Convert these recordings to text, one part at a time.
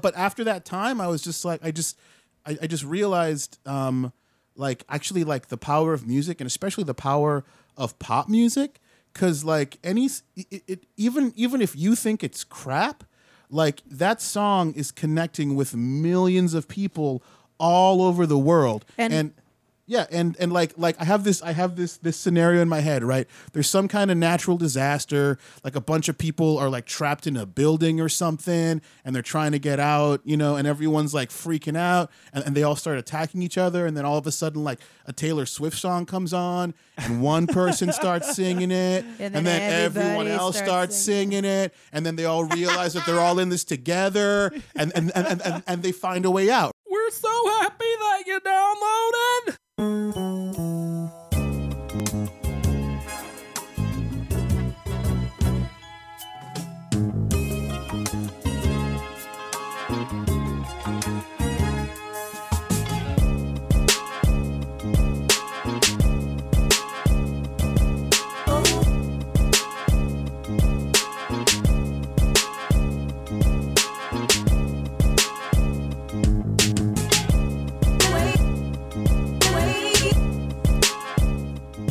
But after that time, I was just like, I just, I, I just realized, um, like actually, like the power of music, and especially the power of pop music, because like any, s- it, it- it, even even if you think it's crap, like that song is connecting with millions of people all over the world, And- and yeah, and and like like I have this I have this this scenario in my head, right? There's some kind of natural disaster, like a bunch of people are like trapped in a building or something, and they're trying to get out, you know, and everyone's like freaking out, and, and they all start attacking each other, and then all of a sudden, like a Taylor Swift song comes on, and one person starts singing it, and And then, then everyone everybody else starts starts singing. singing singing it, and then they all realize that they're all in this together, and and and, and, and, and they find a way out. We're so happy that you downloaded.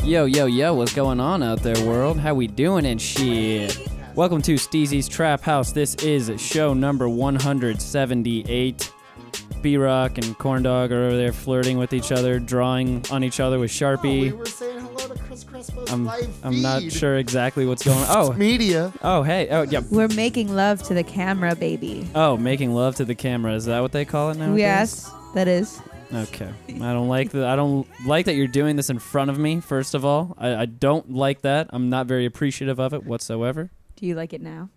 Yo, yo, yo, what's going on out there, world? How we doing and shit? Welcome to Steezy's Trap House. This is show number 178. B Rock and Corndog are over there flirting with each other, drawing on each other with Oh, We Sharpie. were saying hello to Chris Crespo's I'm, live I'm not feed. sure exactly what's going on. Oh, Media. oh, hey. Oh, yeah. We're making love to the camera, baby. Oh, making love to the camera. Is that what they call it now? Yes, that is. Okay. I don't like that. I don't like that you're doing this in front of me. First of all, I, I don't like that. I'm not very appreciative of it whatsoever. Do you like it now?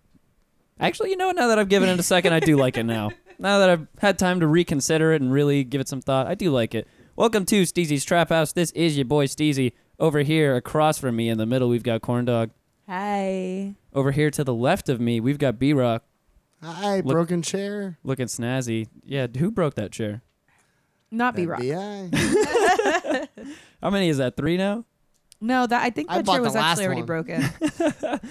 Actually, you know what? Now that I've given it a second, I do like it now. Now that I've had time to reconsider it and really give it some thought, I do like it. Welcome to Steezy's Trap House. This is your boy Steezy. Over here, across from me in the middle, we've got Corndog. Hi. Over here to the left of me, we've got B Rock Hi, Look- broken chair. looking snazzy. Yeah, who broke that chair? Not be That'd rock. be I. How many is that? Three now? No, that I think I that bought chair the was last actually already one. broken.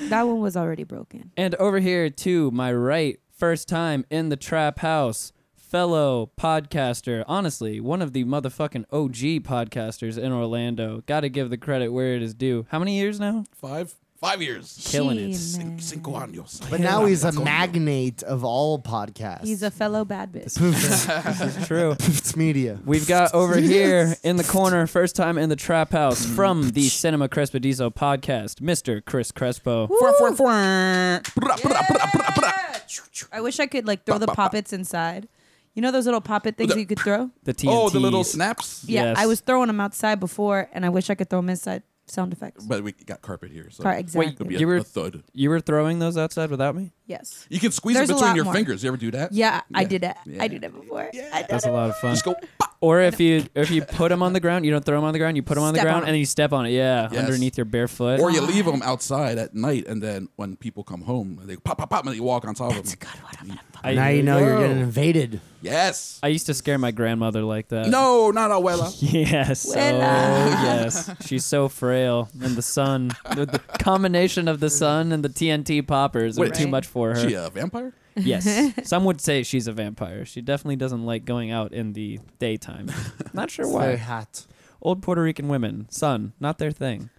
that one was already broken. And over here to my right, first time in the trap house, fellow podcaster, honestly, one of the motherfucking OG podcasters in Orlando. Gotta give the credit where it is due. How many years now? Five. Five years. Killing it. She-man. Cinco años. But now he's a magnate of all podcasts. He's a fellow bad bitch. This is true. It's media. We've got over here in the corner, first time in the trap house from the Cinema Crespedizo podcast, Mr. Chris Crespo. I wish I could like throw the poppets inside. You know those little poppet things that you could throw? The TNT. Oh, the little snaps. Yeah, Yes. I was throwing them outside before, and I wish I could throw them inside. Sound effects. But we got carpet here, so Car- Wait, exactly. it'll be a, you were a thud. you were throwing those outside without me? yes. You can squeeze There's a it between lot your more. fingers. You ever do that? Yeah, I Yeah. did that. I Yeah. did it before. I did That's it. a lot of fun. Just go. pop. Or if you if you put them on the ground, you don't throw them on the ground. You put them on the Step on ground 'em. and you step on it. Yeah, Yes. underneath your bare foot. Or you leave them outside at night, and then when people come home, they pop, pop, pop, and they walk on top of them. I, now you know you're Whoa. getting invaded. Yes. I used to scare my grandmother like that. no, not abuela. Yes. Willa. Oh yes. She's so frail, and the sun, the, the combination of the sun and the TNT poppers are Wait, too Right. much for her. She a vampire? Yes. Some would say she's a vampire. She definitely doesn't like going out in the daytime. Not sure It's very why. hot. Old Puerto Rican women, sun, not their thing.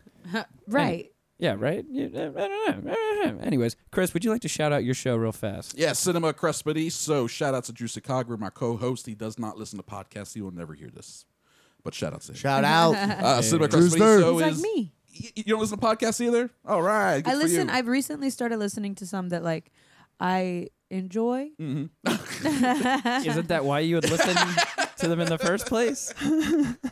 Right. Yeah, right? You- I don't know. I don't know. Anyways, Chris, would you like to shout out your show real fast? Yeah, Cinema Crespity. So shout out to Drew Sakagra, my co-host. He does not listen to podcasts. He will never hear this. But shout out to him. Shout out. uh, Cinema Drew's Crespity. there. So He's like is- me. Y- You don't listen to podcasts either? All right. good I for listen. you. I've recently started listening to some that like I enjoy. Mm. Isn't that why you would listen to them in the first place? That's, I- it.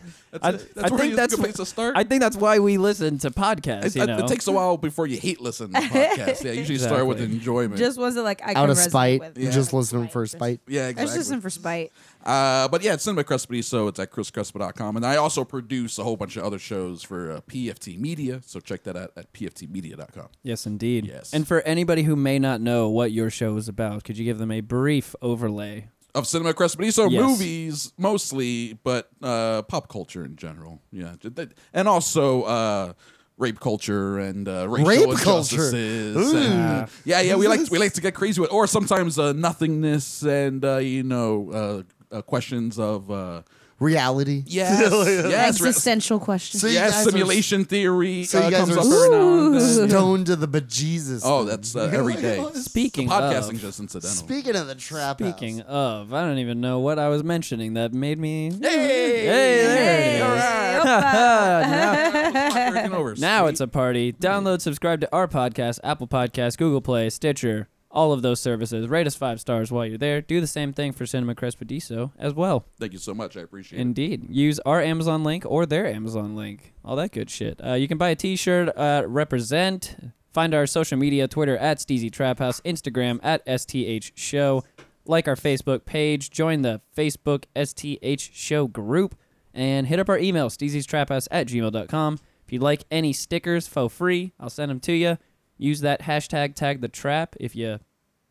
I that's where think you- that's good wh- place to start. I think that's why we listen to podcasts, It, uh, you it- know. it takes a while before you hate listen to podcasts. Yeah, you usually start with Exactly. enjoyment. Just ones that like I Out can of resonate spite. With. You Yeah. just listen to him for spite. yeah, I was exactly. just in for spite. uh, but yeah, it's Cinema Crespity, so it's at chriscrespity.com. And I also produce a whole bunch of other shows for uh, PFT Media, so check that out at pftmedia.com. yes, indeed. Yes. And for anybody who may not know what your show is about, could you give them a brief overlay? Of Cinema Crespity, so Yes. movies mostly, but uh, pop culture in general. Yeah, j- that- and also uh, rape culture and uh, racial Rape culture? injustices. and, uh, yeah, yeah, we like we like to get crazy with, or sometimes uh, nothingness and uh, you know uh, uh, questions of uh, Reality. yes, yes, re- Existential question. So you yes, guys are- simulation theory so you uh, guys comes are up every now and then. Stoned to the bejesus. Oh, that's uh, every day. Speaking Podcasting of, just incidental. Speaking of the trap speaking house. of, I don't even know what I was mentioning that made me. hey, Hey, there it is. all right. Fucker, it's over. Now Sweet. it's a party. Download, subscribe to our podcast, Apple Podcast, Google Play, Stitcher, all of those services. Rate us five stars while you're there. Do the same thing for Cinema Crespediso as well. Thank you so much. I appreciate it. Indeed. Use our Amazon link or their Amazon link. All that good shit. Uh, you can buy a t shirt at Represent. Find our social media Twitter at Steezy Trap House, Instagram at STH Show. Like our Facebook page. Join the Facebook STH Show group. And hit up our email, steezystraphouse at gmail.com. If you'd like any stickers faux free, I'll send them to you. Use that hashtag tag the trap if you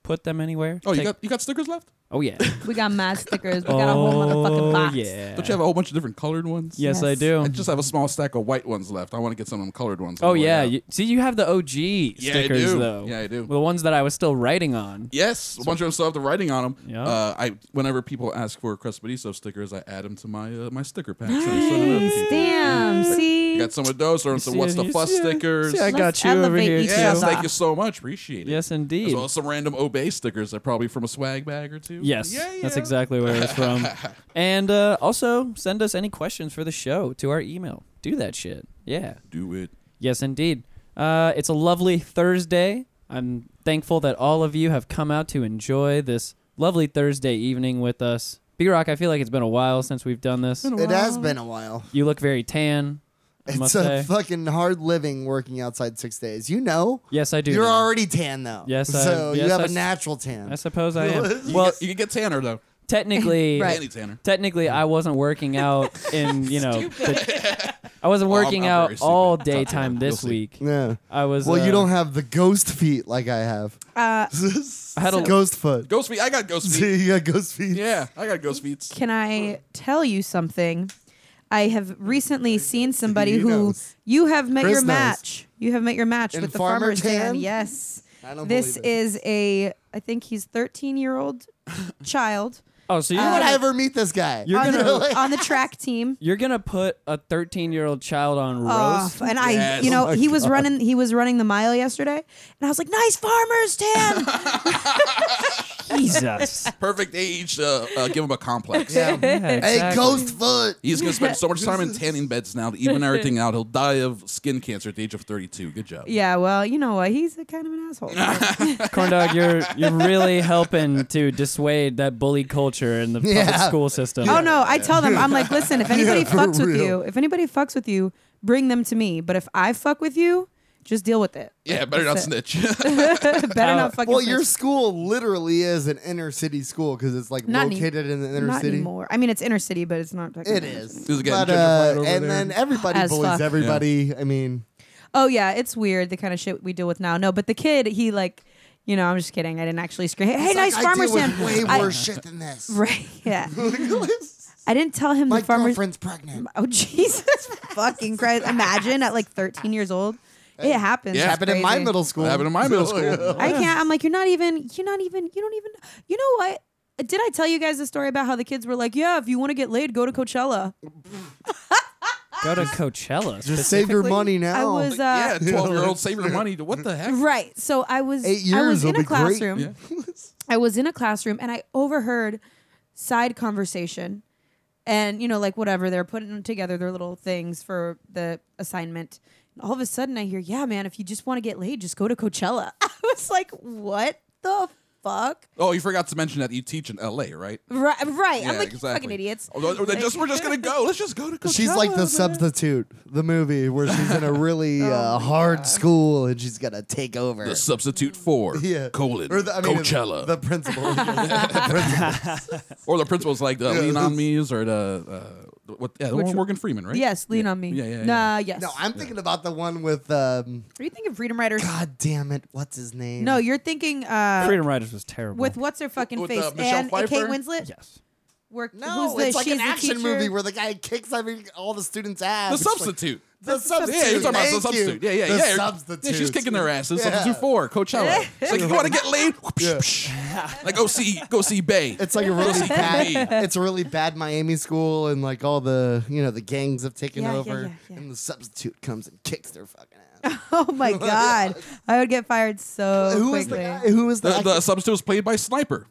put them anywhere. Oh, you Take- got you got stickers left? Oh, yeah. We got mad stickers. We got a Oh, whole motherfucking box. yeah. Don't you have a whole bunch of different colored ones? Yes. Yes, I do. I just have a small stack of white ones left. I want to get some of them colored ones. Oh on the way yeah, out. you, see, you have the OG Yeah, I stickers do. though. Yeah, I do. The ones that I was still writing on. yes, a bunch of them still have the writing on them. Yeah. Uh, I whenever people ask for Crespediso stickers, I add them to my uh, my sticker packs. and I send 'em out to people. Damn. See. Got some of those or some What's the Fuss stickers. I Let's got you over elevate here. each Yes, other. thank you so much. Appreciate it. Yes, indeed. As well as some random Obey stickers. They're probably from a swag bag or two. Yes, Yeah, yeah. that's exactly where it was from. and uh, also, send us any questions for the show to our email. Do that shit. Yeah. Do it. Yes, indeed. Uh, it's a lovely Thursday. I'm thankful that all of you have come out to enjoy this lovely Thursday evening with us. B Rock, I feel like it's been a while since we've done this. It has been a while. You look very tan. I It's must a say. fucking hard living working outside six days. You know. yes, I do. You're know. already tan though. Yes, I- So yes, you have I a s- natural tan. I suppose I am. You Well, get- you can get Tanner though. technically, Right. Any Tanner. technically I wasn't working out in you know the- I wasn't Well, Oh, I'm- working I'm very out stupid. all It's not daytime terrible. You'll this see. week. yeah. I was Well, uh, you don't have the ghost feet like I have. Uh, I had a- ghost foot. Ghost feet. I got ghost feet. you got ghost feet. Yeah, I got ghost feet. Can I tell you something? I have recently seen somebody He who knows. you have met Chris your knows. match. You have met your match In with the Farmer farmer's Tan? tan. Yes. I don't This believe it. is a I think he's 13-year-old child oh so you're How would I gonna, ever meet this guy? You're on, gonna- the, on the track team. you're gonna put a 13 year old child on off. roast. And I, Yes. you Oh know, my he was God. running. He was running the mile yesterday, and I was like, "Nice farmers, Tan." Jesus. Perfect age to uh, give him a complex. Hey, ghost foot. He's gonna spend so much time in tanning beds now to even everything out. He'll die of skin cancer at the age of 32. Good job. yeah, well, you know what? He's a kind of an asshole. Corndog, you're you're really helping to dissuade that bully culture in the public Yeah. school system. oh no, I tell them, I'm like, listen, if anybody for fucks with real. you, if anybody fucks with you, bring them to me. But if I fuck with you, just deal with it. Yeah, better not That's it. snitch. Better not fucking. Well, your snitch. school literally is an inner city school because it's like Not any- located in the inner not city. anymore. I mean, it's inner city, but it's not. technically It inner city. is. Is it getting But, gentrified uh, over and there? then everybody As bullies fuck. everybody. I mean, Oh yeah, it's weird the kind of shit we deal with now. No, but the kid, he like, you know, I'm just kidding. I didn't actually scream. Hey, it's like nice farmers, I deal Tan. with way I- worse shit than this. Right. Yeah. I didn't tell him My the farmers. girlfriend's pregnant. Oh Jesus fucking Christ! Imagine at like 13 years old, it happens. Yeah. It's happened in my crazy. middle school. What happened in my middle school? I can't. I'm like, you're not even. You're not even. You don't even. You know what? Did I tell you guys the story about how the kids were like, yeah, if you want to get laid, go to Coachella. Go to Coachella. Just save your Specifically, money now. I was. Uh, yeah, 12 year old save your money. What the heck? Right. So I was. Eight I years was will in a be great. classroom. I was in a classroom and I overheard side conversation and you know like whatever they're putting together their little things for the assignment and all of a sudden I hear yeah man if you just want to get laid just go to Coachella I was like what the fuck Oh, you forgot to mention that you teach in LA, right? right, right. Yeah, I'm like exactly. you fucking idiots Oh, no, they just, we're just gonna go. Let's just go to Coachella. She's like the man. substitute, the movie where she's in a Oh, really uh, hard school and she's gonna take over. The substitute for yeah, colon or the, I mean, Coachella, The principal. The principal. or the principal's like the lean on me's or the uh, what? Yeah, the one with Which- Morgan Freeman, right? yes lean on me Yeah, yeah, yeah. nah yes No, I'm thinking about the one with. Um, are you thinking Freedom Riders God damn it! What's his name? no you're thinking uh Freedom Riders was terrible. with what's her fucking With, uh, face Michelle and Pfeiffer? Kate Winslet yes. Work- No, who's the, it's like she's an the action teacher? movie where the guy kicks every all the students' ass. The It's like- substitute. The substitute. Oh, Yeah, you're talking about the Thank you. substitute. Yeah, yeah, The yeah. substitute. Yeah, she's kicking their asses. Yeah. Substitute four, Coachella. It's like you want to get laid? like go see, go see Bay. It's like a really bad. It's a really bad Miami school, and like all the you know the gangs have taken Yeah, yeah, over, yeah, yeah. and the substitute comes and kicks their fucking ass. Oh my god, I would get fired so who was the quickly. guy? Who was the, the, the substitute was played by Sniper.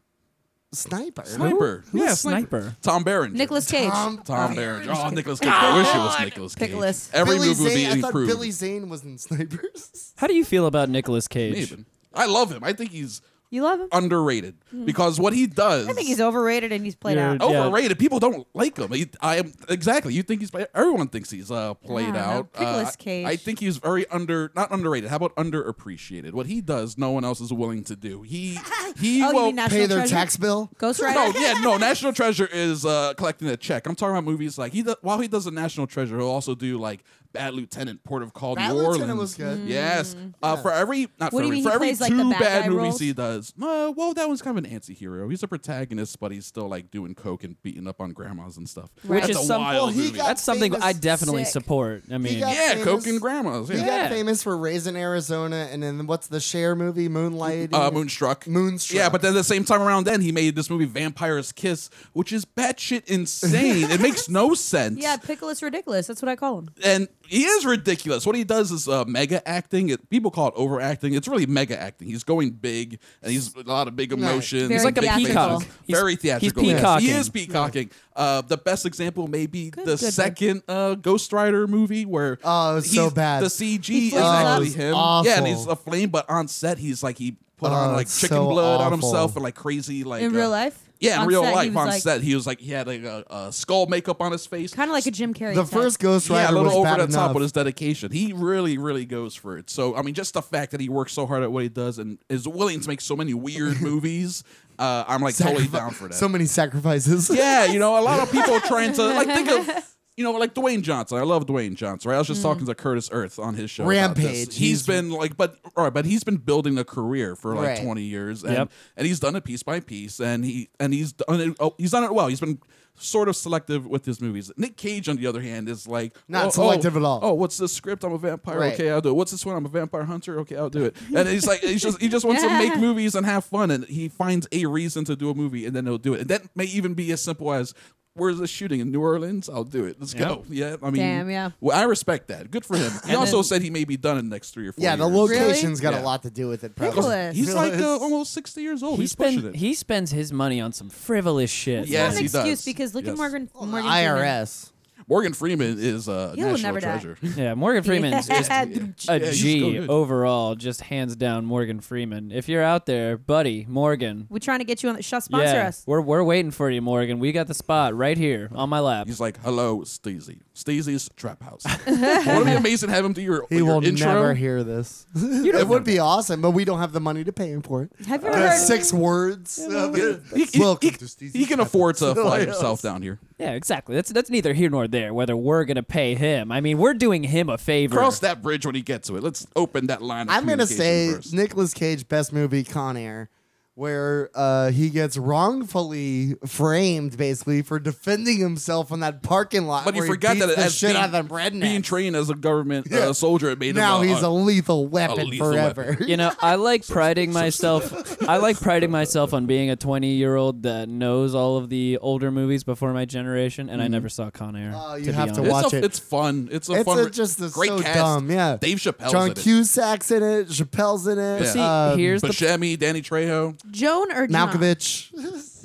sniper? Sniper. Who's yeah, Sniper? Tom Barron. Nicholas Cage. Tom, Tom Barron. Oh, Nicholas Cage. I wish it was Nicholas Cage. Nicholas. Every Billy movie would be Zane. I thought improved. Billy Zane was in snipers. How do you feel about Nicolas Cage? Even. I love him. I think he's You love him? underrated because what he does. Hmm. I think he's overrated and he's played You're- out. Oh, yeah. overrated. People don't like him. He, I am exactly. You think he's play- everyone thinks he's uh, played Yeah, out. Uh, Nicolas I- Cage. I think he's very under not underrated. How about underappreciated? What he does, no one else is willing to do. He he Oh, you will mean National Pay their Treasure? tax bill. Ghost Rider. No, yeah, no. National Treasure is uh, collecting a check. I'm talking about movies like he. Does, while he does a National Treasure, he'll also do like Bad Lieutenant, Port of Call, Bad New Lieutenant Orleans. was good. Mm-hmm. Yes, uh, for every not What for do you every, mean for he every plays, like, two the bad bad guy movies roles? he does. Uh, well, that one's kind of an anti-hero. He's a protagonist, but he's still like doing coke and beating up on grandmas and stuff. Which That's a is some- wild Well, he movie. got- That's something Thing I was definitely sick. support. I mean, got- yeah, famous- coke and grandmas. He Yeah. Yeah. got famous for Raisin Arizona, and then what's the Cher movie? Moonlight. Uh, Moonstruck. Moonstruck. Yeah, but then at the same time around then, he made this movie, Vampire's Kiss, which is batshit insane. it makes no sense. Yeah, Pickles Ridiculous. That's what I call him. and he is ridiculous. What he does is uh, mega acting. It, people call it overacting. It's really mega acting. He's going big, and he's a lot of big emotions. Very and big faces. theatrical. He's- Very he's theatrical. peacocking. He is peacocking. Uh, the best example may be the good one. second uh, Ghost Rider movie where Oh, it was so he's- bad. The CG He is flips actually up. him. Awful. Yeah, and he's a flame, but on set he's like he put Oh, on like it's chicken so blood on awful. himself and like crazy like In uh, real life? Yeah, in On real set, he life was on like- set he was like he had like a, a skull makeup on his face. Kind of like a Jim Carrey. the type. first Ghost Yeah, Rider a little was over bad the enough. top with his dedication. He really, really goes for it. So, I mean, just the fact that he works so hard at what he does and is willing to make so many weird movies, uh, I'm like totally down for that. so many sacrifices. yeah, you know, a lot of people trying to like think of. You know, like Dwayne Johnson. I love Dwayne Johnson. Right, I was just talking to Curtis Earth on his show. about this. Mm. Rampage. he's He's- been like, but all right, but he's been building a career for like Right. twenty years, and Yep. and he's done it piece by piece, and he and he's done it. Oh, he's done it well. He's been sort of selective with his movies. Nick Cage, on the other hand, is like Not oh, selective oh, at all. Oh, what's this script? I'm a vampire. Right. Okay, I'll do it. What's this one? I'm a vampire hunter. Okay, I'll do it. And he's like, he's just he just wants to make movies and have fun, and he finds a reason to do a movie, and then he'll do it. And that may even be as simple as. Where's the shooting in New Orleans? I'll do it. Let's go. Yeah, I mean, Damn, yeah. Well, I respect that. Good for him. He also said he may be done in the next three or four. Yeah, the years. location's got Yeah. a lot to do with it. Nicholas. Probably. He's like Really? uh, almost sixty years old. he, He's pushing spend, it. he spends his money on some frivolous shit. Yeah. Yes, That's an he excuse does. because look Yes. at Morgan. Morgan Freeman. IRS. Morgan Freeman is a He will national never die. treasure. Yeah, Morgan Freeman's just Yeah. a Yeah, he's so G good. overall, just hands down Morgan Freeman. If you're out there, buddy, Morgan. We're trying to get you on the show. Sponsor yeah, us. We're, we're waiting for you, Morgan. We got the spot right here on my lap. He's like, "Hello, Steezy, Steezy's Trap House." Wouldn't it be amazing to have him do your, He your will intro? never hear this. it would be awesome, but we don't have the money to pay him for it. Have you ever There's heard? six words. of it. He, he- Welcome he- to Steezy's he can Trap afford to House. fly himself down here. Yeah, exactly. That's that's neither here nor there whether we're gonna pay him. I mean, we're doing him a favor. Cross that bridge when he gets to it. Let's open that line. Of I'm gonna say communication first. Nicolas Cage best movie Con Air, where uh, he gets wrongfully framed basically for defending himself on that parking lot. but he where forgot beats that the as shit being, out of the redneck. being trained as a government Yeah. uh, soldier, it made now him. uh, he's a lethal weapon lethal forever. You know, I like priding myself. I like priding myself on being a 20 year old that knows all of the older movies before my generation, Mm-hmm. and I never saw Con Air. Oh, you to have be honest. to It's, watch a, it. it's fun. It's a It's fun. a- re- just a- great so cast. dumb, yeah. Dave Chappelle's John in it. Cusack's in it. Chappelle's in it. But See, uh, here's the Buscemi, Danny Trejo. Joan or John? Malkovich.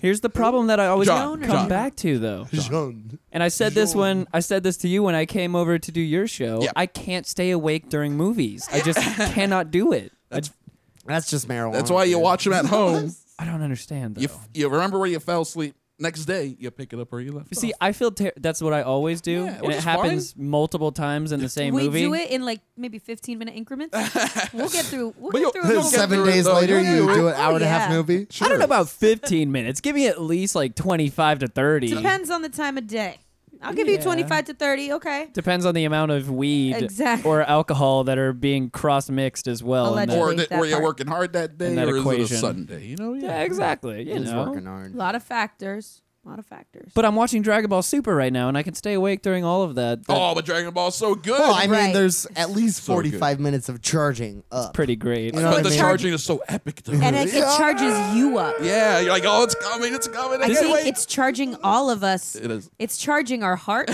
here's the problem that I always John, come John. back to though. Jean. And I said this when I said this to you when I came over to do your show. Yeah. I can't stay awake during movies. I just cannot do it. I, That's just marijuana. That's why you dude. watch him at home. I don't understand. Though. you f- you remember where you fell asleep. Next day, you pick it up where you left. You See, off. I feel ter- that's what I always do, Yeah, and which it is happens multiple times in the same we movie. do it in like maybe 15 minute increments. we'll get through. We'll But get you'll- through. a you'll little get bit. Seven through it, days though. later, Yeah, you yeah, do yeah. an hour and a half yeah. movie. I don't know about 15 minutes. Give me at least like 25 to 30. Depends on the time of day. I'll give you Yeah. 25 to 30. Okay. Depends on the amount of weed Exactly. or alcohol that are being cross mixed as well. in the- Allegedly. or that, that were you part. working hard that day, that or is it a equation. Sunday? You know, yeah. yeah, exactly. You He's know, working A hard. lot of factors. a lot of factors. But I'm watching Dragon Ball Super right now, and I can stay awake during all of that. That's Oh, but Dragon Ball's so good. Well, I mean, Right. there's at least So good. 45 minutes of charging up. pretty great. You know but what I the mean? charging is so epic. Though. and like, it charges you up. yeah, you're like, oh, it's coming, it's coming. I I can't think wait. it's charging all of us. It is. It's charging our hearts,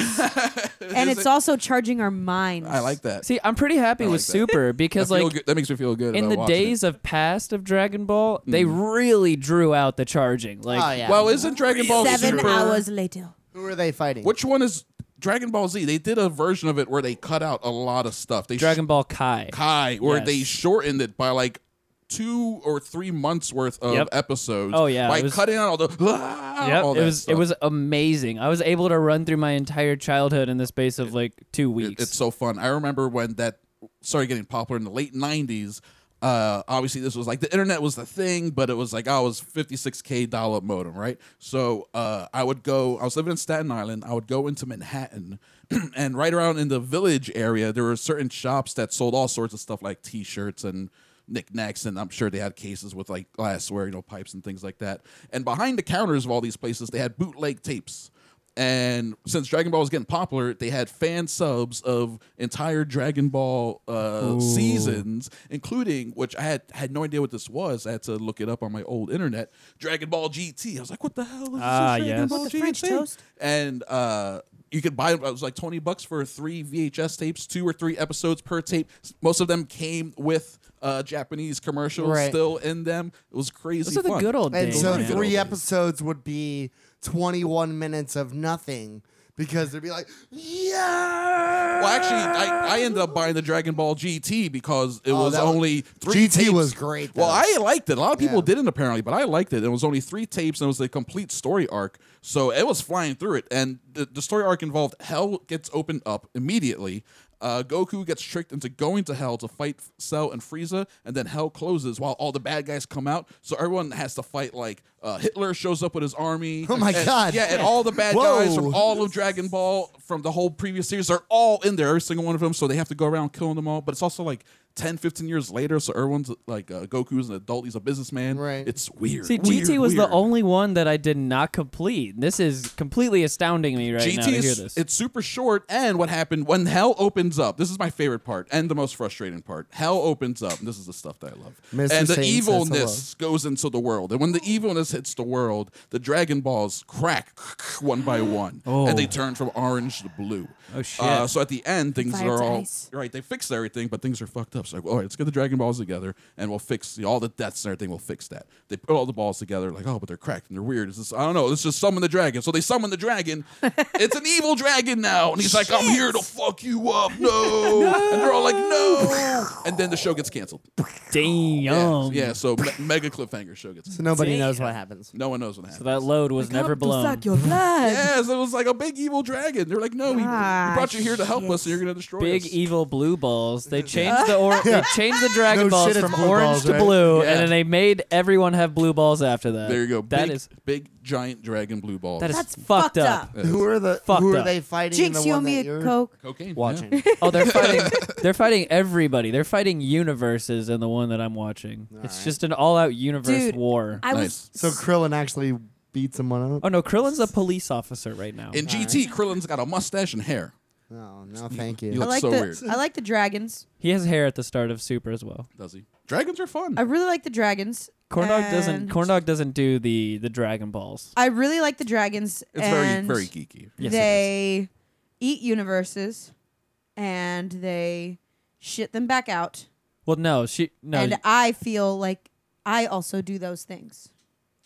and it's also charging our minds. I like that. See, I'm pretty happy with that. Super because I feel like good- that makes me feel good. in about the watching it. Mm-hmm. days of past of Dragon Ball, they really drew out the charging. Like, Oh, yeah. well, isn't Dragon Ball Seven Super? hours later. Who are they fighting? Which one is Dragon Ball Z? They did a version of it where they cut out a lot of stuff. They Dragon Ball Kai. Kai, where Yes. they shortened it by like two or three months worth of Yep. episodes. Oh, yeah, by it was- cutting out all the. Ah, Yep, all it that was stuff. it was amazing. I was able to run through my entire childhood in the space of like two It- weeks. it's so fun. I remember when that started getting popular in the late '90s. Uh, obviously, this was like the internet was the thing, but it was like I was 56k dial-up modem, right? So uh, I would go. I was living in Staten Island. I would go into Manhattan, and right around in the Village area, there were certain shops that sold all sorts of stuff like T-shirts and knickknacks and i'm sure they had cases with like glassware you know pipes and things like that and behind the counters of all these places they had bootleg tapes and since Dragon Ball was getting popular, they had fan subs of entire Dragon Ball uh, seasons, including which I had had no idea what this was. I had to look it up on my old internet. Dragon Ball GT. I was like, "What the hell is this Ah, Dragon yes. Ball With the GT?" French toast? And uh, you could buy it was like twenty bucks for three VHS tapes, two or three episodes per tape. Most of them came with uh, Japanese commercials Right. still in them. It was crazy. Those are the fun. good old and days. so man. three episodes would be 21 minutes of nothing because they'd be like, yeah. Well, actually, I, I ended up buying the Dragon Ball GT because it Oh, was that was- only three. GT tapes. was great, Well, though. I liked it. A lot of people Yeah. didn't apparently, but I liked it. It was only three tapes and it was a complete story arc, so it was flying through it. And the, the story arc involved Hell gets opened up immediately. Uh, Goku gets tricked into going to Hell to fight Cell and Frieza, and then Hell closes while all the bad guys come out. So everyone has to fight. Like uh, Hitler shows up with his army. Oh my and- God. Yeah, and all the bad Whoa. guys from all of Dragon Ball from the whole previous series are all in there, every single one of them. So they have to go around killing them all. But it's also like 10, 15 years later. So everyone's like, uh, Goku's an adult. He's a businessman. Right. It's weird. See, weird, GT was weird. the only one that I did not complete. This is completely astounding me right now GT to is hear this. it's super short. And what happened when Hell opens up? This is my favorite part and the most frustrating part. Hell opens up. And this is the stuff that I love. Mr. And the Satan says evilness goes into the world. And when the evilness hits the world, the Dragon Balls crack one by one, and they turn from orange to blue. Oh, shit. Uh, so at the end, things Fire are to all right. ice. They fixed everything, but things are fucked up. So like, all right, let's get the Dragon Balls together, and we'll fix you know, all the deaths and everything. We'll fix that. They put all the balls together, like, oh, but they're cracked and they're weird. It's just, I don't know. Let's just summon the dragon. So they summon the dragon. it's an evil dragon now, and he's like, I'm here to fuck you up. No, and they're all like, no. and then the show gets canceled. Damn. Yeah, yeah. So me- mega cliffhanger show gets. So nobody knows what happens. No one knows what So happened. that load was never Come to blown. suck your blood. Yes, it was like a big evil dragon. They're like, no, we, we Ah, brought you here to help shit. us, and you're gonna destroy Big us. evil blue balls. They changed the or- they changed the Dragon No Balls shit, it's from blue orange balls, to right? blue, Yeah. and then they made everyone have blue balls after that. There you go. That big, is big giant dragon blue balls. that is That's fucked fucked up. up. Who are the Fucked who are up. they fighting? in Jinx, the you owe one me that a you're coke. cocaine. Watching. Oh, they're fighting. they're fighting everybody. They're fighting universes in the one that I'm watching. it's right. just an all-out universe Dude, war. I Nice. was So Krillin actually beat someone up. oh no, Krillin's a police officer right now. In GT, Krillin's got a mustache and hair. No, Oh, no, thank you you. I look like so the weird. I like the dragons. he has hair at the start of Super as well. Does he? Dragons are fun. I really like the dragons. Corndog doesn't. and Corndog doesn't do the the Dragon Balls. I really like the dragons. it's very and very geeky. Yes, it they eat universes, and they shit them back out. Well, no, she no. and I feel like I also do those things.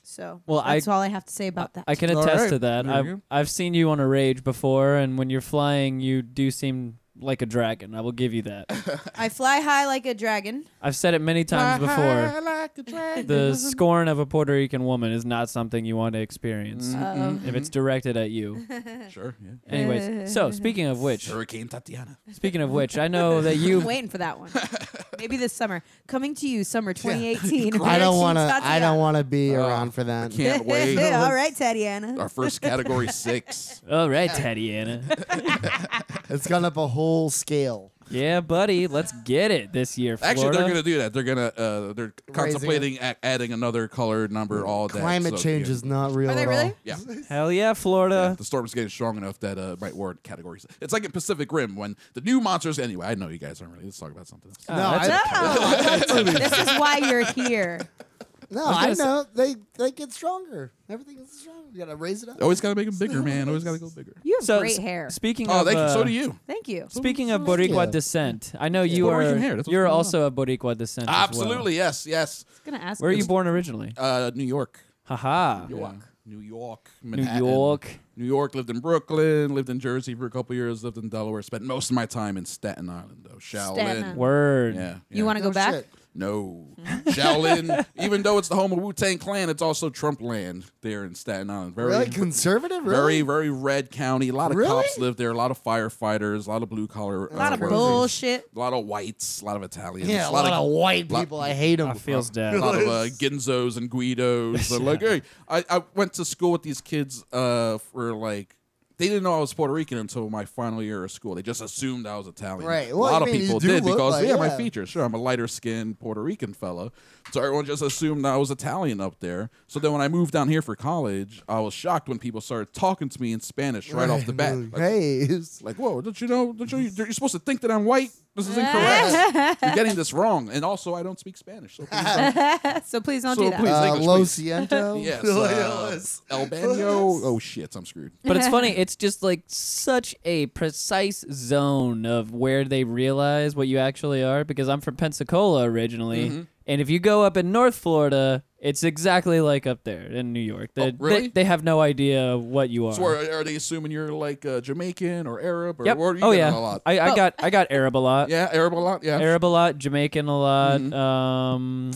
So Well, I- that's all I have to say about that. I can All attest right. to that. There you I've, go. I've seen you on a rage before, and when you're flying, you do seem like a dragon. I will give you that. I fly high like a dragon. I've said it many times before. The scorn of a Puerto Rican woman is not something you want to experience Oh. if it's directed at you. Sure. Yeah. Anyways, so speaking of which, Hurricane Tatiana. speaking of which, I know that you I'm waiting for that one. Maybe this summer. Coming to you, summer 2018. I don't want to. Hurricane I don't Tatiana. want to be around for that. Oh, Can't wait. all right, Tatiana. Our first category six. All right, Teddy Anna. It's gone up a whole scale. Yeah, buddy, let's get it this year. Florida. Actually, they're going to do that. They're going to uh, they're contemplating a- adding another color number. All that Climate so, change yeah. is not real Are they at really? all. Yeah. Hell yeah, Yeah, Florida. the storm's getting strong enough that uh, it might warrant categories. It's like in Pacific Rim when the new monsters. Anyway, I know you guys aren't really. Let's talk about something else. Ah, No, that's- I- No. this is why you're here. No, I I, was gonna know they they get stronger. Everything gets stronger. You gotta raise it up. Always gotta make them bigger, man. Always gotta go bigger. You have so great s- hair. Speaking Oh, of, thank you. So uh, do you. Thank you. Speaking of Boricua Yeah. descent, I know you Puerto are Rican hair, that's what's you're going also a Boricua descent. as well. Absolutely, yes, yes. I was gonna ask. Where are you born originally? Uh, New York. Haha. New York. New York. New Manhattan. York. New York. Lived in Brooklyn. Lived in Jersey for a couple years. Lived in Delaware. Spent most of my time in Staten Island, though. Shaolin. Staten Island. Word. Yeah. You want to No go back? shit. No. Shaolin. Even though it's the home of Wu Tang Clan, it's also Trump land there in Staten Island. Very Really conservative? Very, Really? very red county. A lot of Really? cops live there. A lot of firefighters. A lot of blue collar. A lot of Oh, Where is it? bullshit. A lot of whites. A lot of Italians. yeah, a lot, of, white lot- people. I hate them. I feels a dead. lot of uh, Ginzos and Guidos. They're like, hey, I, I went to school with these kids uh, for like. They didn't know I was Puerto Rican until my final year of school. They just assumed I was Italian. Right. a Well, lot I of mean, you people do did look because like- yeah, my yeah. features. Sure, I'm a lighter skinned Puerto Rican fella, so everyone just assumed I was Italian up there. So then when I moved down here for college, I was shocked when people started talking to me in Spanish right, off the bat. Like, Hey, it's like, whoa, don't you know? Don't you, you're supposed to think that I'm white. This is incorrect. you're getting this wrong. And also, I don't speak Spanish. So please don't so please don't So do that. please- uh, English, Lo please. Siento. Yes. Yes. Uh, El Bano. Oh shit, I'm screwed. But it's funny. It's just like such a precise zone of where they realize what you actually are. Because I'm from Pensacola originally, Mm-hmm. and if you go up in North Florida, it's exactly like up there in New York. They, Oh, really? they, they have no idea what you are. So are, are they assuming you're like uh, Jamaican or Arab or Yep. what are you oh getting a yeah. lot? I, I got I got Arab a lot. yeah, Arab a lot. Yeah. Arab a lot. Jamaican a lot. Mm-hmm. Um,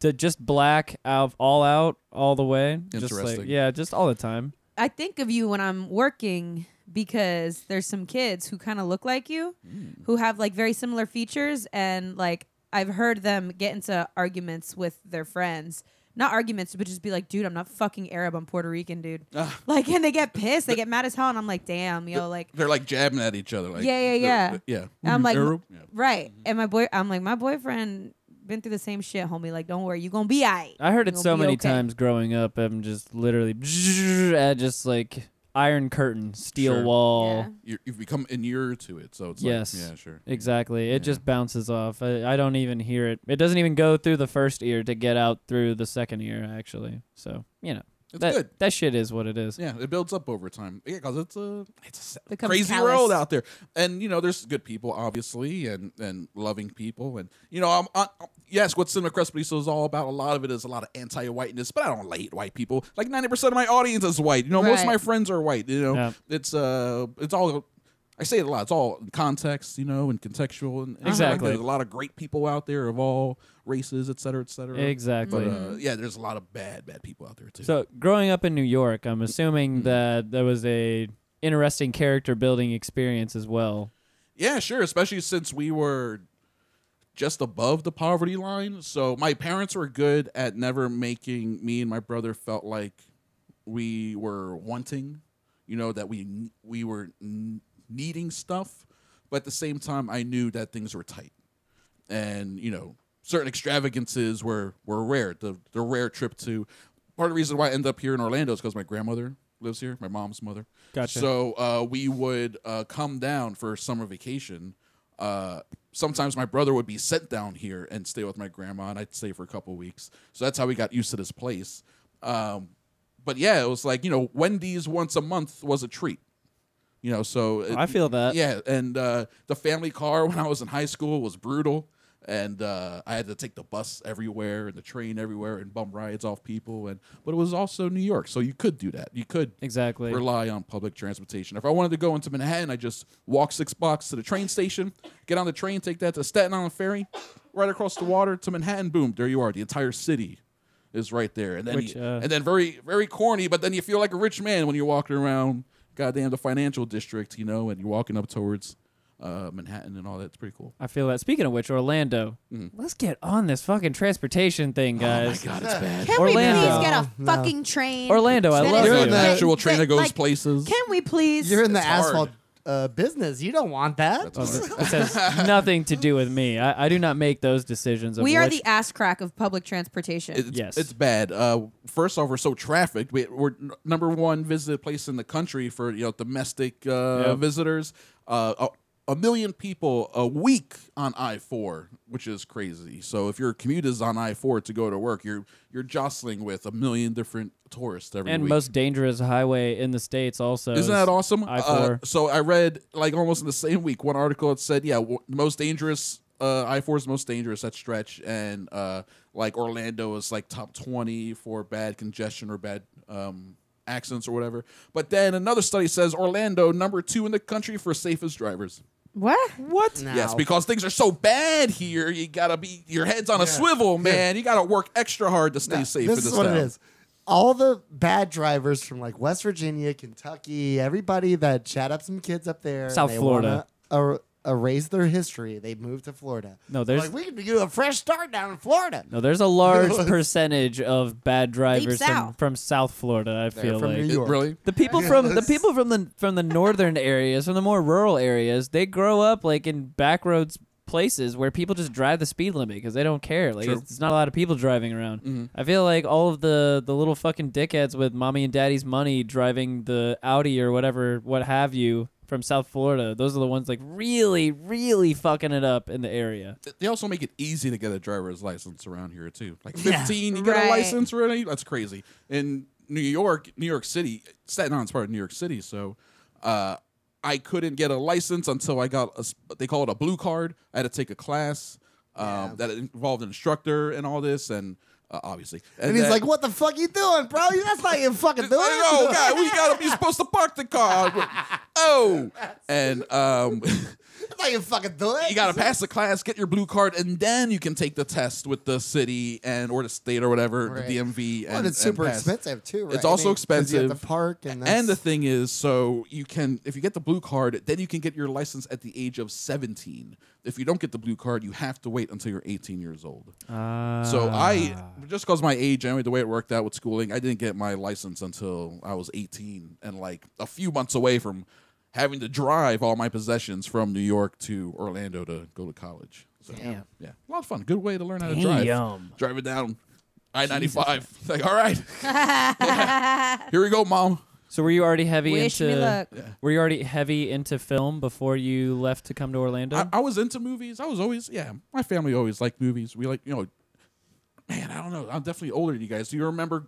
to just black out all out all the way. Just like, Interesting. yeah, just all the time. I think of you when I'm working because there's some kids who kind of look like you, Mm. who have like very similar features, and like I've heard them get into arguments with their friends. Not arguments, but just be like, dude, I'm not fucking Arab. I'm Puerto Rican, dude. Like, and they get pissed. They get mad as hell. And I'm like, damn, yo, like, They're like jabbing at each other. Like Yeah, yeah, they're- yeah. they're- Yeah. And I'm like, Arab. Yeah. Mm-hmm. right. And my boy, I'm like, my boyfriend been through the same shit, homie. Like, don't worry, you gonna be alright. I heard You it gonna so be many okay." times growing up. I'm just literally at just like iron curtain, steel Sure. wall. Yeah. You're, you've become inured to it, so it's Yes. like yeah, sure. Exactly. It just bounces off. I, I don't even hear it. It doesn't even go through the first ear to get out through the second ear, actually. So, you know, It's that, good. that shit is what it is. Yeah, it builds up over time. Yeah, because it's a it's a Becomes crazy callous. world out there, and you know there's good people obviously, and and loving people, and you know I'm, i yes, what Cinema Crespediso is all about. A lot of it is a lot of anti-whiteness, but I don't hate white people. Like ninety percent of my audience is white. You know, most of Right. my friends are white. You know, Yeah. it's uh, it's all. I say it a lot. It's all in context, you know, and contextual, and, and stuff like Exactly. that. There's a lot of great people out there of all races, et cetera, et cetera. Exactly. But uh, yeah, there's a lot of bad, bad people out there too. So, growing up in New York, I'm Mm. assuming that there was a interesting character building experience as well. Yeah, sure. Especially since we were just above the poverty line. So my parents were good at never making me and my brother felt like we were wanting, you know, that we we were n- needing stuff. But at the same time, I knew that things were tight, and you know, certain extravagances were were rare. The the rare trip to part of the reason why I end up here in Orlando is because my grandmother lives here, my mom's mother. Gotcha. So uh, we would uh, come down for summer vacation. Uh, sometimes my brother would be sent down here and stay with my grandma, and I'd stay for a couple weeks. So that's how we got used to this place. Um, but yeah, it was like you know, Wendy's once a month was a treat. You know, so it- I feel that. yeah, and uh, the family car when I was in high school was brutal, and uh, I had to take the bus everywhere and the train everywhere and bum rides off people. And but it was also New York, so you could do that. You could Exactly. rely on public transportation. If I wanted to go into Manhattan, I just walk six blocks to the train station, get on the train, take that to Staten Island Ferry, right across the water to Manhattan. Boom, there you are. The entire city is right there. And then, Which, you- uh, and then very, very corny, but then you feel like a rich man when you're walking around, goddamn, the financial district, you know, and you're walking up towards uh, Manhattan and all that. It's pretty cool. I feel that. Speaking of which, Orlando, let's get on this fucking transportation thing, guys. Mm-hmm. Oh God, it's bad. Can we Orlando. please get a fucking train? Orlando, I that love is You're you. an like- actual train that- that goes like, places. Can we please? You're in the hard. asphalt uh, business. You don't want that. Oh, th- this has nothing to do with me. I, I do not make those decisions. Of We are which- the ass crack of public transportation. It's, Yes. it's bad. Uh, first off, we're so trafficked. We, we're n- number one visited place in the country for you know domestic uh, Yep. visitors. Uh, a, a million people a week on I four, which is crazy. So if your commute is on I four to go to work, you're you're jostling with a million different tourists every and week. most dangerous highway in the states. Also, Isn't that awesome? I Uh, four. so I read like almost in the same week one article that said, yeah, w- the most dangerous uh, I four is the most dangerous at stretch, and uh, like Orlando is like top twenty for bad congestion or bad um, accidents or whatever. But then another study says Orlando number two in the country for safest drivers. what? What? No. Yes, because things are so bad here, you gotta be your head's on a swivel, man. You gotta work extra hard to stay safe. in this is this what town. it is. All the bad drivers from like West Virginia, Kentucky, everybody that chat up some kids up there, and South they Florida. wanna er- erase their history. They moved to Florida. No, there's- like we can do a fresh start down in Florida. no, there's a large percentage of bad drivers from, south. from South Florida. I They're feel from like New It- York. really. The people from the people from the from the northern areas, from the more rural areas, they grow up like in backroads places where people just drive the speed limit because they don't care. Like True. Mm-hmm. it's, it's not a lot of people driving around. I feel like all of the the little fucking dickheads with mommy and daddy's money driving the Audi or whatever, what have you, from South Florida. Those are the ones like really, really fucking it up in the area. th- they also make it easy to get a driver's license around here too. Like Yeah. 15, you get a Right. license already? That's crazy. In New York, New York City, Staten Island's part of New York City, so uh, I couldn't get a license until I got a, s- they call it a blue card. I had to take a class um, that involved an instructor and all this, and uh, obviously, And he's then- like, "What the fuck you doing, bro? You That's not you fucking doing." Oh God, we gotta be supposed to park the car. Oh, and um, That's not you fucking doing. you gotta pass the class, get your blue card, and then you can take the test with the city and or the state or whatever, Right. the DMV. And, Well, and it's and super pass. expensive too. Right? It's also 'cause You have expensive. to park and, that's, And the thing is, so you can if you get the blue card, then you can get your license at the age of seventeen. If you don't get the blue card, you have to wait until you're eighteen years old. So I just because my age, anyway, the way it worked out with schooling, I didn't get my license until I was 18, and like a few months away from having to drive all my possessions from New York to Orlando to go to college. So, Damn. yeah, a lot of fun, good way to learn how to drive. Damn. Drive it down I 95. Like, all right, here we go, mom. So were you already heavy Wish into me luck. were you already heavy into film before you left to come to Orlando? Um, I, I was into movies. I was always, yeah, my family always liked movies. We like, you know, man, I don't know. I'm definitely older than you guys. Do you remember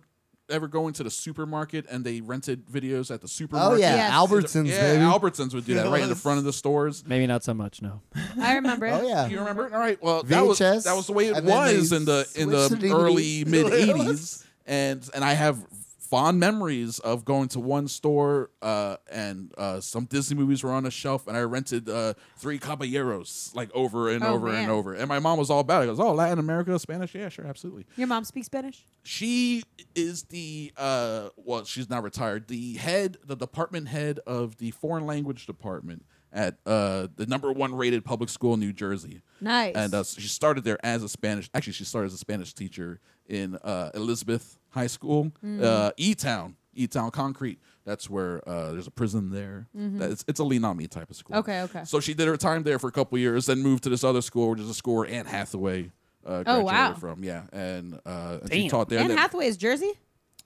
ever going to the supermarket and they rented videos at the oh supermarket? yeah, Yes. Albertsons, Yeah, baby. Albertsons would do that right in the front of the stores. Maybe not so much. No. I remember. oh it. yeah. You remember? All right. Well, that was VHS, that was the way it and then they was in the in switched the to early DVD. mid '80s, and and I have fond memories of going to one store uh, and uh, some Disney movies were on a shelf, and I rented uh, Three Caballeros like over and Oh, over and man. over, and my mom was all about it. Goes, oh, Latin America, Spanish, yeah, sure, absolutely. Your mom speaks Spanish? She is the uh, well, she's not retired. The head, the department head of the foreign language department at uh, the number one rated public school in New Jersey. Nice. And uh, she started there as a Spanish. Actually, she started as a Spanish teacher in uh, Elizabeth High School, Mm. uh, E Town, E Town Concrete. That's where uh, there's a prison there. That- It's, it's a Leanami type of school. Mm-hmm. Okay, okay. So she did her time there for a couple years, then moved to this other school, which is a school where Anne Hathaway uh, graduated Oh, wow. from. Yeah, and, uh, and she taught there. Anne Then- Hathaway is Jersey?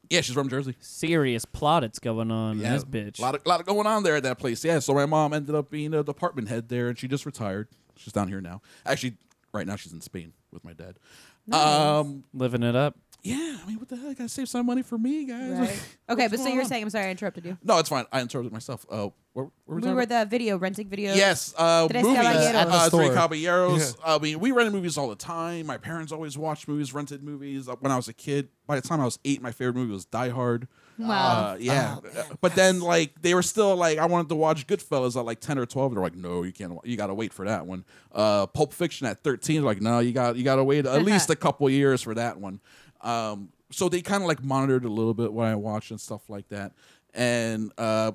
yeah, she's from Jersey. serious plot that's going on in Yeah, this bitch. A lot of, lot of going on there at that place. Yeah, so my mom ended up being a department head there, and she just retired. She's down here now. Actually, right now she's in Spain with my dad. Um, Living it up. yeah, I mean, what the hell? I gotta save some money for me, guys. okay, but so going you were on? saying, I'm sorry I interrupted you. no, it's fine. I interrupted myself. Uh, where, where was We I? were the video, renting videos. Yes, uh, Tres movies. Caballeros. Uh, At the Three store. Caballeros. I mean, we rented movies all the time. My parents always watched movies, rented movies. Uh, When I was a kid, by the time I was eight, my favorite movie was Die Hard. Wow. Ah, Uh, yeah. but then, like, they were still like, I wanted to watch Goodfellas at like ten or twelve. They're like, No, you can't. wa- You got to wait for that one. Uh, Pulp Fiction at thirteen. They're like, No, you got you got to wait at least a couple years for that one. Um, so they kind of like monitored a little bit what I watched and stuff like that. And uh,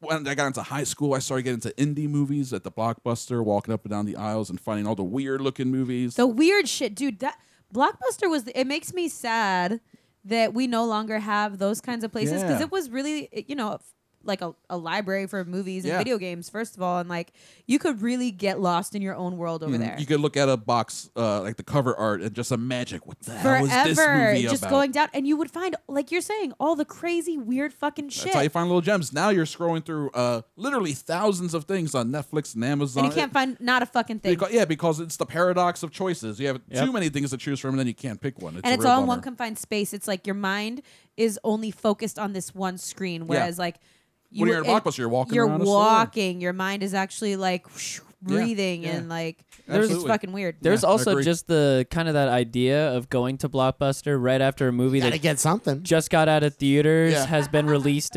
when I got into high school, I started getting into indie movies at the Blockbuster, walking up and down the aisles and finding all the weird looking movies. The weird shit, dude. That Blockbuster was. It makes me sad that we no longer have those kinds of places because Yeah. it was really, you know, like a, a library for movies and Yeah. video games first of all and like you could really get lost in your own world over there Mm-hmm. You could look at a box, uh, like the cover art, and just imagine what the hell is this forever movie just about? going down and you would find like you're saying all the crazy weird fucking shit That's how you find little gems. Now you're scrolling through uh, literally thousands of things on Netflix and Amazon. and you can't find not a fucking thing Because, yeah, because it's the paradox of choices. You have Yep. too many things to choose from, and then you can't pick one. It's and a it's real all in bummer. one confined space. It's like your mind is only focused on this one screen, whereas like When you're at a it- blockbuster, you're walking You're around a store. walking. Your mind is actually like whoosh, Yeah, breathing yeah. and like it's Absolutely. fucking weird. There's Yeah, I also agree. just the kind of that idea of going to Blockbuster right after a movie Gotta that get something. just got out of theaters, Yeah. has been released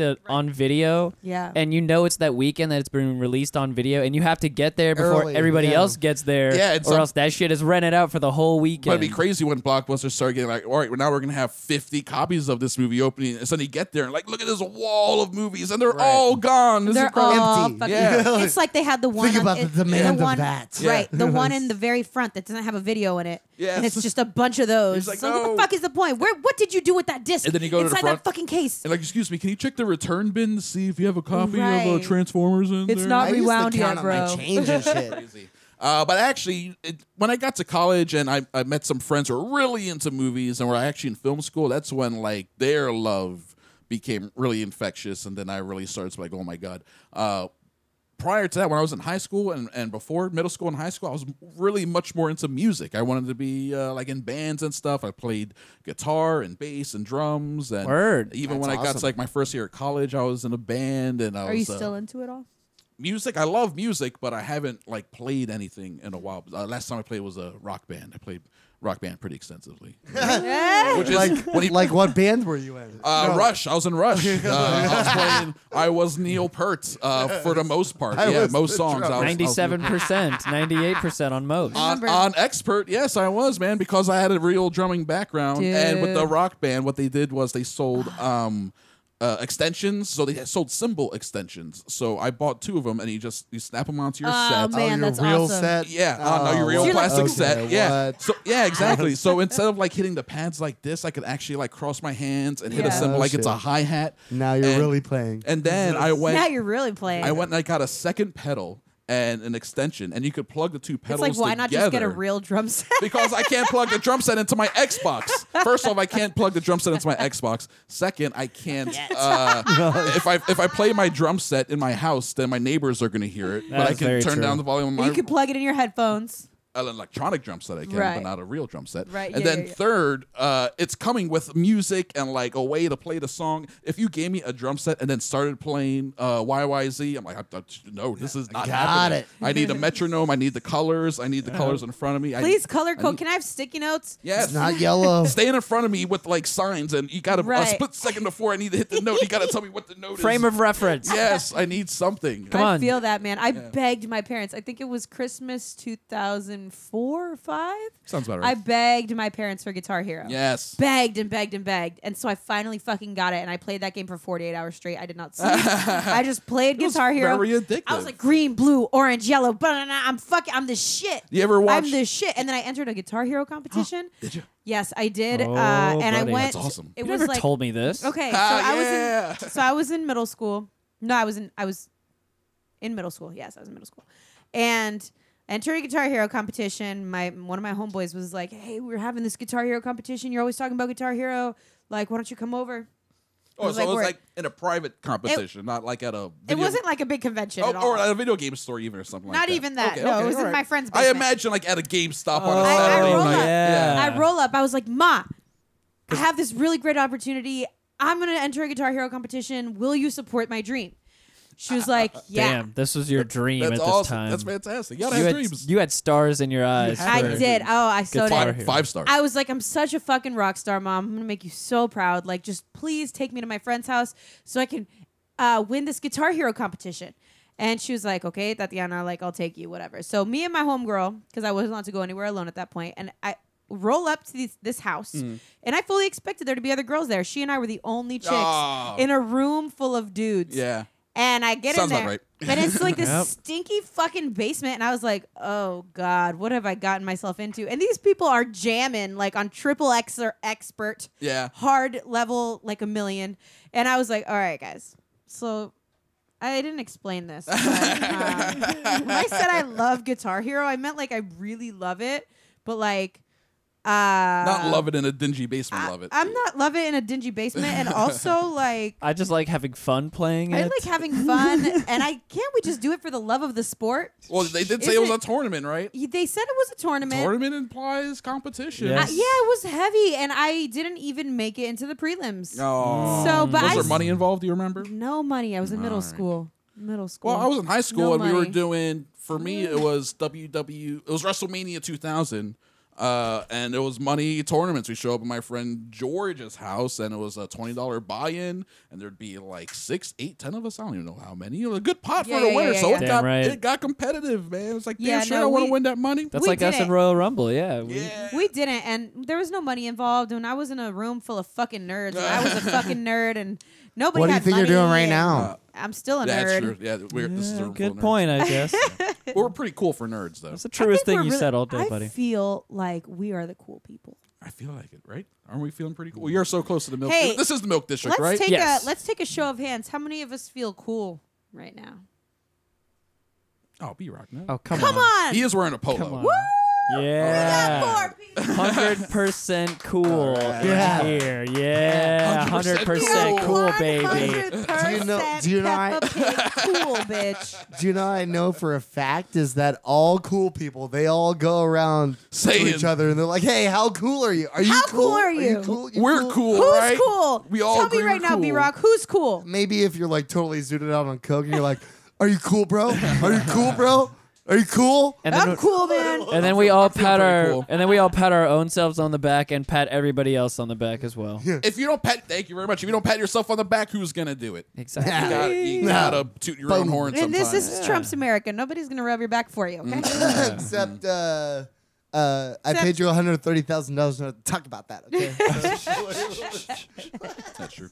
uh on video. Yeah. And you know it's that weekend that it's been released on video, and you have to get there before Early, everybody yeah. else gets there, Yeah, or it's some- else that shit is rented out for the whole But weekend. it'd be crazy when Blockbuster started getting like, all right, well, now we're gonna have 50 copies of this movie opening, and suddenly you get there and like, look at this wall of movies, and they're all gone. This is they're incredible. all Empty. fucking. Yeah. It's like they had the one. Think on- about it- the demand of one, that. Right, Yeah. the one in the very front that doesn't have a video in it. Yes. and it's just a bunch of those. It's like, so what no. the fuck is the point? Where? What did you do with that disc? And then you go to the inside front- that fucking case. And like, excuse me, can you check the return bin to see if you have a copy of Right. uh, Transformers in It's there? not- I used rewound to count yet, on my bro. change and shit. crazy. Uh, but actually, it, when I got to college and I, I met some friends who were really into movies and were actually in film school, that's when like their love became really infectious, and then I really started to be like, oh my god. Uh, prior to that, when I was in high school and, and before middle school and high school, I was really much more into music. I wanted to be uh, like in bands and stuff. I played guitar and bass and drums. And Word. even That's when I got awesome. to like my first year at college, I was in a band and I Are was you uh, still into it all? music. I love music, but I haven't like played anything in a while. Uh, last time I played was a rock band. I played rock band pretty extensively. Which is like, when he- like what band were you in? uh, No. Rush. I was in Rush. Uh, I was playing. I was Neil Peart uh, for the most part. I yeah, was most the songs. I was- I was, Ninety-seven percent, ninety-eight percent on most. on, Remember- on expert, yes, I was man because I had a real drumming background, and with the Dude. rock band, what they did was they sold um uh, extensions, so they sold cymbal extensions. So I bought two of them, and you just you snap them onto your Oh, set. oh, Man, your that's real awesome. set. Yeah, on Oh, your real You're like- plastic okay, set. Yeah. what? So yeah, exactly. so instead of like hitting the pads like this, I could actually like cross my hands and hit Yeah. a cymbal Oh, like it's a shit. hi hat. Now you're And- really playing. And then I went. now you're really playing. I went and I got a second pedal and an extension, and you could plug the two it's pedals. like why not just get a together real drum set? because I can't plug the drum set into my Xbox. First off, I can't plug the drum set into my Xbox. Second, I can't. Uh, if I if I play my drum set in my house, then my neighbors are going to hear it. but I That's very can turn true. down the volume. Or of you my, could plug it in your headphones. an electronic drum set I can, Right. but not a real drum set. Right, And yeah, then yeah, yeah. third, uh, it's coming with music and like a way to play the song. If you gave me a drum set and then started playing uh, YYZ, I'm like, I, I, no, this is not Got happening. it. I need a metronome. I need the colors. I need the colors in front of me. I- Please color I code. need- Can I have sticky notes? Yes. It's not yellow. Staying in front of me with like signs, and you got to a Right. split second before I need to hit the note. You got to tell me what the note Frame is. of reference. yes, I need something. Come I on. feel that, man. I begged my parents. I think it was Christmas 2004 or 5. Sounds about I right. begged my parents for Guitar Hero. yes. Begged and begged and begged. And so I finally fucking got it. And I played that game for 48 hours straight. I did not sleep. I just played was Guitar Hero. very addictive. I was like green, blue, orange, yellow. Blah, blah, blah. I'm fucking, I'm the shit. You ever watch- I'm the shit. And then I entered a Guitar Hero competition. did you? Yes, I did. Oh, uh, and I buddy. went. That's awesome. It you was never like, told me this. Okay, so Ah, I yeah. was in, so I was in middle school. No, I was in I was in middle school. Yes, I was in middle school, and entered a Guitar Hero competition. My one of my homeboys was like, "Hey, we're having this Guitar Hero competition. You're always talking about Guitar Hero. Like, why don't you come over?" Oh, was so like it was work. like in a private competition, not like at a. It Video wasn't like a big convention Oh, at all. or at a video game store, even or something. like Not that. even that. Okay, No, okay, it was in alright. my friend's I basement. imagine like at a GameStop on Oh, a I- I Saturday roll night. up. Yeah. I roll up. I was like, Ma, I have this really great opportunity. I'm gonna enter a Guitar Hero competition. Will you support my dream? She was like, Yeah. Damn, this was your dream That's at this awesome. time. That's fantastic. You gotta you have had, dreams. you had stars in your eyes. had I Sure. for- did. Oh, I so Guitar did. Hero. Five stars. I was like, I'm such a fucking rock star, mom. I'm gonna make you so proud. Like, just please take me to my friend's house so I can uh, win this Guitar Hero competition. And she was like, okay, Tatiana, like, I'll take you, whatever. So me and my homegirl, because I wasn't allowed to go anywhere alone at that point, and I roll up to these, this house, and I fully expected there to be other girls there. She and I were the only chicks Oh. in a room full of dudes. yeah. And I get Sounds in about there. right. And it's like this Yep. stinky fucking basement. And I was like, oh God, what have I gotten myself into? And these people are jamming like on triple X or expert, Yeah. hard level, like a million. And I was like, all right, guys. So I didn't explain this. but, um, when I said I love Guitar Hero, I meant like I really love it, but like uh Not love it in a dingy basement. I, love it. am not love it in a dingy basement and also like I just like having fun playing I it. like having fun and I can't we just do it for the love of the sport? Well, they did say Isn't it was it- a tournament, right? They said it was a tournament. Tournament implies competition. Uh, Yes. yeah, it was heavy and I didn't even make it into the prelims. Oh. So, but was I there s- money involved? Do you remember? No money. I was in middle All right. school. Middle school. Well, I was in high school No and we were money. doing. For me, Mm. it was WW. It was WrestleMania 2000, uh, and it was money tournaments. We show up at my friend George's house, and it was a twenty dollar buy in, and there'd be like six, eight, ten of us. I don't even know how many. It was a good pot Yeah, for the yeah, winner, yeah, so yeah. it Damn got right. it got competitive, man. It was like, damn, Yeah, sure, no, I want we- to win that money. That's We like did us in it. Royal Rumble. Yeah. we- yeah. We didn't, and there was no money involved. And I was in a room full of fucking nerds. And I was a fucking nerd, and nobody. What do you had think you're money, doing right and now? I'm still a That's nerd. true. Yeah, we're, this is a Yeah, room full good of nerds. point, I guess. But We're pretty cool for nerds, though. That's the I think truest thing we're you really- said all day, I buddy. feel like we are the cool people. I feel like it, right? Aren't we feeling pretty cool? Well, you're so close to the milk. Hey, this is the milk district, let's right? take Yes. a let's take a show of hands. How many of us feel cool right now? oh, B Rock, no. oh, come, Come on, He is wearing a polo. Come on. we got Yeah. four people. 100% cool in Yeah. here. Yeah. 100% 100% cool, One baby. hundred percent Do you know- do you know I- Peppa Pig cool, bitch. Do you know I know for a fact is that all cool people they all go around Saying. to each other and they're like, "Hey, how cool are you? Are you How cool? cool are you? cool? You We're cool, Who's right? cool? We all tell agree me right we're now, cool. B Rock. Who's cool? Maybe if you're like totally zooted out on coke and you're like, "Are you cool, bro? Are you cool, bro? Are you cool?" And I'm then, cool, man. and then we all pat pretty our cool. and then we all pat our own selves on the back and pat everybody else on the back as well. If you don't pat, thank you very much. If you don't pat yourself on the back, who's gonna do it? Exactly. You gotta, you No. gotta toot your own Boom. horn. And this, Sometimes. this is Trump's America. Nobody's gonna rub your back for you. Okay. Mm. Except, uh, uh, I Except- paid you one hundred thirty thousand dollars to talk about that. Okay. That's true.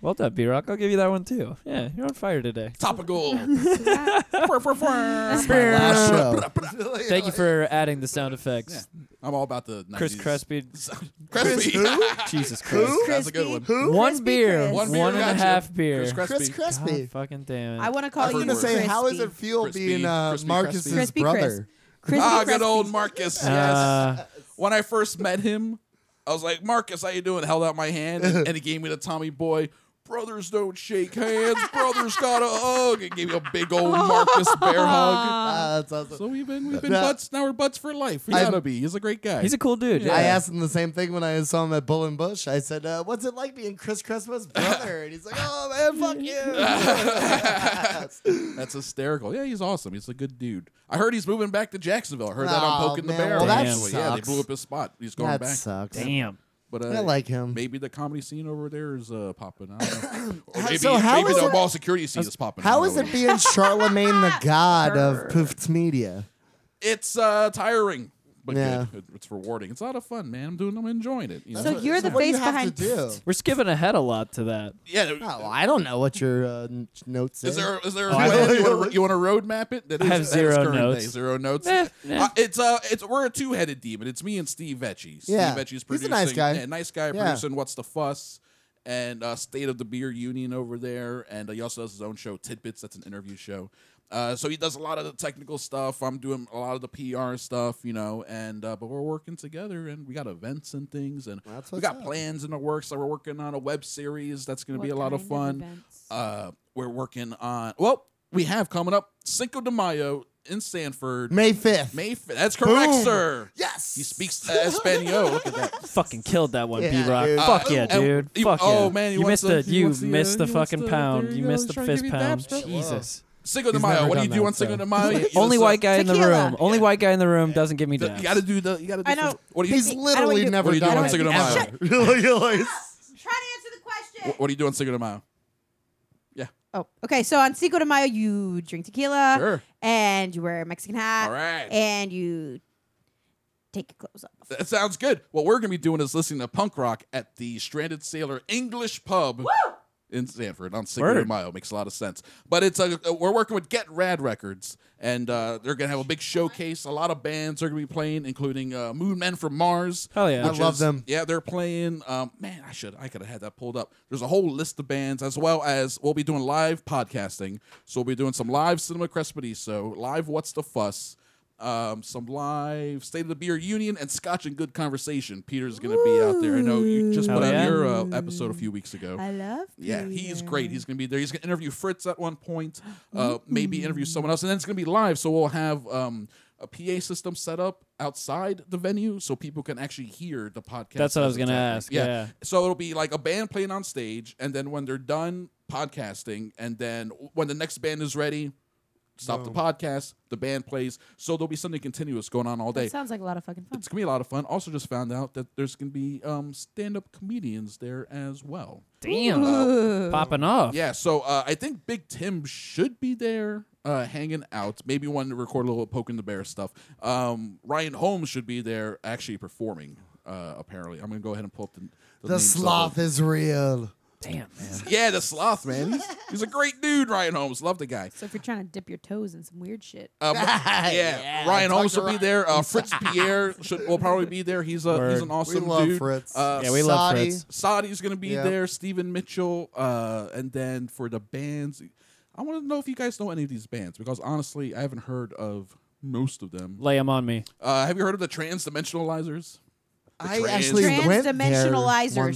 Well done, B Rock. I'll give you that one too. Yeah, you're on fire today. Topical. Last show. Thank you for adding the sound effects. I'm all about the 90s. Chris Crespi. Crespi. Jesus Christ. That's a good one. Who? One Crispy beer, Chris. one One beer, and a gotcha. half beer. Chris Crespi. Chris God Crispy. fucking damn it. I want to I call was you gonna say, crispy. how does it feel Crispy, being uh, crispy, Marcus's crispy Chris? brother? Crispy ah, Chris. good old Marcus. yes. Uh, when I first met him, I was like, Marcus, how you doing? Held out my hand and, and he gave me the Tommy Boy. Brothers don't shake hands. Brothers got a hug. And gave me a big old Marcus bear hug. Ah, that's awesome. Uh, So we've been we've been Now- butts. Now we're butts for life. We I- gotta be. He's a great guy. he's a cool dude. Yeah. I asked him the same thing when I saw him at Bull and Bush. I said, uh, "What's it like being Chris Crespo's brother?" And he's like, "Oh man, fuck you." That's hysterical. Yeah, he's awesome. He's a good dude. I heard he's moving back to Jacksonville. I heard that on Aw, Poking the man. Bear. Well, that actually. Yeah, they sucks. blew up his spot. He's going that back. sucks. Damn. But uh, I like him. Maybe the comedy scene over there is uh, popping. I don't know. or maybe, so how maybe is the it- mall security scene is popping. I How don't is know. it being Charlemagne the God of Poofed Media? it's uh, tiring, but Yeah. good. It- It's rewarding. It's a lot of fun, man. I'm doing. I'm enjoying it. You know? So What- you're the what do you face have behind- to do? We're skipping ahead a lot to that. yeah. Oh, I don't know what your uh, n- notes Is there is there a I plan? don't- you want to you want to roadmap it? That I have is- that is zero current day. notes. Zero notes. Eh, eh. Uh, it's uh it's we're a two headed demon. It's me and Steve Vecchi. Steve Yeah. Vecchi's He's a producing. nice guy. Yeah, nice guy Yeah. producing. What's the fuss? And uh, State of the Beer Union over there, and uh, he also has his own show, Tidbits. That's an interview show. Uh, so he does a lot of the technical stuff. I'm doing a lot of the PR stuff, you know. And uh, but we're working together, and we got events and things, and That's we what's got up. plans in the works. So we're working on a web series that's going to be a What lot of kind fun. events? Uh, we're working on. Well, we have coming up Cinco de Mayo in Sanford. May fifth. May. f- That's correct, Boom. sir. yes. He speaks uh, Espanol. Look at that. Fucking killed that one, Yeah, B Rock. dude. Fuck Uh, yeah, and dude. you- Fuck oh, yeah. man, he you wants missed the- the he you wants the, uh, missed the he wants fucking the- pound. there You you go, missed the he's trying to fist give you pound. dab stuff. Jesus. Cinco de He's Mayo. never What do you done do that, on Cinco so. de Mayo? You Only just, uh, white guy in the Tequila. room. Only white guy in the room doesn't give me the- dabs. You got to do the. You got to do. I know. fist- What do you? He's what do literally you do- never what do you do done on it Cinco de Mayo? ever. You're like, Try to answer the question. What, what do you do on Cinco de Mayo? Oh, okay. So on Cinco de Mayo, you drink tequila, Sure. and you wear a Mexican hat, All right. and you take your clothes off. That sounds good. What we're gonna be doing is listening to punk rock at the Stranded Sailor English Pub in Sanford on Cinco de Word. Mayo. Makes a lot of sense. But it's a, we're working with Get Rad Records, and uh, they're gonna have a big showcase. A lot of bands are gonna be playing, including uh, Moon Men from Mars. Hell yeah. I which love is- them. Yeah, they're playing. Um, man, I should I could have had that pulled up. There's a whole list of bands, as well as we'll be doing live podcasting. So we'll be doing some live Cinema Crespediso, live What's the Fuss. Um, some live State of the Beer Union and Scotch and Good Conversation. Peter's gonna be out there. I know you just Hell put yeah. out your uh, episode a few weeks ago. I love. Yeah, he's Peter. great. He's going to be there. He's going to interview Fritz at one point, uh, Mm-hmm. maybe interview someone else, and then it's going to be live. So we'll have um, a PA system set up outside the venue so people can actually hear the podcast. That's what I as was it's gonna happening. ask, yeah. So it'll be like a band playing on stage, and then when they're done podcasting, and then when the next band is ready, stop the podcast, the band plays. So there'll be something continuous going on all day. That sounds like a lot of fucking fun. It's gonna be a lot of fun. Also, just found out that there's gonna be um, stand-up comedians there as well. Damn. Popping off. uh, Yeah, so uh, I think Big Tim should be there uh, hanging out. Maybe wanting to record a little Poking the Bear stuff. Um, Ryan Holmes should be there actually performing, uh, apparently. I'm going to go ahead and pull up the. The names of sloth them. is real. Damn, man. Yeah, the sloth, man. He's, he's a great dude, Ryan Holmes. Love the guy. So if you're trying to dip your toes in some weird shit, Um, yeah, Ryan Holmes will be there. Uh, Fritz Pierre should, will probably be there. He's a he's Word. an We awesome we love dude. Fritz. Uh, Yeah, we love Saudi. Fritz. Sadi's gonna be Yeah. there, Stephen Mitchell, uh, and then for the bands, I want to know if you guys know any of these bands because honestly, I haven't heard of most of them. Lay him on me. Uh, have you heard of the Transdimensionalizers? I trans- actually went there Transdimensionalizers. one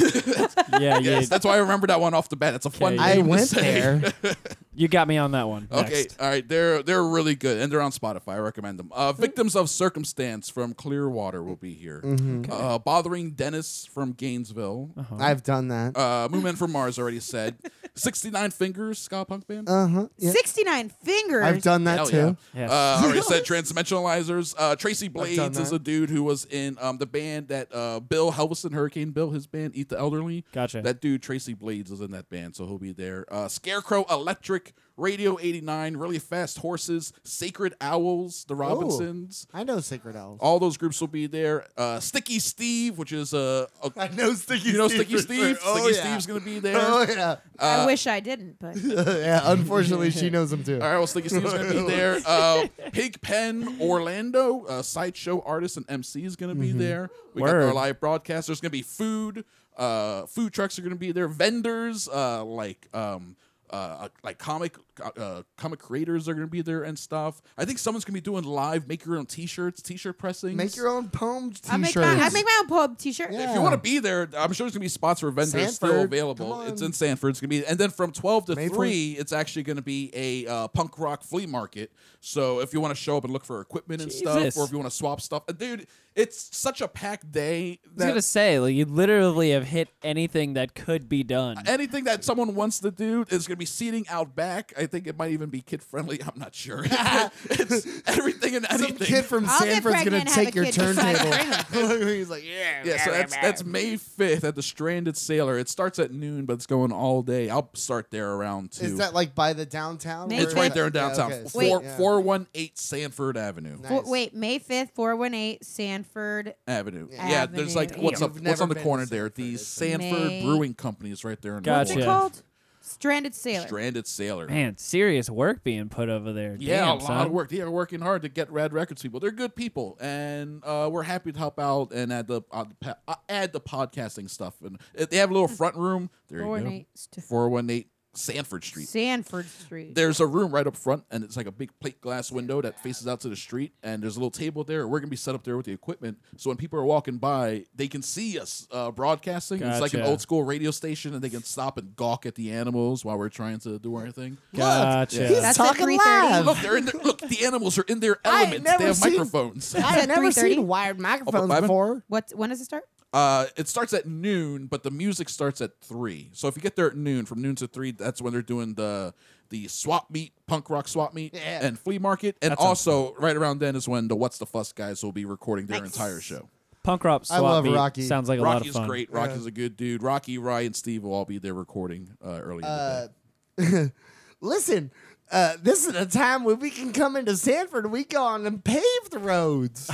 time. Yeah, you, yes, that's why I remember that one off the bat. It's a fun. Okay. I name to went say. there. you got me on that one. Okay, Next. all right. They're they're really good, and they're on Spotify. I recommend them. Uh, Victims of Circumstance from Clearwater will be here. Mm-hmm. Uh, Bothering Dennis from Gainesville. Uh-huh. I've done that. Uh, Moon Men from Mars already said. 69 Fingers, ska punk band. Uh huh. Yeah. 69 fingers. I've done that Hell too. yeah. Yes. Uh, already said Transdimensionalizers. Uh, Tracy done Blades is that. a dude who was in um, the band that uh, Bill Helveson, Hurricane Bill, his band, Eat the Elderly. Gotcha. That dude, Tracy Blades, is in that band, so he'll be there. Uh, Scarecrow Electric, Radio 89, Really Fast Horses, Sacred Owls, The Robinsons. I know Sacred Owls. All those groups will be there. Uh, Sticky Steve, which is a. a I know Sticky you know Steve Sticky for sure. Steve? Oh, Sticky yeah. Steve's going to be there. Oh yeah. Uh, I wish I didn't, but yeah. Unfortunately, she knows him too. All right, well, Slinky Steve's going to be there. Uh, Pigpen Orlando, a sideshow artist and MC, is going to be there. We got our Word. live broadcast. There's going to be food. Uh, food trucks are going to be there. Vendors, uh, like um, uh, like comic uh, comic creators are going to be there and stuff. I think someone's going to be doing live make your own T-shirts, T-shirt pressings. Make your own poem t-shirts. I make, my, I make my own poem t shirt. Yeah. If you want to be there, I'm sure there's gonna be spots for vendors still Oh. Sanford, available. come on. It's in Sanford. It's gonna be, and then from 12 to May three, it's actually gonna be a uh, punk rock flea market. So if you want to show up and look for equipment and stuff, Jesus. or if you want to swap stuff, uh, dude, it's such a packed day I was gonna that say, like, you literally have hit anything that could be done. anything that someone wants to do is gonna be seating out back. I think it might even be kid friendly. I'm not sure. it's everything and Some anything. kid from I'll get Sanford's pregnant gonna and have take a your kid just like turntable. He's like, Yeah, so that's that's May fifth at the Stranded Sailor. It starts at noon, but it's going all day. I'll start there around two. Is that like by the downtown? May where- It's right there in Yeah, downtown. okay, so- Wait. Four, yeah. 418 Sanford Avenue. Nice. Four, wait, May 5th, 418 Sanford. Avenue. Yeah. Yeah, there's like Avenue. what's Damn. up You've what's on never the been corner to there? The Sanford, Sanford May- Brewing Company is right there in What's Gotcha. it called? Stranded Sailor. Stranded Sailor. Man, serious work being put over there. Yeah, Damn, a lot son. of work. They are working hard to get Rad Records people. They're good people, and uh, we're happy to help out and add the uh, pa- uh, add the podcasting stuff. And uh, they have a little front room. There you 418 go. Four one eight Sanford Street. Sanford Street. there's a room right up front, and it's like a big plate glass window that faces out to the street. And there's a little table there. We're gonna be set up there with the equipment, so when people are walking by, they can see us uh, broadcasting. It's like an Gotcha. old school radio station, and they can stop and gawk at the animals while we're trying to do our thing. Gotcha. He's That's at 3:30. talking live. Look, they're in their, look, the animals are in their I elements. never They have seen- microphones. I have It's at never 3:30? seen wired microphones Bobby? before. What? When does it start? Uh, it starts at noon, but the music starts at three. So if you get there at noon, from noon to three, that's when they're doing the the swap meet, punk rock swap meet, Yeah. and flea market. And also, right around then is when the What's the Fuss guys will be recording their Nice. entire show. Punk rock swap love meet Rocky. Sounds like a lot of Rocky's fun. great. Rocky's a good dude. Uh, Rocky, Ryan, Steve will all be there recording uh, early. in the day. Listen, uh, this is a time where we can come into Sanford and we go on and pave the roads.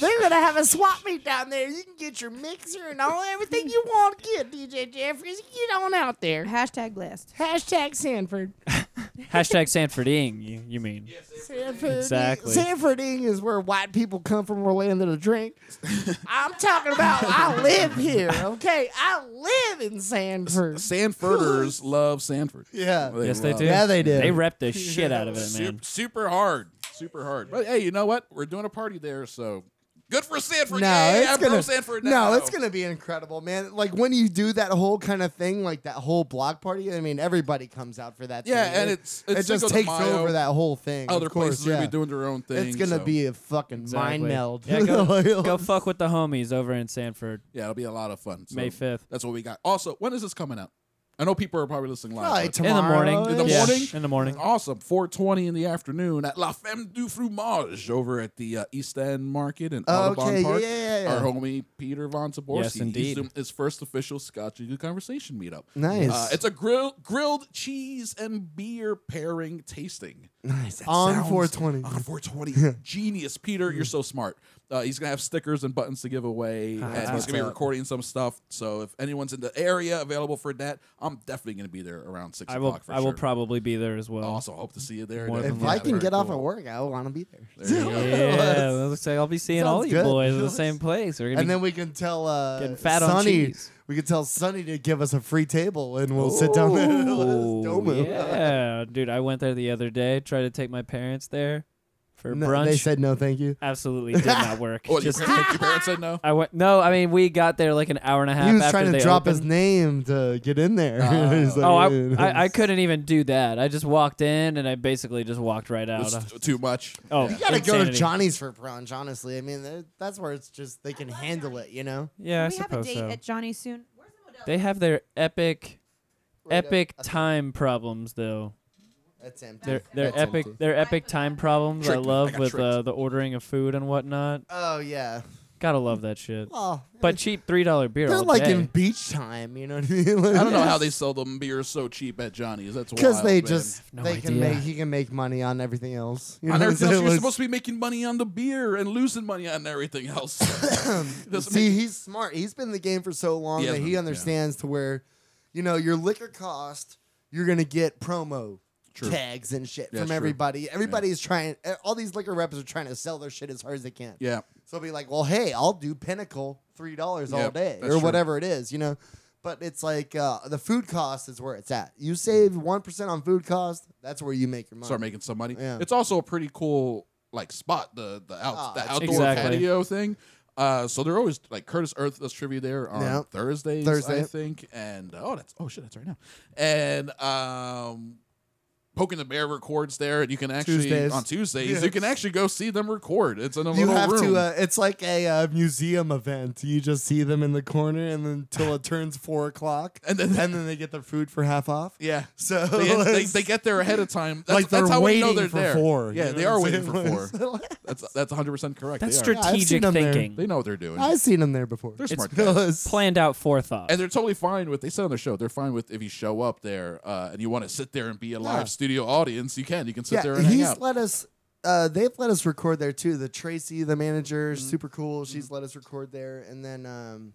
They're going to have a swap meet down there. You can get your mixer and all everything you want to get, DJ Jeffries. Get on out there. Hashtag blessed. Hashtag Sanford. Hashtag Sanfording. You, you mean? Sanford. Exactly. Sanfording is where white people come from Orlando to drink. I'm talking about I live here, okay? I live in Sanford. Sanforders love Sanford. Yeah. Yes, they love do. it. Yeah, they do. They rep the shit out of it, Sup- man. Super, hard. Super hard. But hey, you know what? We're doing a party there, so good for Sanford. No, Yay, it's I'm gonna. pro Sanford no, now. it's gonna be incredible, man. Like when you do that whole kind of thing, like that whole block party. I mean, everybody comes out for that. Yeah, thing. and It- it's- it's it just Cinco de takes Mayo. over that whole thing. Other of course, places are yeah. gonna be doing their own thing. It's gonna so- be a fucking mind Exactly. meld. Yeah, go, Like, go fuck with the homies over in Sanford. yeah, it'll be a lot of fun. So May 5th. That's what we got. Also, when is this coming out? I know people are probably listening live. Probably but- In the morning. Tomorrow-ish? In the Yeah, morning? In the morning. Awesome. 420 in the afternoon at La Femme du Fromage over at the uh, East End Market in Oh, Audubon okay. Yeah, Park. yeah, yeah, yeah. Our homie Peter Von Taborski. Yes, indeed. He's doing his first official Scotch and Good Conversation meetup. Nice. Uh, it's a grill, grilled cheese and beer pairing tasting. nice on Sounds- 420. On 420. Genius. Peter, you're so smart. Uh, he's going to have stickers and buttons to give away. and he's messed going to be up. recording some stuff. So if anyone's in the area available for that, I'm definitely going to be there around 6 I will. o'clock for I will sure. probably be there as well. also hope to see you there. More Definitely. If Yeah, I Very can get off cool. at work, I want to be there. There you go. Yeah, looks like I'll be seeing all Sounds you good. boys at the same place. We're gonna And be then we can tell uh, Getting fat on Sonny. cheese. We can tell Sonny to give us a free table, and we'll sit down. and Ooh, Domo. yeah, dude. I went there the other day. Tried to take my parents there for No, brunch. they said no, thank you. Absolutely did not work. Well, Just your, parents, your parents said no. I went. No, I mean we got there like an hour and a half. He was after trying to they drop opened. his name to get in there. Oh. He's like, Oh, I, "Yeah, I I couldn't even do that. I just walked in and I basically just walked right out. Uh, It's too much. oh, You gotta go to insanity. Johnny's for brunch. Honestly, I mean that- that's where it's just they can handle it. You know, Yeah, I we have a suppose date so. at Johnny soon. Where's the modelo? They have their epic, Right, uh, epic time problems though. that's empty. Their their That's epic empty. their epic time problems. I Tricked me. I love got with uh, tricked. the ordering of food and whatnot. Oh yeah. Gotta love that shit. Oh, But cheap three dollar beer. they're all like day. in beach time. You know what I mean? I don't know how they sell them beers so cheap at Johnny's. That's because wild, they man. just no they can idea. make he can make money on everything else. You On know, everything else, so you're it's- supposed to be making money on the beer and losing money on everything else. Doesn't See, make- he's smart. He's been in the game for so long He that has he been, understands to where, you know, your liquor cost, you're gonna get promo True. tags and shit Yeah, from true. everybody. Everybody's trying. eh, All these liquor reps are trying to sell their shit as hard as they can. yeah, So be like, well, hey, I'll do Pinnacle three dollars all Yep, day that's or true. whatever it is, you know. But it's like uh, the food cost is where it's at. You save one percent on food cost, that's where you make your money. start making some money. Yeah. It's also a pretty cool like spot the the, out, Ah, the that's outdoor Exactly. patio thing. Uh, so they're always like Curtis Earth does trivia there on Yeah. Thursdays, Thursday. I think. And oh, that's oh shit, that's right now. And um, Poking the Bear records there, and you can actually Tuesdays. on Tuesdays Yeah. you can actually go see them record. It's in a you little have room. to. Uh, it's like a uh, museum event. You just see them in the corner, and then until it turns four o'clock, And then- they get their food for half off. yeah. So They, they, it's- they get there ahead of time. That's, like they're that's how we waiting know they're for there. four. Yeah, you know they are what waiting I'm for saying? four. That's that's 100 percent correct. That's they are. I've seen strategic them there. thinking. They know what they're doing. I've seen them there before. They're smart guys. It's- Planned out forethought. and they're totally fine with. They said on their show they're fine with if you show up there uh, and you want to sit there and be a live Yeah. studio audience. You can. You can sit yeah, there and hang he's out. let us. Uh, they've let us record there too. The Tracy, the manager, Mm-hmm. super cool. She's let us record there, and then um,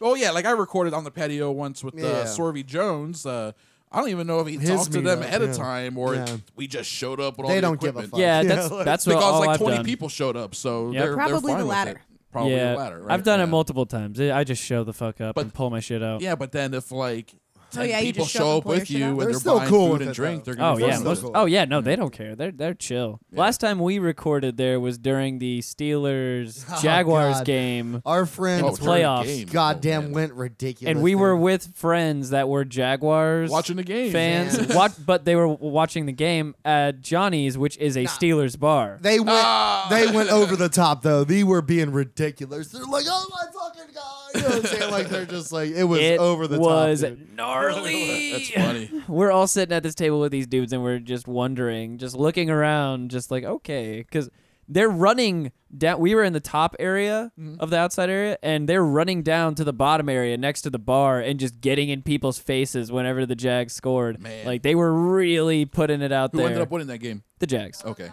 oh yeah, like I recorded on the patio once with Yeah. uh, Sorvey Jones. Uh, I don't even know if he His talked to them meetup, ahead yeah. of time or Yeah. we just showed up with all They the don't give a equipment. fuck. yeah, Yeah, that's like- that's what because all like I've 20 done. people showed up, so Yeah. they're Probably they're fine the with it. latter. Probably yeah, the latter. Right? I've done yeah. it multiple times. I I just show the fuck up But- and pull my shit out. Yeah, but then if like ten yeah, you people just shove and show up pull your with shit you out. and They're they're, still buying cool food with and it, drink, though. they're Oh gonna be yeah, fine most, with it. oh yeah, no, they don't care. They're they're chill. Last time we recorded there was during the Steelers Jaguars God. game, our friends, Oh, the during were playoffs. game. goddamn Oh, man. went ridiculous, and we dude. were with friends that were Jaguars watching the game. fans. Yeah. What? But they were w- watching the game at Johnny's, which is a Steelers bar. They went. Ah. They went over the top though. They were being ridiculous. They're like, "Oh my fucking god!" You know what I'm saying? Like they're just like it was it over the was top. dude. gnarly. That's funny. We're all sitting at this table with these dudes, and we're just wondering, just looking around, just like okay, because they're running down. We were in the top area Mm-hmm. of the outside area, and they're running down to the bottom area next to the bar and just getting in people's faces whenever the Jags scored. Man. Like they were really putting it out Who there. ended up Oh. winning that game? the Jags. Okay.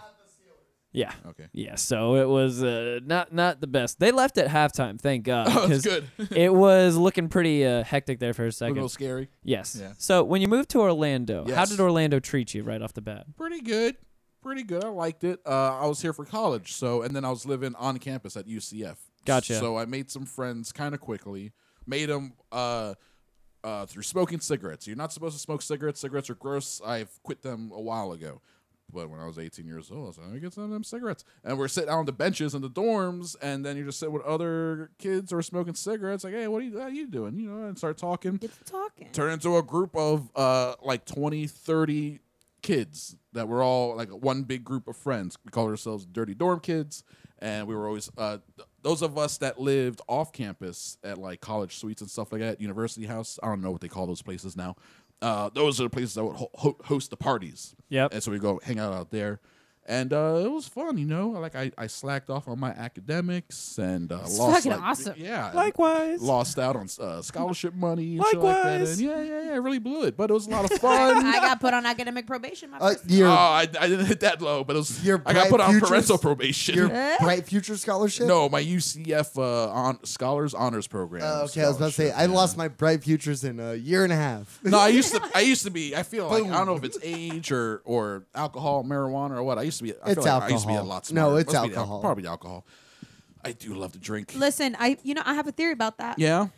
Yeah. Okay. Yeah, so it was uh, not not the best. They left at halftime, thank God. Oh, that's 'cause good. it was looking pretty uh, hectic there for a A second. little scary. Yes. Yeah. So when you moved to Orlando, how Yes. did Orlando treat you right off the bat? Pretty good. Pretty good. I liked it. Uh, I was here for college, so and then I was living on campus at UCF. Gotcha. So I made some friends kind of quickly. Made them uh, uh, through smoking cigarettes. You're not supposed to smoke cigarettes. Cigarettes are gross. I've quit them a while ago. But when I was 18 years old, I was like, let me get some of them cigarettes. And we're sitting out on the benches in the dorms, and then you just sit with other kids who are smoking cigarettes. Like, hey, what are you, how you doing? You know, and start talking Get to talking. turned into a group of uh like 20 30 kids that were all like one big group of friends we called ourselves dirty dorm kids and we were always uh th- those of us that lived off campus at like college suites and stuff like that university house i don't know what they call those places now uh those are the places that would ho- ho- host the parties Yep. and so we go hang out out there and uh, it was fun, you know. Like I, I slacked off on my academics and uh, lost. fucking like, awesome. Yeah, Likewise. lost out on uh, scholarship money. And shit like that. And Likewise. yeah, yeah, yeah. I really blew it, but it was a lot of I fun. got put on academic probation. My Uh, first- oh, your I, I didn't hit that low, but it was. Your I got put bright on futures- parental probation. your bright future scholarship. no, my UCF uh, on scholars honors program. Oh, okay, I was about to say scholarship, I yeah. lost my bright futures in a year and a half. No, I used to. I used to be. I feel like I don't know if it's age or or alcohol, marijuana, or what. I used to be. I It's feel like I used to be a alcohol. lot No, smarter. it's Must be the al- alcohol. probably alcohol. I do love to drink. Listen, I you know I have a theory about that. Yeah.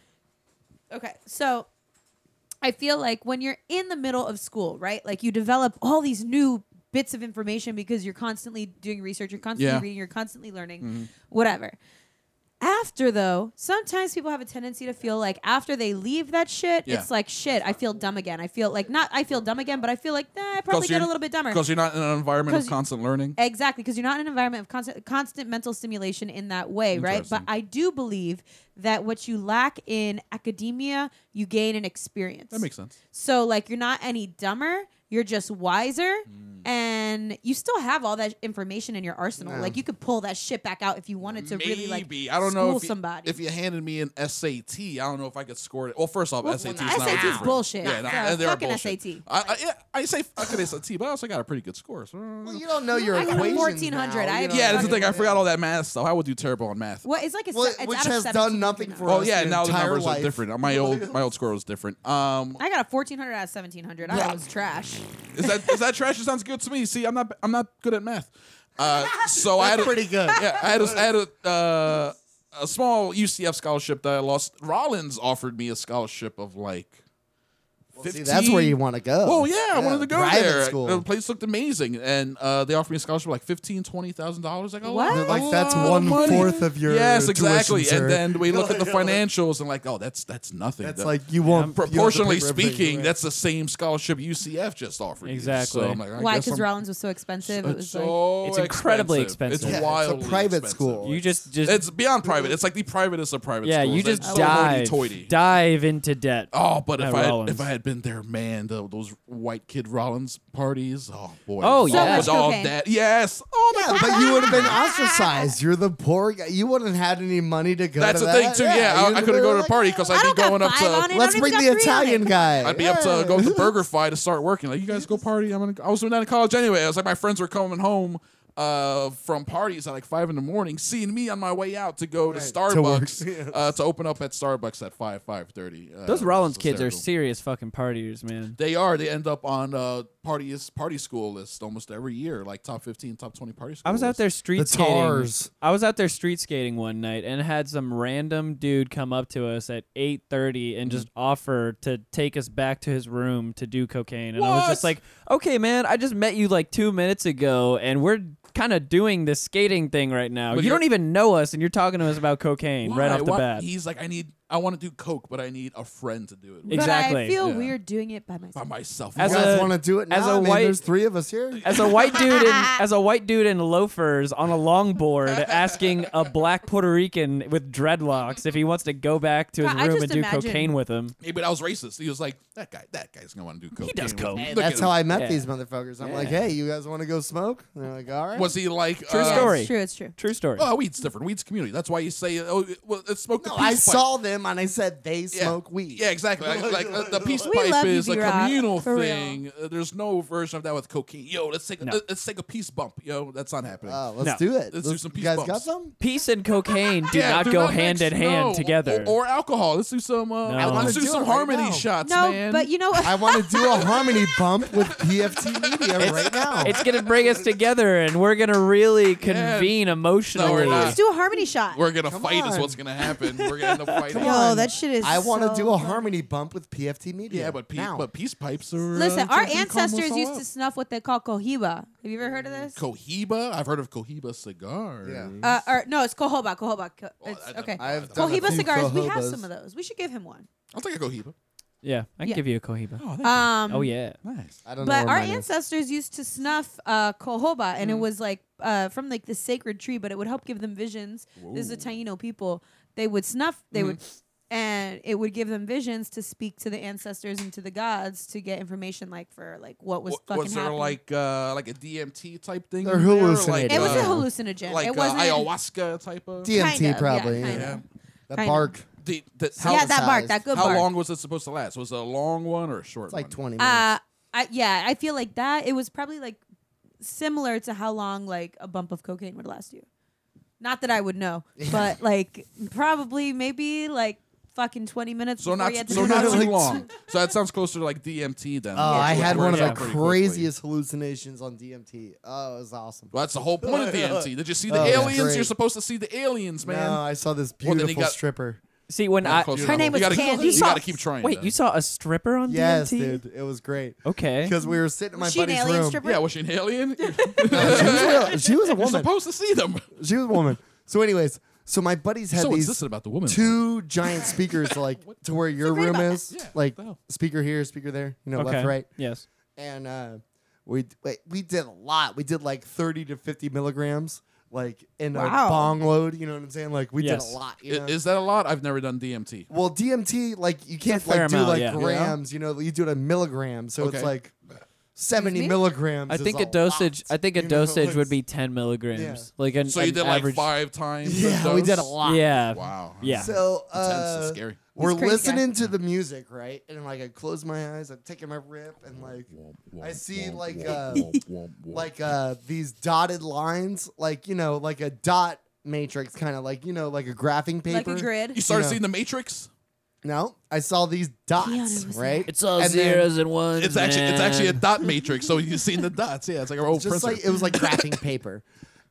Okay, so I feel like when you're in the middle of school, right? Like you develop all these new bits of information because you're constantly doing research, you're constantly Yeah. reading, you're constantly learning, whatever. After though, sometimes people have a tendency to feel like after they leave that shit, Yeah. it's like shit. I feel dumb again. I feel like not. I feel dumb again, but I feel like nah, I probably get a little bit dumber. because you're not in an environment 'Cause of you- constant learning. Exactly, because you're not in an environment of constant, constant mental stimulation in that way, right? But Interesting. I do believe that what you lack in academia, you gain in experience. That makes sense. So, like, you're not any dumber, you're just wiser, Mm. and you still have all that information in your arsenal. Like, you could pull that shit back out if you wanted to really, like, Maybe. I don't know school if you, somebody. if you handed me an SAT, I don't know if I could score it. Well, first off, Well, SAT's well, not SAT's different. bullshit. Yeah, no, Yeah, they are fucking bullshit. SAT. I, I, yeah, I say fucking SAT, but I also got a pretty good score. So. Well, you don't know your I got a equations 1400. now, I you know. don't yeah, that's the fucking- thing. I forgot all that math stuff. I would do terrible on math. what it's like, a, Well, se- it's which out of has 17 done nothing now. for Well, us yeah, your now the entire numbers life. are different. My old my old score was different. Um, I got a 1400 out of 1700. I Yeah. was trash. is that is that trash? It sounds good to me. See, I'm not I'm not good at math. Uh, so I had a, pretty good. Yeah, I had a, I had a, uh, a small UCF scholarship that I lost. Rollins offered me a scholarship of like. See, that's where 15 you want to go. Well, yeah, I wanted to go private there. School. The place looked amazing, and uh, they offered me a scholarship like fifteen, twenty thousand dollars. Like, oh, What? that's a Like, that's lot of one money. fourth of your Yes, tuition, exactly. sir. and then we look at the financials and like, oh, that's that's nothing. That's The- like you won't proportionally you don't have to pay for everything, speaking, right? that's the same scholarship UCF just offered. you. Exactly. So I'm like, I Why? guess Because I'm- Rollins was so expensive. It was It's like, so It's incredibly expensive. It's Yeah, it's a wildly private expensive. school. You just just It's beyond private. It's like the privatest of private yeah, schools. you just It's so dive hoity-toity. dive into debt. Oh, but At if I had, Rollins. if I had been there, man, tho- those white kid Rollins parties. Oh boy. Oh, It So yeah. was much all cocaine. that. Yes. Oh my Yeah, but you would have been ostracized. You're the poor guy. You wouldn't have had any money to go. That's to the that. thing too. Yeah, you'd I, I have couldn't been go to like, the party because I'd don't be got going up five on it. to. I Let's don't bring even the got three on it. Italian guy. I'd be up to Yeah. go to the Burger Fi to start working. Like you guys go party. I'm gonna. go." I was doing that in college anyway. I was like my friends were coming home uh, from parties at like five in the morning, seeing me on my way out to go to work, Starbucks to, uh, to open up at Starbucks at five five thirty. Uh, Those Rollins it's kids are hysterical. serious fucking partiers, man. They are. They end up on uh, party party school list almost every year, like top fifteen, top twenty party school. I was out list. there street The skating. tars. I was out there street skating one night and had some random dude come up to us at 8:30 and just offer to take us back to his room to do cocaine. And I was just What? like, "Okay, man, I just met you like 2 minutes ago and we're kind of doing this skating thing right now. But you you're- don't even know us and you're talking to us about cocaine right Why? off the Why- bat." He's like, I need. I want to do coke, but I need a friend to do it with But I Exactly. feel Yeah. weird doing it by by myself. myself. You As Yeah. guys a- want to do it now? as a I mean, white- there's three of us here. As a white dude in as a white dude in loafers on a longboard asking a black Puerto Rican with dreadlocks if he wants to go back to his God, I room just and do imagine- cocaine with him. Hey, but I was racist. He was like, that guy, that guy's gonna want to do coke. does coke. Hey, That's how I met Yeah. these motherfuckers. I'm like, Yeah. hey, you guys want to go smoke? And they're like, all right. Was he like True uh, Yeah, story. It's true. It's true. True story. Oh, weed's different. Weed's community. That's why you say, oh, well, let's smoke no, the peace I pipe. saw them and I said they Yeah. smoke weed. Yeah, exactly. Like, like, uh, the peace We love pipe you, is a B-Rock, communal for real. thing. Uh, there's no version of that with cocaine. Yo, let's take No. let- let's take a peace bump. Yo, that's not happening. Oh, let's No. do it. Let's do some peace You guys bumps. got some? Peace and cocaine do Yeah, not they're go not hand mixed. in hand No, together. Or, or alcohol. Let's do some. Uh, No. I wanna Let's do, do it some right harmony now. shots, No, man. but you know what? I want to do a harmony bump with PFT Media right now. it's gonna bring us together, and we're gonna really convene emotionally. No, we're Let's not. do a harmony shot. We're gonna Come fight. Is on. what's gonna happen. We're gonna end up fighting. Come Yo, on. that shit is. I want to so do a fun. harmony bump with PFT Media. Yeah, but peace, now. but peace pipes are. Listen, uh, our something calm us ancestors all used up. to snuff what they call cohiba. Have you ever heard of this? Cohiba. I've heard of Cohiba cigar. Yeah. uh, or no, it's cohoba. Cohoba. Co- Oh, it's- I- okay. I- I've done a Cohiba few cigars. We have cohobas. some of those. We should give him one. I'll take a Cohiba. Yeah, I can Yeah. give you a cohiba. Oh, thank Um, Oh yeah. you. nice. I don't know. But where our mine is. ancestors used to snuff uh, cohoba, Mm. and it was like uh, from like the sacred tree, but it would help give them visions. This is the Taino people. They would snuff. They would, Mm. and it would give them visions to speak to the ancestors and to the gods to get information, like for like what was Wa- fucking there happening. like uh, like a DMT type thing? They're in there? hallucinating. Like, it was a uh, hallucinogen. Like it uh, wasn't ayahuasca type of. DMT kind of, yeah, probably. kind yeah. of. That Kind of. bark. The- the- how- yeah, that bark, sized. that good How bark. long was it supposed to last? Was it a long one or a short It's like one? 20 minutes. Uh, I, yeah, I feel like that. It was probably like similar to how long like a bump of cocaine would last you. Not that I would know, but like probably maybe like fucking twenty minutes. So before not you had to so do not it. too Like- long. So that sounds closer to like DMT then. oh, I which had works one of the out pretty quickly. craziest hallucinations on DMT. Oh, it was awesome. Well, that's the whole point of DMT. Did you see the Oh, yeah. aliens? Great. You're supposed to see the aliens, man. No, I saw this Well, then he beautiful got- stripper. See, when Not I close Her enough. name was you gotta, Candy You Sauce. gotta keep trying. wait, though. you saw a stripper on Yes, DMT? dude. It was great. Okay. Because we were sitting in my Was she an buddy's alien room. stripper? Yeah, was she an alien? You're she, was real- she was a you're woman. supposed to see them. She was a woman. So, anyways, so my buddies had So what's these this about the woman? two giant speakers, like to where your great room about is, that? Yeah, like what the hell? speaker here, speaker there, you know, okay. left, right, Yes. and uh, we wait, we did a lot. We did like thirty to fifty milligrams, like in Wow. a bong load. You know what I'm saying? Like we Yes. did a lot. I- You know? Is that a lot? I've never done DMT. Well, DMT, like you can't fair like do amount, like yeah. grams. You know, you do it in milligrams, so Okay. it's like seventy me? milligrams. I is think a dosage. lot, I think a you know? dosage would It's- be ten milligrams. Like an, So you an did like average. five times. the Yeah, we did a dose? lot. Yeah. Wow. Yeah. So Intense and uh, scary. we're He's crazy guy. listening to the music, right? And like I close my eyes, I'm taking my rip, and like I see like uh, like uh, these dotted lines, like you know, like a dot matrix, kind of like you know, like a graphing like paper. a grid. You started know. seeing the Matrix. No, I saw these dots, Keanu was right? It's all And then- zeros and ones. It's actually it's actually a dot matrix. So you've seen the dots. Yeah, it's like our old just printer. like it was like graphing paper,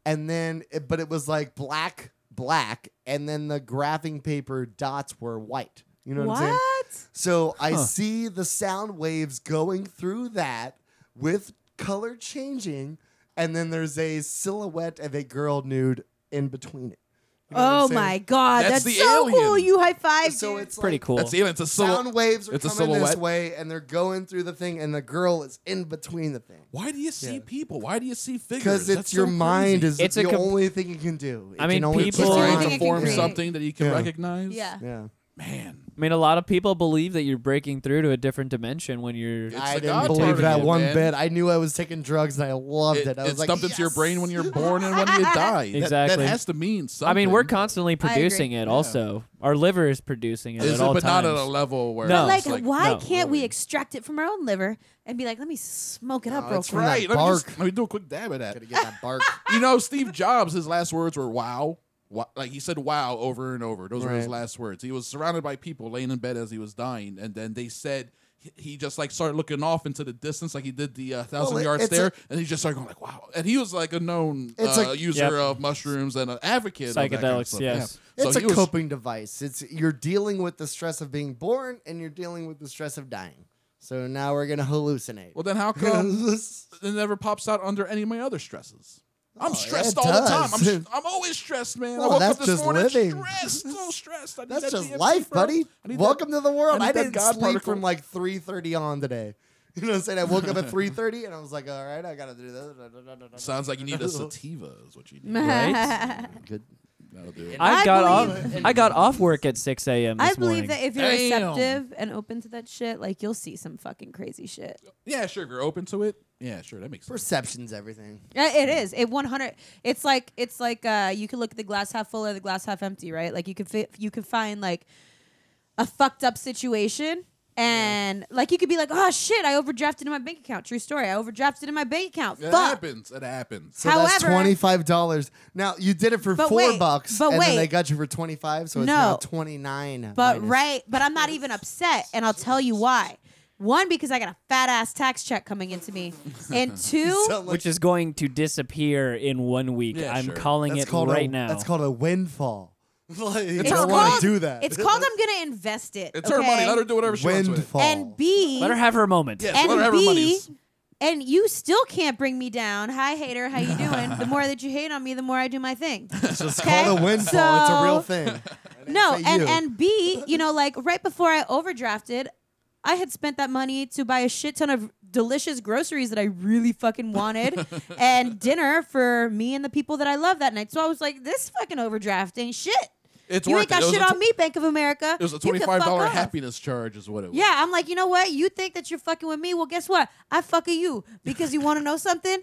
and then it, but it was like black, black, and then the graphing paper dots were white. You know what, I'm saying? What? So I see the sound waves going through that with color changing, and then there's a silhouette of a girl nude in between it. You know what I'm Oh saying? my god, That's that's, the so alien. cool! You high five. So dude. it's pretty like cool. That's alien. It's a silhouette. Sound waves are It's a coming this silhouette. way, and they're going through the thing, and the girl is in between the thing. Why do you see Yeah. people? Why do you see figures? Because That's it's so your crazy. mind is It's a the com- only thing you can do. It I mean, can only Just people- keep It's the only trying thing to it can form create. something that you can Yeah. recognize. yeah. Yeah, Man. I mean, a lot of people believe that you're breaking through to a different dimension when you're. It's I the didn't God part believe of that you, one man. bit. I knew I was taking drugs, and I loved It, it. I was it's like, dumped into your brain when you're born and when you die. That- That, Exactly. has to mean something. I mean, we're constantly producing it. Yeah. Also, our liver is producing it Is at it, all but times. not at a level where. No. But it's like, why no, can't we really. extract it from our own liver and be like, let me smoke it up real quick? That's it's from right. that Let me, just- bark. let me do a quick dab at that. Gotta get that bark. You know, Steve Jobs, his last words were "Wow." Wha- Like he said "Wow" over and over. Those were his Right. last words. He was surrounded by people laying in bed as he was dying, and then they said he- he just like started looking off into the distance, like he did the uh, thousand it- yards it's there, a- and he just started going like "Wow." And he was like a known It's uh, a- user Yep. of mushrooms and an advocate of that kind of Psychedelics, stuff. yes. Yeah. It's so a he was- coping device. It's you're dealing with the stress of being born and you're dealing with the stress of dying. So now we're gonna hallucinate. Well, then how come it never pops out under any of my other stresses? I'm stressed Oh, it all the time. does. I'm, I'm always stressed, man. Well, I woke up that's this just morning living. stressed, so stressed. I need That's that just DMT, life, bro. buddy. I need that- Welcome to the world. I need I, that didn't God sleep particle. from like 3.30 on today. You know what I'm saying? I woke up at 3.30 and I was like, all right, I got to do this. Sounds like you need a sativa, is what you need. Right? Good. That'll do it. I I got off. believe- I got off work at 6 a.m. this I believe morning. that if you're Damn. receptive and open to that shit, like you'll see some fucking crazy shit. Yeah, sure. If you're open to it, yeah, sure. That makes sense. Perception's everything. Yeah, It is. It 100. It's like it's like uh, you can look at the glass half full or the glass half empty, right? Like you could fi- you could find like a fucked up situation. And like you could be like, oh shit, I overdrafted in my bank account. True story, I overdrafted in my bank account. It Fuck. happens. It happens. So that's However- twenty-five dollars. Now you did it for But four wait, bucks, but and wait. then they got you for twenty-five, so it's No. now twenty-nine. But minus- right, but I'm not even upset, and I'll tell you why. One, because I got a fat ass tax check coming into me, and two, So, like, which is going to disappear in one week. Yeah, I'm sure. calling that's it called right a, now. That's called a windfall. like, you it's don't want called to do that. It's called I'm gonna invest it. It's her money. okay? Let her do whatever she wants with it. windfall. And B, Let her have her moment. Yes, let her and have her B, monies. and you still can't bring me down. Hi, hater, how you doing? the more that you hate on me, the more I do my thing. It's called a windfall. it's a So- real thing. No, say and you. and B, you know, like right before I overdrafted, I had spent that money to buy a shit ton of delicious groceries that I really fucking wanted, and dinner for me and the people that I love that night. So I was like, this fucking overdraft ain't shit. It's you worth ain't got it. It was shit a on tw- me, Bank of America. It was a You can twenty-five fuck dollar off. happiness charge, is what it was. Yeah, I'm like, you know what? You think that you're fucking with me? Well, guess what? I fucking you because you want to know something.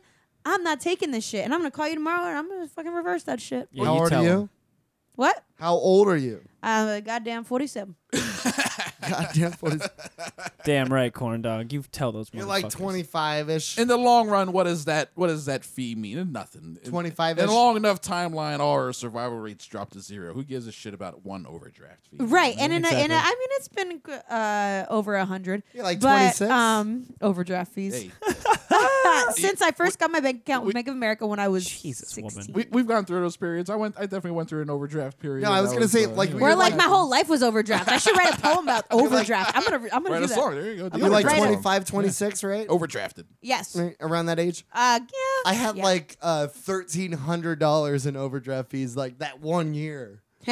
I'm not taking this shit, and I'm gonna call you tomorrow, and I'm gonna fucking reverse that shit. Yeah, How old tell are him. you? What? How old are you? I'm a goddamn forty-seven. Goddamn, what is? Damn right, corn dog. You tell those. You're like motherfuckers. twenty-five ish. In the long run, what is that? What does that fee mean? Nothing. In- 25-ish. In a long enough timeline, all our survival rates drop to zero. Who gives a shit about one overdraft fee? Right, and in, a, in a, Exactly. I mean, it's been uh, over a hundred. You're like but, 26? Um, overdraft fees. Hey, Ah, Since I first got my bank account with we- Bank of America when I was Jesus, woman. 16. we, we've gone through those periods. I went. I definitely went through an overdraft period. No, I That was gonna say, like, we- Or You're like like- my whole life was overdraft. I should write a poem about overdraft. I'm gonna I'm gonna write do a that. song. There you go. You're like Right. 25, 26, right? overdrafted. Yes. Uh, Right, Around that age. yeah. I had Yeah. like uh, thirteen hundred dollars in overdraft fees like that one year.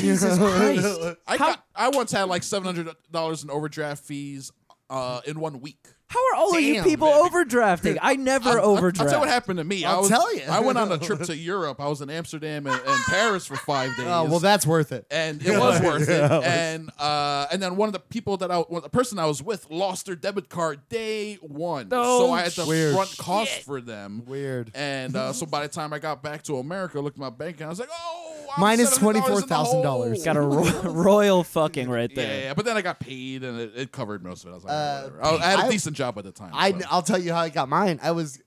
Jesus Christ. I got, I once had like seven hundred dollars in overdraft fees uh, in one week. How are all of you Damn, people man. overdrafting? I never I'll- I'll- overdraft. I'll tell you what happened to me. I I'll was- tell you. I went on a trip to Europe. I was in Amsterdam and, and Paris for five days. Oh well, that's worth it. and it was worth it. And uh, and then one of the people that I, well, the person I was with, lost their debit card day one. Oh, so I had to Weird. front cost for them. Weird. And uh, so by the time I got back to America, I looked at my bank and I was like, oh, I'm Minus $74,000 $24,000. Got a ro- royal fucking right Yeah, there. yeah, yeah, but then I got paid and it, it covered most of it. I was like, Uh, whatever. I, I had a I- decent job at the time. I so. I'll tell you how I got mine. I was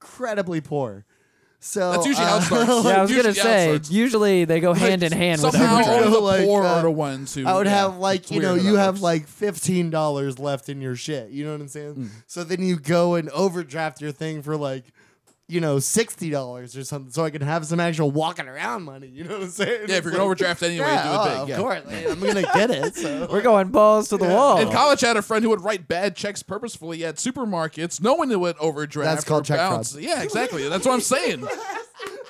incredibly poor. So That's usually uh, how it starts. Yeah, I was gonna Usually say. outsourced. Usually they go hand in hand with Somehow overdraft. only the Like, poor uh, are the ones who. I would yeah, have like it's you weird know how that you have works. like fifteen dollars left in your shit. You know what I'm saying? Mm. So then you go and overdraft your thing for like you know sixty dollars or something, so I can have some actual walking around money. You know what I'm saying? Yeah, if It's you're gonna like- overdraft anyway, yeah, do it oh, big. Of yeah. course, Like, I'm gonna get it. So We're going balls to the wall. uh, In college, I had a friend who would write bad checks purposefully at supermarkets, knowing it would overdraft. That's called or check fraud. bounce. Yeah, exactly. That's what I'm saying.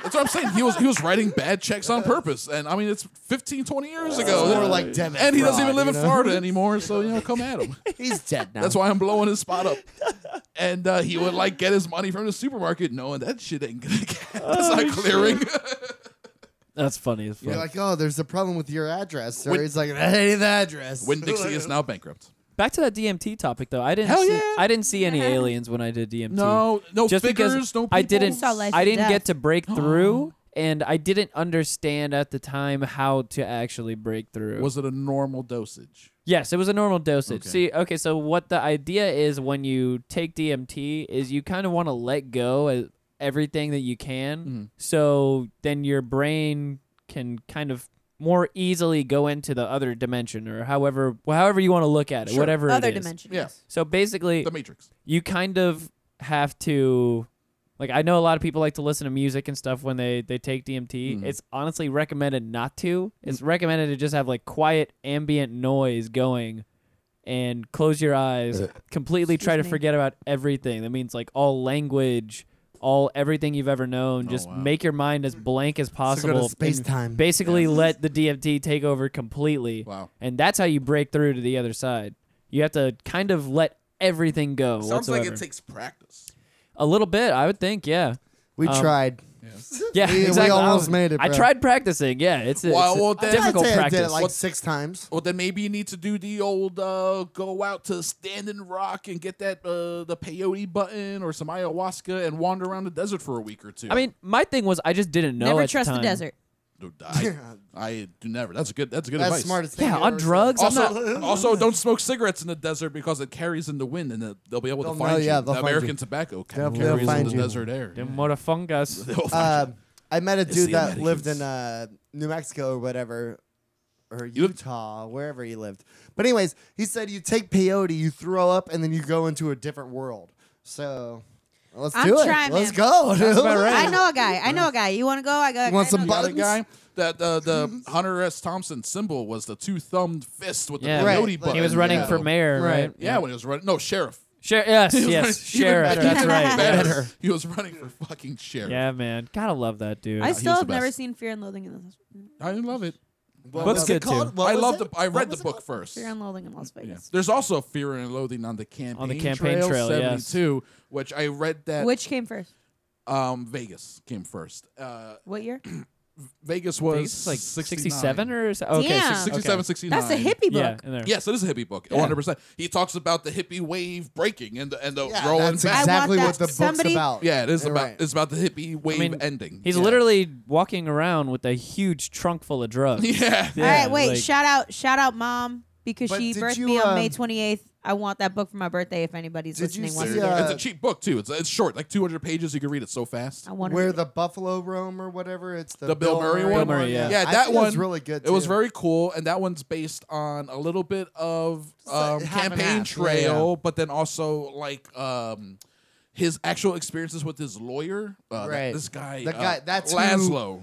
That's what I'm saying. He was he was writing bad checks on purpose, and I mean it's 15, 20 years ago. more like debit and he doesn't even fraud, live in you know? Florida anymore, so you know, come at him. he's dead now. That's why I'm blowing his spot up. And uh, he would like get his money from the supermarket, knowing that shit ain't gonna get. That's Oh, not clearing. That's funny as fuck. You're like, oh, there's a problem with your address, sir. When- He's like, that ain't the address. When Dixie is now bankrupt. Back to that DMT topic though. I didn't. Hell see, yeah. I didn't see any aliens when I did DMT. No, no just figures, because no people. I didn't. Saw life I and didn't death. get to break through, and I didn't understand at the time how to actually break through. Was it a normal dosage? Yes, it was a normal dosage. Okay. See, okay, so what the idea is when you take DMT is you kind of want to let go of everything that you can. Mm-hmm. So then your brain can kind of more easily go into the other dimension or however however you want to look at it, Sure. whatever Other it is. dimension. Yeah. So basically, The Matrix. you kind of have to like I know a lot of people like to listen to music and stuff when they they take DMT. It's honestly recommended not to. It's recommended to just have like quiet ambient noise going and close your eyes, completely try to me. forget about everything. That means like all language, all everything you've ever known. Just wow. make your mind as blank as possible. space and time. Basically, let the DMT take over completely. Wow. And that's how you break through to the other side. You have to kind of let everything go. Sounds like whatsoever. it takes practice. a little bit. I would think. Yeah. We Um, tried. Yeah. We- we exactly. I almost was- made it, I bro. tried practicing. Yeah. It's, it's Well, well, a then- difficult I'd say practice. I did it like What- six times. Well, then maybe you need to do the old uh, go out to Standing Rock and get that uh, the peyote button or some ayahuasca and wander around the desert for a week or two. I mean, my thing was I just didn't know. Never at trust the time. desert. No, I, I do never. That's a good. That's a good That's advice. smartest thing. Yeah, you on ever said. drugs. I'm not- Also, also, don't smoke cigarettes in the desert because it carries in the wind and they'll be able They'll to know, find you. yeah, The they'll find American you. tobacco ca- They'll- they'll carries in find the you. desert air. Them what a fungus. They'll find Um, I met a dude the that lived Americans. in uh, New Mexico or whatever, or lived- Utah, wherever he lived. But anyways, he said you take peyote, you throw up, and then you go into a different world. So let's I'm do it. trying, let's man. go. Dude. I know a guy. I know a guy. You want to go? I go. You want I some know a the guy. other guy that uh, the Hunter S. Thompson symbol was the two thumbed fist with Yeah. the Right. peyote Like, button. He was running you know. for mayor, Right. right? Yeah, when he was running. No, sheriff. Sher- yes, He was yes, running- even sheriff. better. That's right. Better. Yes. He was running for fucking sheriff. Yeah, man. Gotta love that dude. I still was have the never best. seen Fear and Loathing in Las I love it. What Book's was it good, too. called? What I was love the. it? I What read the was it book called? first. Fear and Loathing in Las Vegas. There's also Fear and Loathing on the campaign campaign trail, yes. seventy-two, which I read that Which came first? um, Vegas came first. Uh, What year? Vegas was He's like 67 69. or so. Okay, Damn. 60 67, okay. 69. That's a hippie Yeah, book. in there. Yes, it is a hippie book. 100. percent He talks about the hippie wave breaking and the and the Yeah, rolling that's back. I exactly want what that. the Somebody- book's about. yeah, it is You're about right. it's about the hippie wave mean, ending. He's Yeah. literally walking around with a huge trunk full of drugs. yeah. Yeah, All right, wait. like- shout out, shout out, mom, because But she did birthed you, me on um, May 28th. I want that book for my birthday. If anybody's Did you listening, wants see, to get it. it's uh, a cheap book too. It's it's short, like 200 pages. You can read it so fast. I want her Where to- the buffalo roam or whatever. It's the, The Bill Murray one? Bill Murray, yeah. Yeah, I that think it was one- really good. It was too. very cool, and that one's based on a little bit of like um, half and campaign half, yeah, yeah. trail, but then also like um, his actual experiences with his lawyer. Uh, that- Right. this guy, The uh, guy- that's who- Laszlo.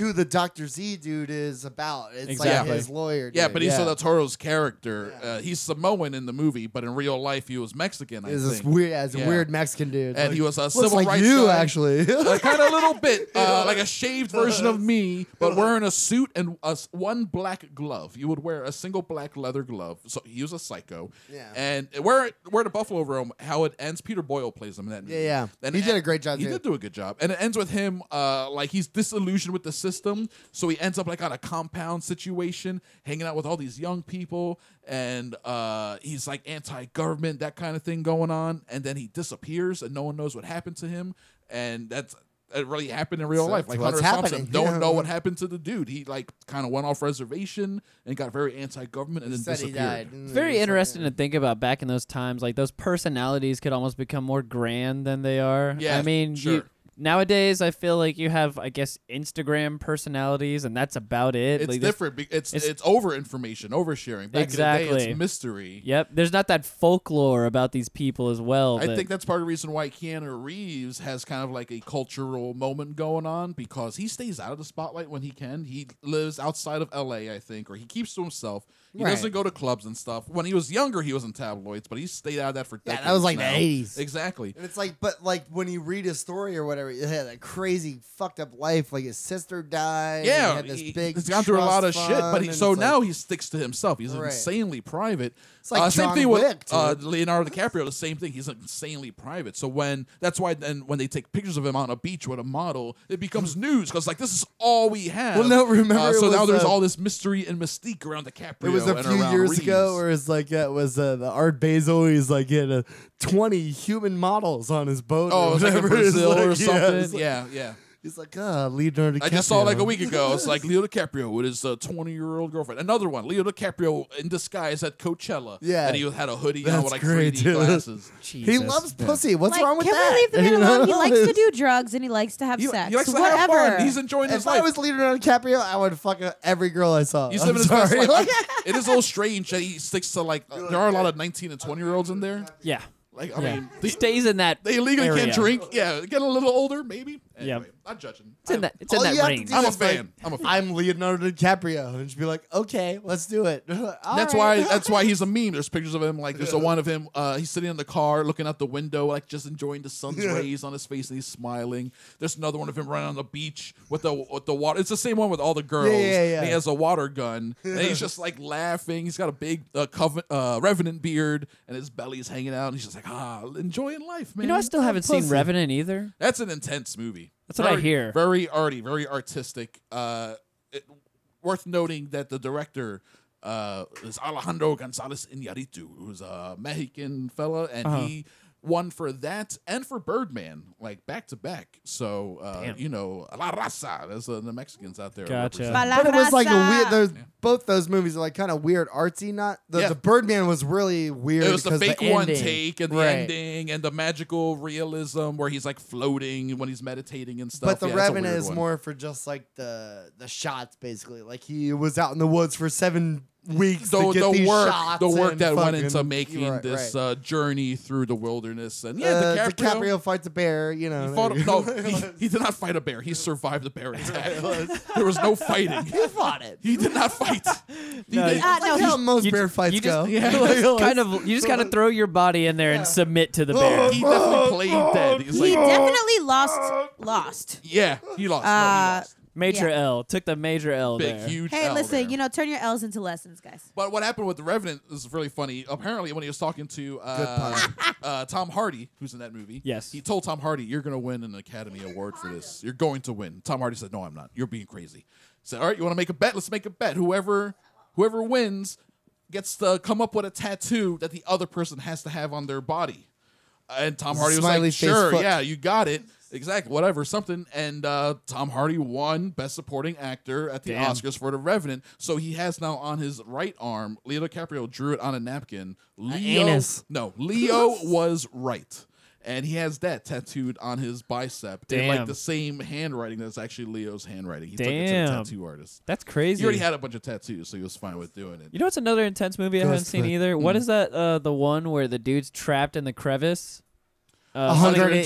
Yep. who the Doctor Z dude is about. It's Exactly. like his lawyer. yeah, dude. but he's yeah. Del Toro's character. Uh, he's Samoan in the movie, but in real life he was Mexican. I is this think. weird as Yeah. a weird Mexican dude. And he was a civil like rights you guy. actually. like kind of a little bit uh, like a shaved version of me, but wearing a suit and a s one black glove. You would wear a single black leather glove. So he was a psycho. Yeah. And where where the Buffalo Room, how it ends. Peter Boyle plays him in that movie. Yeah, yeah. And He it- did a great job, He too. did do a good job. And it ends with him uh, like he's disillusioned with the system, so he ends up like on a compound situation, hanging out with all these young people, and uh, he's like anti-government, that kind of thing going on. And then he disappears, and no one knows what happened to him. And that's it really happened in real So life. it's Like what's Hunter S. Thompson, happening. don't Yeah. know what happened to the dude. He like kind of went off reservation and got very anti-government, and then Said he disappeared. died. It's uh, very interesting to think about back in those times. Like those personalities could almost become more grand than they are. Yeah, I mean, you, sure. nowadays I feel like you have, I guess, Instagram personalities, and that's about it. It's Like, there's- different. be- It's, it's it's- over information, oversharing. Back in the day, Exactly. it's mystery. Yep. There's not that folklore about these people as well. I that- think that's part of the reason why Keanu Reeves has kind of like a cultural moment going on because he stays out of the spotlight when he can. He lives outside of LA, I think, or he keeps to himself. He Right. doesn't go to clubs and stuff. When he was younger, he was in tabloids, but he stayed out of that for Yeah, decades. that was like the now. 80s. Exactly. And it's like, but like when you read his story or whatever, he had a crazy fucked up life. Like his sister died. Yeah, he had this he- big. he's gone through a lot of trust shit, but fund, he, and so it's like- now he sticks to himself. He's Right. insanely private. It's like uh, same John thing Wick, with uh, dude. Leonardo DiCaprio. The same thing. He's insanely private. So when that's why then when they take pictures of him on a beach with a model, it becomes news because like this is all we have. Well, no, remember Uh, it so now was, there's uh, all this mystery and mystique around DiCaprio. It was a and few around years Reeves. ago, where it's like yeah, it was uh, the Art Basel. He's like had uh, twenty human models on his boat. oh, it or was like in whatever. It's Brazil like, or Yeah, it's something. like- Yeah, yeah. He's like, ah, Leonardo. I just saw like a DiCaprio." week ago. It's like Leo DiCaprio with his uh, twenty-year-old girlfriend. Another one, Leo DiCaprio in disguise at Coachella. Yeah. and he had a hoodie on That's with like great, 3D dude. glasses. Jesus. He loves pussy. What's like, wrong with can that? we leave the You man alone? He know? likes to It's- do drugs and he likes to have He, sex. he likes to have Whatever. fun. He's enjoying his If I life. was Leonardo DiCaprio, I would fuck uh, every girl I saw. He's I'm living his best sorry. life. it is a little strange that he sticks to like uh, there are a lot of nineteen and twenty year olds in there. Yeah. Like I yeah. mean, they, Stays in that. they legally area. can't drink. Yeah, get a little older maybe, Yeah. Not judging. It's in that, it's in All you that have to range. do I'm a is like, fan. I'm a fan. I'm Leonardo DiCaprio, and just be like, okay, let's do it. All that's right. why. That's why he's a meme. There's pictures of him. Like there's a one of him. Uh, he's sitting in the car, looking out the window, like just enjoying the sun's rays on his face, and he's smiling. There's another one of him running on the beach with the with the water. It's the same one with all the girls. yeah, yeah. And he has a water gun, and he's just like laughing. He's got a big uh, coven, uh, revenant beard, and his belly's hanging out. And he's just like, ah, enjoying life, man. You know, I still haven't seen Revenant either. That's an intense movie. That's what I Very- hear. Very arty, very artistic. Uh, it, worth noting that the director uh, is Alejandro Gonzalez Iñárritu, who's a Mexican fella, and Uh-huh. he won for that and for Birdman, like back to back. So uh, you know, La Raza. There's uh, the Mexicans out there. Gotcha. representing. But But it was like a weird. Those both those movies are like kind of weird, artsy. Not the, Yeah. the Birdman was really weird. It was the because fake one ending. take and the Right. ending and the magical realism where he's like floating when he's meditating and stuff. But the Yeah, it's a Revenant weird is one. more for just like the the shots, basically. Like he was out in the woods for seven weeks. the, to get the these work shots the work and that went fucking- into making Right, this right. Uh, journey through the wilderness and yeah Uh, DiCaprio, DiCaprio fights a bear. You know, he fought there you a, no go. he, he did not fight a bear he survived the bear attack there was no fighting he fought it. he did not fight He No, did- Uh, That's no, how he- most you bear just- fights you go. just- kind of, you just gotta throw your body in there and submit to the bear. Oh. he definitely played dead he's he like "Oh, definitely lost. Lost. yeah he lost, No, he Uh, lost. Major Yeah. L took the major L big there. huge Hey, L listen, there. you know, turn your L's into lessons, guys. But what happened with the Revenant is really funny. Apparently, when he was talking to uh, Good uh, Tom Hardy, who's in that movie, Yes. he told Tom Hardy, "You're going to win an Academy Award for this. You're going to win." Tom Hardy said, "No, I'm not. You're being crazy." He said, "All right, you want to make a bet? Let's make a bet. Whoever, whoever wins, gets to come up with a tattoo that the other person has to have on their body." And Tom Hardy was Smiley like, face "Sure, fuck. yeah, you got it." Exactly, whatever, something. And uh, Tom Hardy won Best Supporting Actor at the Damn. Oscars for The Revenant. So he has now on his right arm, Leo DiCaprio drew it on a napkin. Leo, anus. No, Leo was right. And he has that tattooed on his bicep in Damn. like the same handwriting that's actually Leo's handwriting. He took Damn. it to a tattoo artist. That's crazy. He already had a bunch of tattoos, so he was fine with doing it. You know what's another intense movie I haven't seen Ghostfoot. either? Mm. What is that? Uh, the one where the dude's trapped in the crevice. Uh,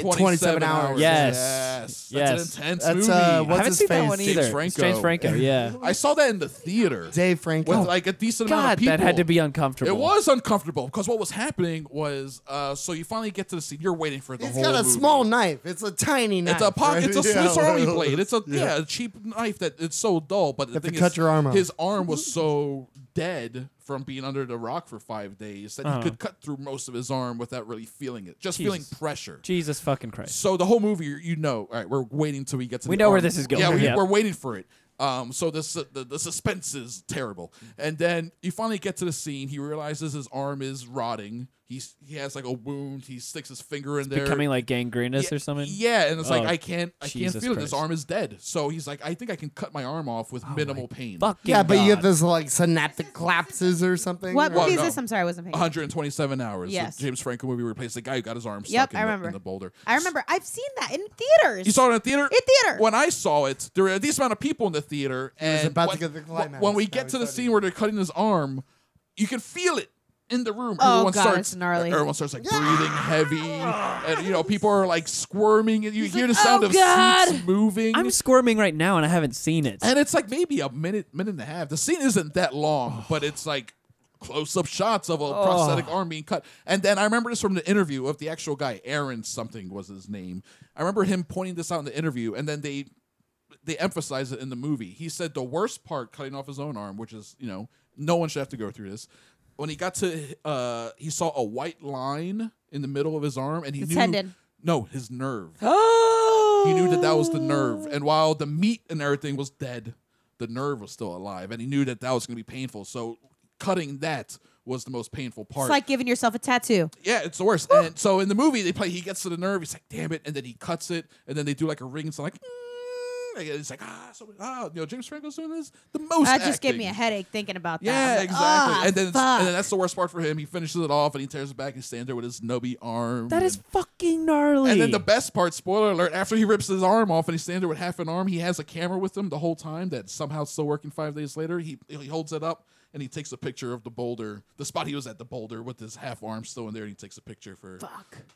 127 hours. Yes. Yes. Yes. That's an intense That's, movie. uh, I what's haven't his seen that face? one James either. Franco. It's James Franco, yeah. I saw that in the theater. Dave oh, Franco. with like a decent amount of God, people. that had to be uncomfortable. It was uncomfortable because what was happening was uh, so you finally get to the scene. You're waiting for the He's whole. got a movie. small knife. It's a tiny knife. It's a pocket. right? It's a Yeah. Swiss Army blade. It's a yeah. a cheap knife that it's so dull. But the have to thing cut is, your arm off. his arm was so dead from being under the rock for five days that Uh-huh. he could cut through most of his arm without really feeling it, just feeling Jesus. pressure. Jesus fucking Christ. So the whole movie, you- you know, all right, we're waiting till we get to. We the know where arm. this is going. Yeah, we, Yeah. are waiting for it. Um, so this the, the suspense is terrible, and then you finally get to the scene. He realizes his arm is rotting. He's he has like a wound. He sticks his finger in there. Becoming like gangrenous yeah, or something. Yeah, and it's Oh, like I can't, I Jesus can't feel it. This Christ. Oh arm is dead. So he's like, I think I can cut my arm off with minimal pain. Fucking Yeah, but you get God. this like synaptic collapses or something. What Well, movie no. is this? I'm sorry, I wasn't paying. attention. 127 hours. The Yes. James Franco movie replaced the guy who got his arm Yep, stuck in, I the- remember. in the boulder. I remember. I've seen that in theaters. You saw it in a theater? In theater. When I saw it, there were a decent amount of people in the theater. And about to when, get the climax. when we Now get he's to the starting. scene where they're cutting his arm, you can feel it in the room. Oh, everyone God, starts, it's gnarly. Everyone starts like breathing heavy. And, you know, people are like squirming. And you hear the like, sound "Oh, of God." seats moving. I'm squirming right now and I haven't seen it. and it's like maybe a minute, minute and a half. The scene isn't that long, but it's like close-up shots of a prosthetic arm being cut. And then I remember this from the interview of the actual guy, Aaron something was his name. I remember him pointing this out in the interview, and then they they emphasize it in the movie. He said the worst part, cutting off his own arm, which is you know no one should have to go through this. When he got to, uh, he saw a white line in the middle of his arm, and he His knew tendon. no his nerve. Oh. He knew that that was the nerve. And while the meat and everything was dead, the nerve was still alive. And he knew that that was going to be painful. So cutting that was the most painful part. It's like giving yourself a tattoo. yeah, it's the worst. And so in the movie, they play, he gets to the nerve. He's like, damn it. And then he cuts it. And then they do like a ring. It's like, "Mm," and it's like, ah, so, ah, you know, James Franco's doing this. The most. That just gave acting. me a headache thinking about that. Yeah, I'm like, exactly. "Ah, and then, it's- fuck." and then that's the worst part for him. He finishes it off, and he tears it back and stands there with his nubby arm. that is and- fucking gnarly. and then the best part, spoiler alert, after he rips his arm off and he's standing there with half an arm, he has a camera with him the whole time that somehow still working five days later. He he holds it up and he takes a picture of the boulder, the spot he was at the boulder with his half arm still in there, and he takes a picture for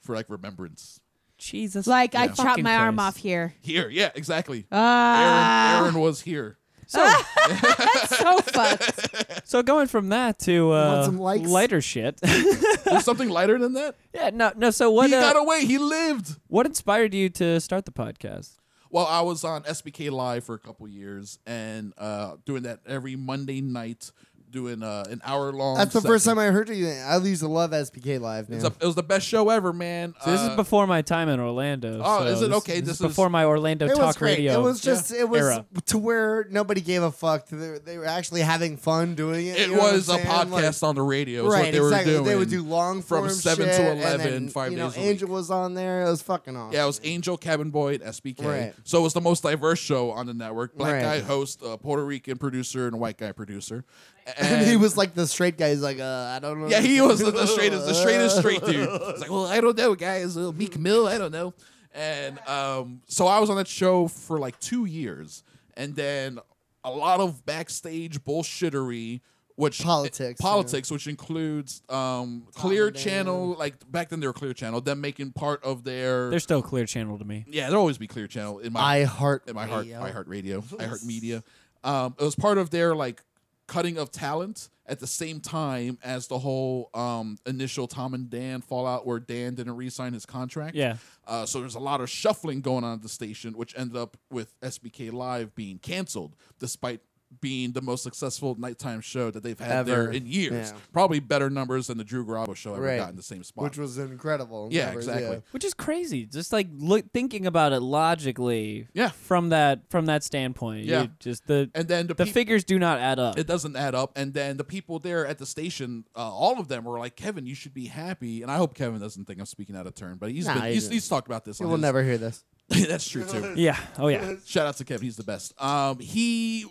for like remembrance. Jesus. Like I Yeah. chopped Fucking my arm Christ. off here. Here, yeah, exactly. Ah, Aaron, Aaron was here. So, that's so fucked. so going from that to uh, some likes? lighter shit. There's something lighter than that. yeah, no, no. So what? he Uh, got away. He lived. what inspired you to start the podcast? Well, I was on SBK Live for a couple years and uh, doing that every Monday night, doing uh, an hour long. That's the first time I heard you. I used to love SPK Live, man. It's a, it was the best show ever, man. So this Uh, is before my time in Orlando. Oh, so is it this- okay? This, This is is- before my Orlando it talk was great. radio. It was just it was era. to where nobody gave a fuck. They were, they were actually having fun doing it. it you know what was I'm a saying? Like- podcast on the radio. Is right, what they exactly. were doing. They would do long from form 7 to shit, and 11, then, five you know, days a week. Angel was on there. It was fucking awesome. Yeah, it was Angel, Cabin Boy, and SBK. Right. So it was the most diverse show on the network. Black Right. guy host, a Puerto Rican producer, and a white guy producer. and he was like the straight guy. He's like, uh, I don't know. Yeah, he was the, the straightest, the straightest straight dude. It's like, well, I don't know, guys. Uh, Meek Mill, I don't know. And um, so I was on that show for like two years, and then a lot of backstage bullshittery, which Politics, politics, which includes um, Clear Tom Channel. Like back then, they were Clear Channel. Them making part of their They're still Clear Channel to me. yeah, there'll always be Clear Channel in my I heart. in my heart, Radio. I heart radio, I heart media. Um, it was part of their like cutting of talent at the same time as the whole um, initial Tom and Dan fallout where Dan didn't re-sign his contract. Yeah. Uh, so there's a lot of shuffling going on at the station, which ended up with SBK Live being canceled, despite being the most successful nighttime show that they've had there Ever. in years. Yeah. Probably better numbers than the Drew Garabo show ever Right. got in the same spot. which was incredible. yeah, Numbers, exactly. Which is crazy. Just like look, thinking about it logically. Yeah. From that from that standpoint. you Yeah. just the And then the, the peop- figures do not add up. it doesn't add up. And then the people there at the station, uh, all of them were like, "Kevin, you should be happy." And I hope Kevin doesn't think I'm speaking out of turn, but he's Nah, been, he he's, didn't. he's talked about this. You on will his- never hear this. That's true too. yeah. Oh yeah. Shout out to Kevin, he's the best. Um, he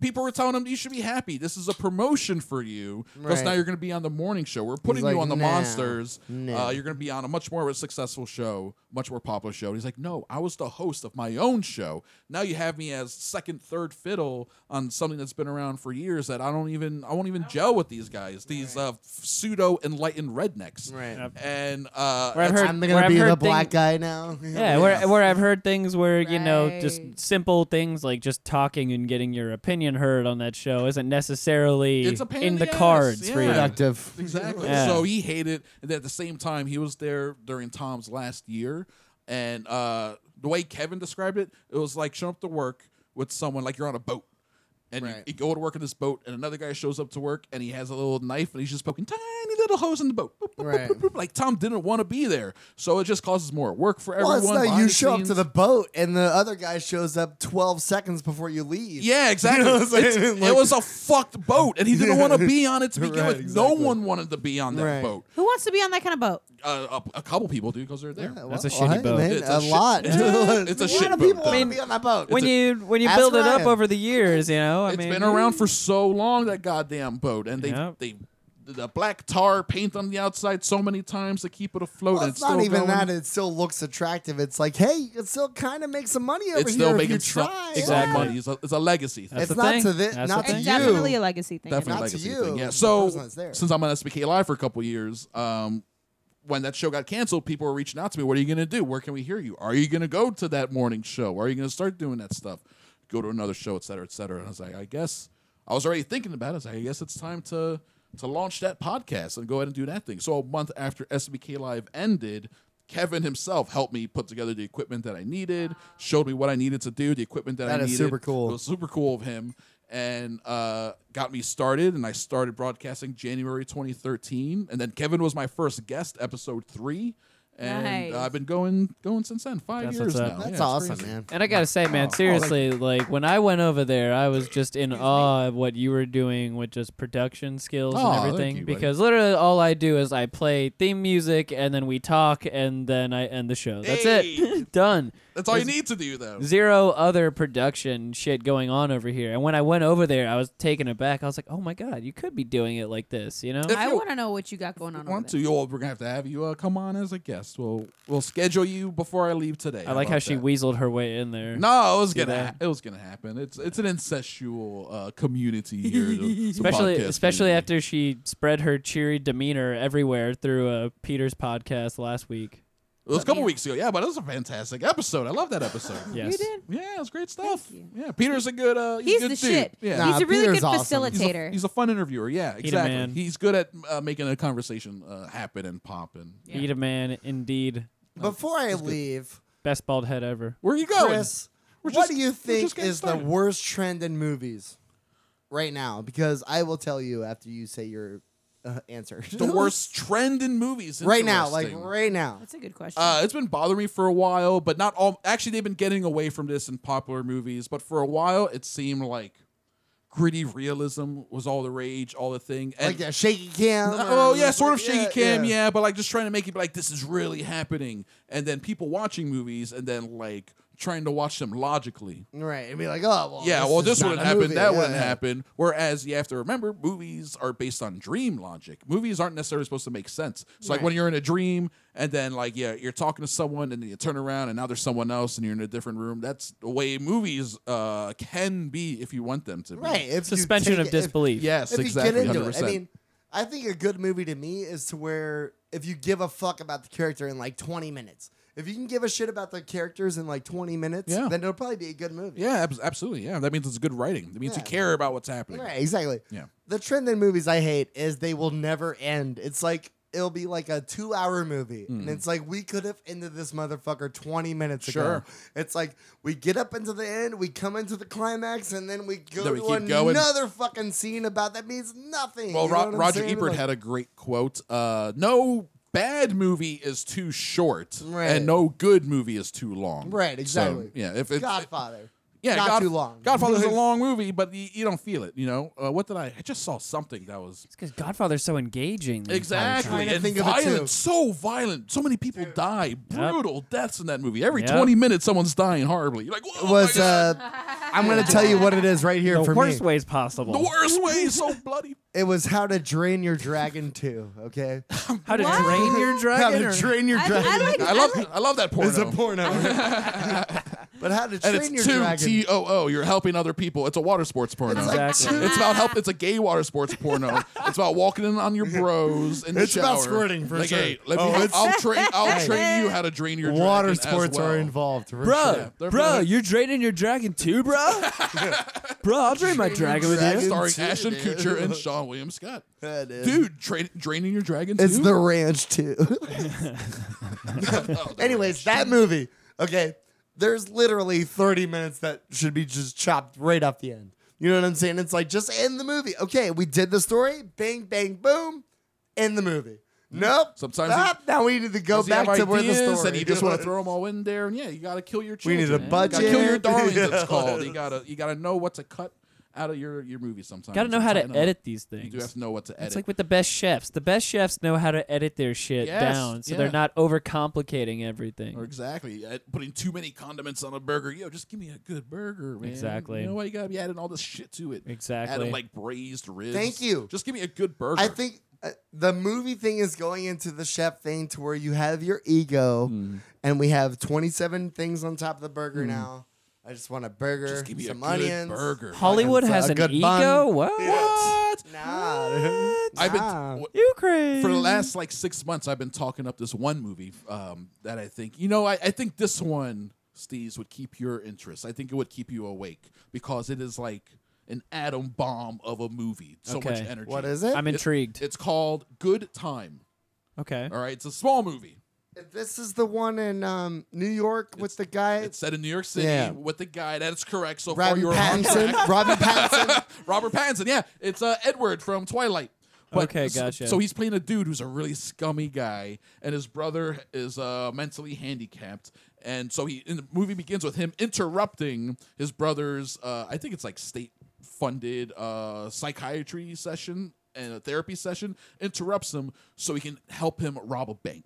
people were telling him you should be happy. This is a promotion for you because Right. now you're going to be on the morning show. We're putting like, you on the "Nah, monsters. nah." Uh, you're going to be on a much more successful show, much more popular show. And he's like, no, I was the host of my own show. Now you have me as second, third fiddle on something that's been around for years that I don't even I won't even gel with these guys. These uh, pseudo enlightened rednecks. Right. Yep. And uh, Where I've it's- heard- I'm where gonna I've be heard the thing- black guy now. Yeah, where, where I've heard things where, you know, just Right. simple things like just talking and getting your opinion heard on that show isn't necessarily It's a pain in in the the ass, cards for yeah. you. productive. Exactly. Yeah. So he hated, and at the same time, he was there during Tom's last year, and uh, the way Kevin described it, it was like showing up to work with someone like you're on a boat, and you, Right. you go to work in this boat, and another guy shows up to work, and he has a little knife, and he's just poking tiny little holes in the boat. Boop, boop, boop, Right. boop, boop. Like Tom didn't want to be there, so it just causes more work for Well, everyone. it's not behind you the show up to scenes. the boat and the other guy shows up 12 seconds before you leave. Yeah, exactly. You know what I'm saying? It's- Like- it was a fucked boat, and he didn't want to be on it to begin Right, with. No exactly. one wanted to be on that Right. boat. Who wants to be on that kind of boat? Uh, a, a couple people do because they're there. Yeah, That's a well, shitty hey, boat. man, It's a, a shit- lot. it's a- it's a lot shit of boat, people want though. to be on that boat. When you when you Ask build it up Ryan. over the years, you know, I It's mean, been around for so long that goddamn boat, and they Yeah. they the black tar paint on the outside so many times to keep it afloat. Well, and it's not still even going. that. It still looks attractive. It's like, hey, you can still kind of make some money over it's here still if you making some, try. some Exactly. money. It's a, it's a legacy. Thing. That's It's the not thing. to thi- That's not the to thing. It's you. definitely a legacy thing. Definitely not to legacy you, thing. Yeah. the So person that's there. since I'm on SBK Live for a couple years, um, when that show got canceled, people were reaching out to me. What are you gonna do? Where can we hear you? Are you gonna go to that morning show? Are you gonna start doing that stuff? Go to another show, et cetera, et cetera. And I was like, I guess I was already thinking about it. I was like, I guess it's time to to launch that podcast and go ahead and do that thing. So a month after SBK Live ended. Kevin himself helped me put together the equipment that I needed, showed me what I needed to do, the equipment that, I That needed. is super cool. It was super cool of him and uh, got me started and i started broadcasting january 2013 and then kevin was my first guest episode three and Nice. uh, i've been going going since then five That's years what's now up. Yeah, That's it's awesome, crazy. man. And I gotta say, man, seriously, like, when I went over there, I was just in awe of what you were doing with just production skills Aw, and Oh, thank everything. you, buddy. because literally, all I do is I play theme music and then we talk and then I end the show. That's Hey. it, done. that's all you need to do though Zero other production shit going on over here. And when I went over there, I was taken aback. I was like, oh my god, you could be doing it like this, you know? If I you want to know what you got going on. want over to you all we're gonna have to have you uh, come on as a guest we'll we'll schedule you before i leave today I like how about she that? weaseled her way in there. no, it was gonna that? ha- it was gonna happen. It's it's an incestual uh, community here, the- the especially podcast especially community. after she spread her cheery demeanor everywhere through uh, Peter's podcast last week. It was a couple me- weeks ago. Yeah, but it was a fantastic episode. I love that episode. Yes. You did. Yeah, it was great stuff. Thank Yeah, Peter's a good. Uh, he's, He's the a good dude. shit. Yeah, He's a really Peter's good awesome. He's a- facilitator. He's a, fun interviewer. Yeah, exactly. man. He's good at uh, making a conversation uh, happen and pop. And Yeah. Eat a man, indeed. Before I leave, Best bald head ever. where are you going? Chris, We're what just- do you we're think just getting is started. the worst trend in movies right now? Because I will tell you after you say your uh, answer. The worst trend in movies right now, like Interesting. right now. That's a good question. Uh, it's been bothering me for a while, but not all. Actually, they've been getting away from this in popular movies, but for a while, it seemed like gritty realism was all the rage, all the thing. And Like that shaky cam. Uh, or- oh yeah, sort of shaky cam, yeah. yeah. but like just trying to make it be like this is really happening, and then people watching movies and then like trying to watch them logically. Right, and be like, oh, well, yeah, this well, is this not wouldn't a happen, movie. that Yeah, wouldn't yeah. happen. Whereas you have to remember, movies are based on dream logic. Movies aren't necessarily supposed to make sense. So like when you're in a dream and then like yeah, you're talking to someone and then you turn around and now there's someone else and you're in a different room. That's the way movies uh, can be if you want them to be. Right, if you Suspension take of it- if- disbelief. Yes, if exactly. you get into 100%. it. I mean, I think a good movie to me is to where if you give a fuck about the character in like 20 minutes, if you can give a shit about the characters in like 20 minutes, Yeah. then it'll probably be a good movie. yeah, abs- absolutely. Yeah, that means it's good writing. That means you Yeah. care about what's happening. Right, exactly. Yeah. The trend in movies I hate is they will never end. It's like it'll be like a two hour movie. Mm. And it's like we could have ended this motherfucker 20 minutes Sure. ago. It's like we get up into the end, we come into the climax, and then we go Then we to keep going. another fucking scene about that means nothing. Well, You know Ro- what I'm Roger saying? Ebert Like- had a great quote. Uh, no bad movie is too short, Right. and no good movie is too long. Right, So, exactly. yeah, if it's Godfather. yeah, not God- too long. Godfather's a long movie, but you, you don't feel it. You know uh, what did I? I just saw something that was It's because Godfather's so engaging. the entire time. exactly to and think of it, violent, too. so violent. So many people die, brutal deaths in that movie. Every Yep. twenty minutes, someone's dying horribly. You're like, Whoa, was Oh my God." uh I'm gonna tell you what it is right here the for worst me. ways possible. the worst way, so bloody. It was how to drain your dragon too, okay? How to What? drain your how dragon? to or- drain your I, dragon. I like. I love, I love that porno. It's a porno. but how to and train your it's two dragon. T O O. You're helping other people. It's a water sports porno. Exactly. It's about help. It's a gay water sports porno. it's about walking in on your bros in the It's about shower. squirting, for like, sure. Hey, let Oh, me, it's- I'll train. I'll train you how to drain your Water dragon as sports well. are involved, for Bro, sure. they're bro, both- you're draining your dragon too, bro. bro, I'll drain my dragon with dragon. you. Starring Dude, Ashton dude. Kutcher and Sean William Scott. That is- Dude, tra- draining your dragon. It's too? the ranch too. Oh, the Anyways, that movie. Okay, there's literally 30 minutes that should be just chopped right off the end. You know what I'm saying? It's like just end the movie. Okay, we did the story. Bang, bang, boom. End the movie. Nope. Hmm. Sometimes Ah, now we need to go Does he have back to where the ideas story. And you just want to throw them all in there, and yeah, you got to kill your We children. need a You gotta kill your budget. darlings. Yeah. It's called. You gotta you gotta know what to cut out of your your movie. Sometimes Got to know and how tighten to 'em up. edit these things. You do have to know what to edit. It's like with the best chefs. The best chefs know how to edit their shit Yes, down, so yeah. they're not overcomplicating everything. Or exactly. uh, Putting too many condiments on a burger. Yo, just give me a good burger, man. Exactly. You know why you gotta be adding all this shit to it? Exactly. Adding like braised ribs. Thank you. Just give me a good burger. I think uh, the movie thing is going into the chef thing to where you have your ego, Mm. and we have 27 things on top of the burger now. I just want a burger, just give me some a onions. good burger. Hollywood Fucking has a an good ego. bun. What? What? Nah, dude. I've been Nah. w- You crazy? for the last like six months. I've been talking up this one movie um, that I think you know. I, I think this one, Steve's, would keep your interest. I think it would keep you awake because it is like an atom bomb of a movie. So much Okay. energy. What is it? I'm intrigued. It's called Good Time. okay. All right, it's a small movie. This is the one in um, New York with the guy. It's set in New York City Yeah. with the guy. That is correct. So far, Robin you were on track. Pattinson. Robin Pattinson. Robert Pattinson. Yeah, it's uh, Edward from Twilight. Okay, so- gotcha. So he's playing a dude who's a really scummy guy, and his brother is uh, mentally handicapped. And so he, in the movie begins with him interrupting his brother's, uh, I think it's like state funded uh, psychiatry session and a therapy session, interrupts him so he can help him rob a bank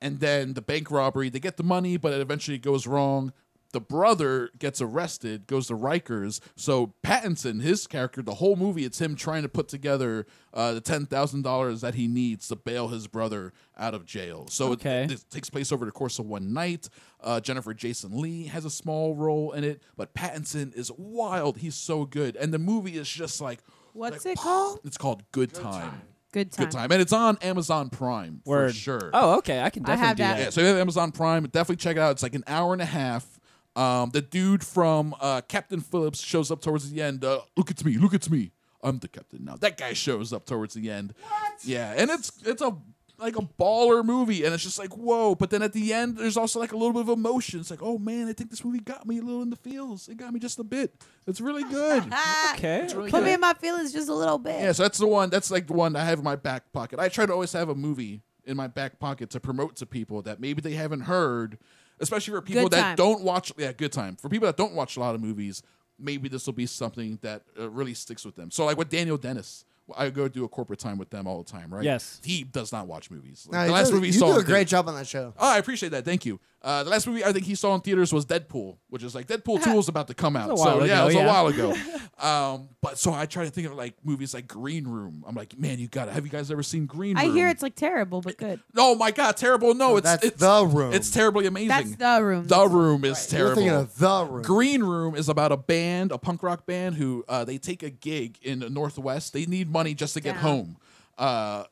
and then the bank robbery. They get the money, but it eventually goes wrong. The brother gets arrested, goes to Rikers. So Pattinson, his character, the whole movie, it's him trying to put together uh, the ten thousand dollars that he needs to bail his brother out of jail. So it- Okay. it, takes place over the course of one night. Uh, Jennifer Jason Lee has a small role in it, but Pattinson is wild. He's so good, and the movie is just like What's like, it called? It's called Good, Time. Good time. Good time. And it's on Amazon Prime Word. for sure. Oh, okay. I can I definitely have do that. that. Yeah, so if you have Amazon Prime, definitely check it out. It's like an hour and a half. Um, the dude from uh, Captain Phillips shows up towards the end. Uh, look at me, look at me. I'm the captain now. That guy shows up towards the end. What? Yeah, and it's it's a like a baller movie, and it's just like whoa. But then at the end, there's also like a little bit of emotion. It's like oh man, I think this movie got me a little in the feels. It got me just a bit. It's really good. Ah, Okay. Put me in my feelings just a little bit. Yeah, so that's the one. That's like the one I have in my back pocket. I try to always have a movie in my back pocket to promote to people that maybe they haven't heard, especially for people Good that time. don't watch. Yeah, good time for people that don't watch a lot of movies. Maybe this will be something that uh, really sticks with them. So like with Daniel Dennis. I go do a corporate time with them all the time, right? Yes. He does not watch movies. Like, No, the you last do- movie he you saw do a in great thea- job on that show. Oh, I appreciate that. Thank you. Uh, the last movie I think he saw in theaters was Deadpool, which is like Deadpool 2 was about to come out. a so while yeah, ago, it was yeah. a while ago. um, but so I try to think of like movies like Green Room. I'm like, man, you gotta have you guys ever seen Green I Room? hear it's like terrible, but good. Oh my god, terrible. No, it's that's it's The Room. It's terribly That's amazing. the room. the room is You're terrible. thinking of the room. Green Room is about a band, a punk rock band, who uh, they take a gig in the Northwest. They need money just to get Yeah. home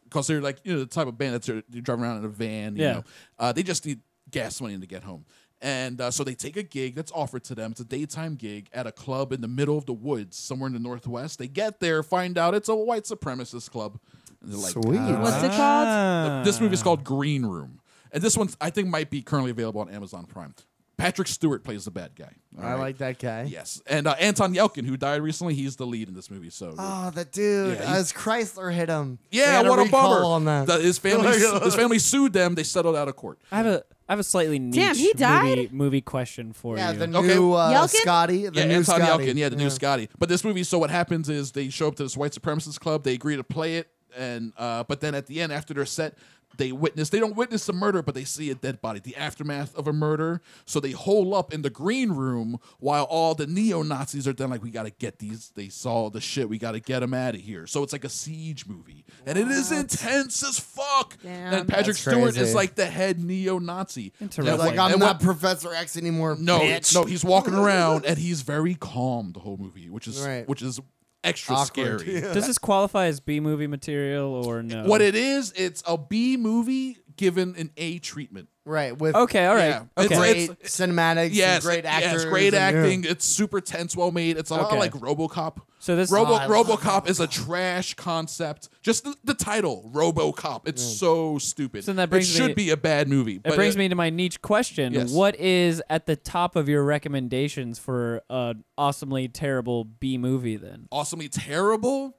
because they're like you know the type of band that's they're driving around in a van. You Yeah. know, uh, they just need gas money to get home. And uh, so they take a gig that's offered to them. It's a daytime gig at a club in the middle of the woods, somewhere in the Northwest. They get there, find out it's a white supremacist club. And they're like, Sweet. "Ah, What's it called? Ah. this movie is called Green Room, and this one I think might be currently available on Amazon Prime. Patrick Stewart plays the bad guy. all I right? like that guy. Yes, and uh, Anton Yelkin, who died recently, he's the lead in this movie. So Oh, the dude. Yeah, he- As Chrysler hit him. They yeah, had what a recall bummer. On that. The- his family, his family sued them. They settled out of court. I have a I have a slightly niche Damn, he died? Movie, movie question for yeah, you. the Okay. new uh, Yelkin? Scotty. The yeah, new Anton Scotty. Yelkin. Yeah, the new Scotty. But this movie, so what happens is they show up to this white supremacist club. They agree to play it, and uh, but then at the end, after they're set, they witness. They don't witness the murder, but they see a dead body, the aftermath of a murder. So they hole up in the green room while all the neo Nazis are done. Like we got to get these. They saw the shit. We got to get them out of here. So it's like a siege movie, and it is intense as fuck. Damn. and Patrick That's Stewart is crazy. like the head neo Nazi. Interesting. Like, Yeah. I'm not Professor X anymore. No, bitch. no, he's walking around and he's very calm the whole movie, which is Right. which is extra Awkward. scary. Does this qualify as B movie material or no? What it is, it's a B movie given an A treatment. Right. With Okay, all right. Yeah, Okay. it's- great cinematics. Yes, and great yes, actors. great and- acting. It's super tense, well made. It's a lot Okay. like RoboCop. So this- Robo Oh, I love RoboCop is a trash concept. Just the, the title, RoboCop. It's so stupid. So then that brings it should me- be a bad movie. it brings me to my niche question. Yes. What is at the top of your recommendations for an awesomely terrible B movie then? awesomely terrible.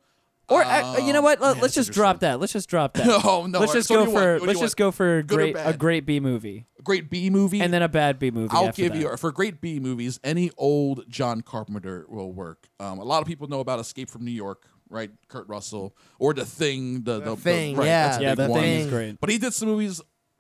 Or uh, you know what? Oh, Let, man, us that's just drop that. Let's just drop that. No, no, Let's all right, just so what go do you want? for What do you let's just go for a Good or great a bad? great B movie Great B movie. and then a bad B movie. I'll after give that. you for great B movies. Any old John Carpenter will work. Um, a lot of people know about Escape from New York, right? Kurt Russell or The Thing. The, the, the- Thing, right, yeah. that's a yeah, big that one. thing is Thing. great. But he did some movies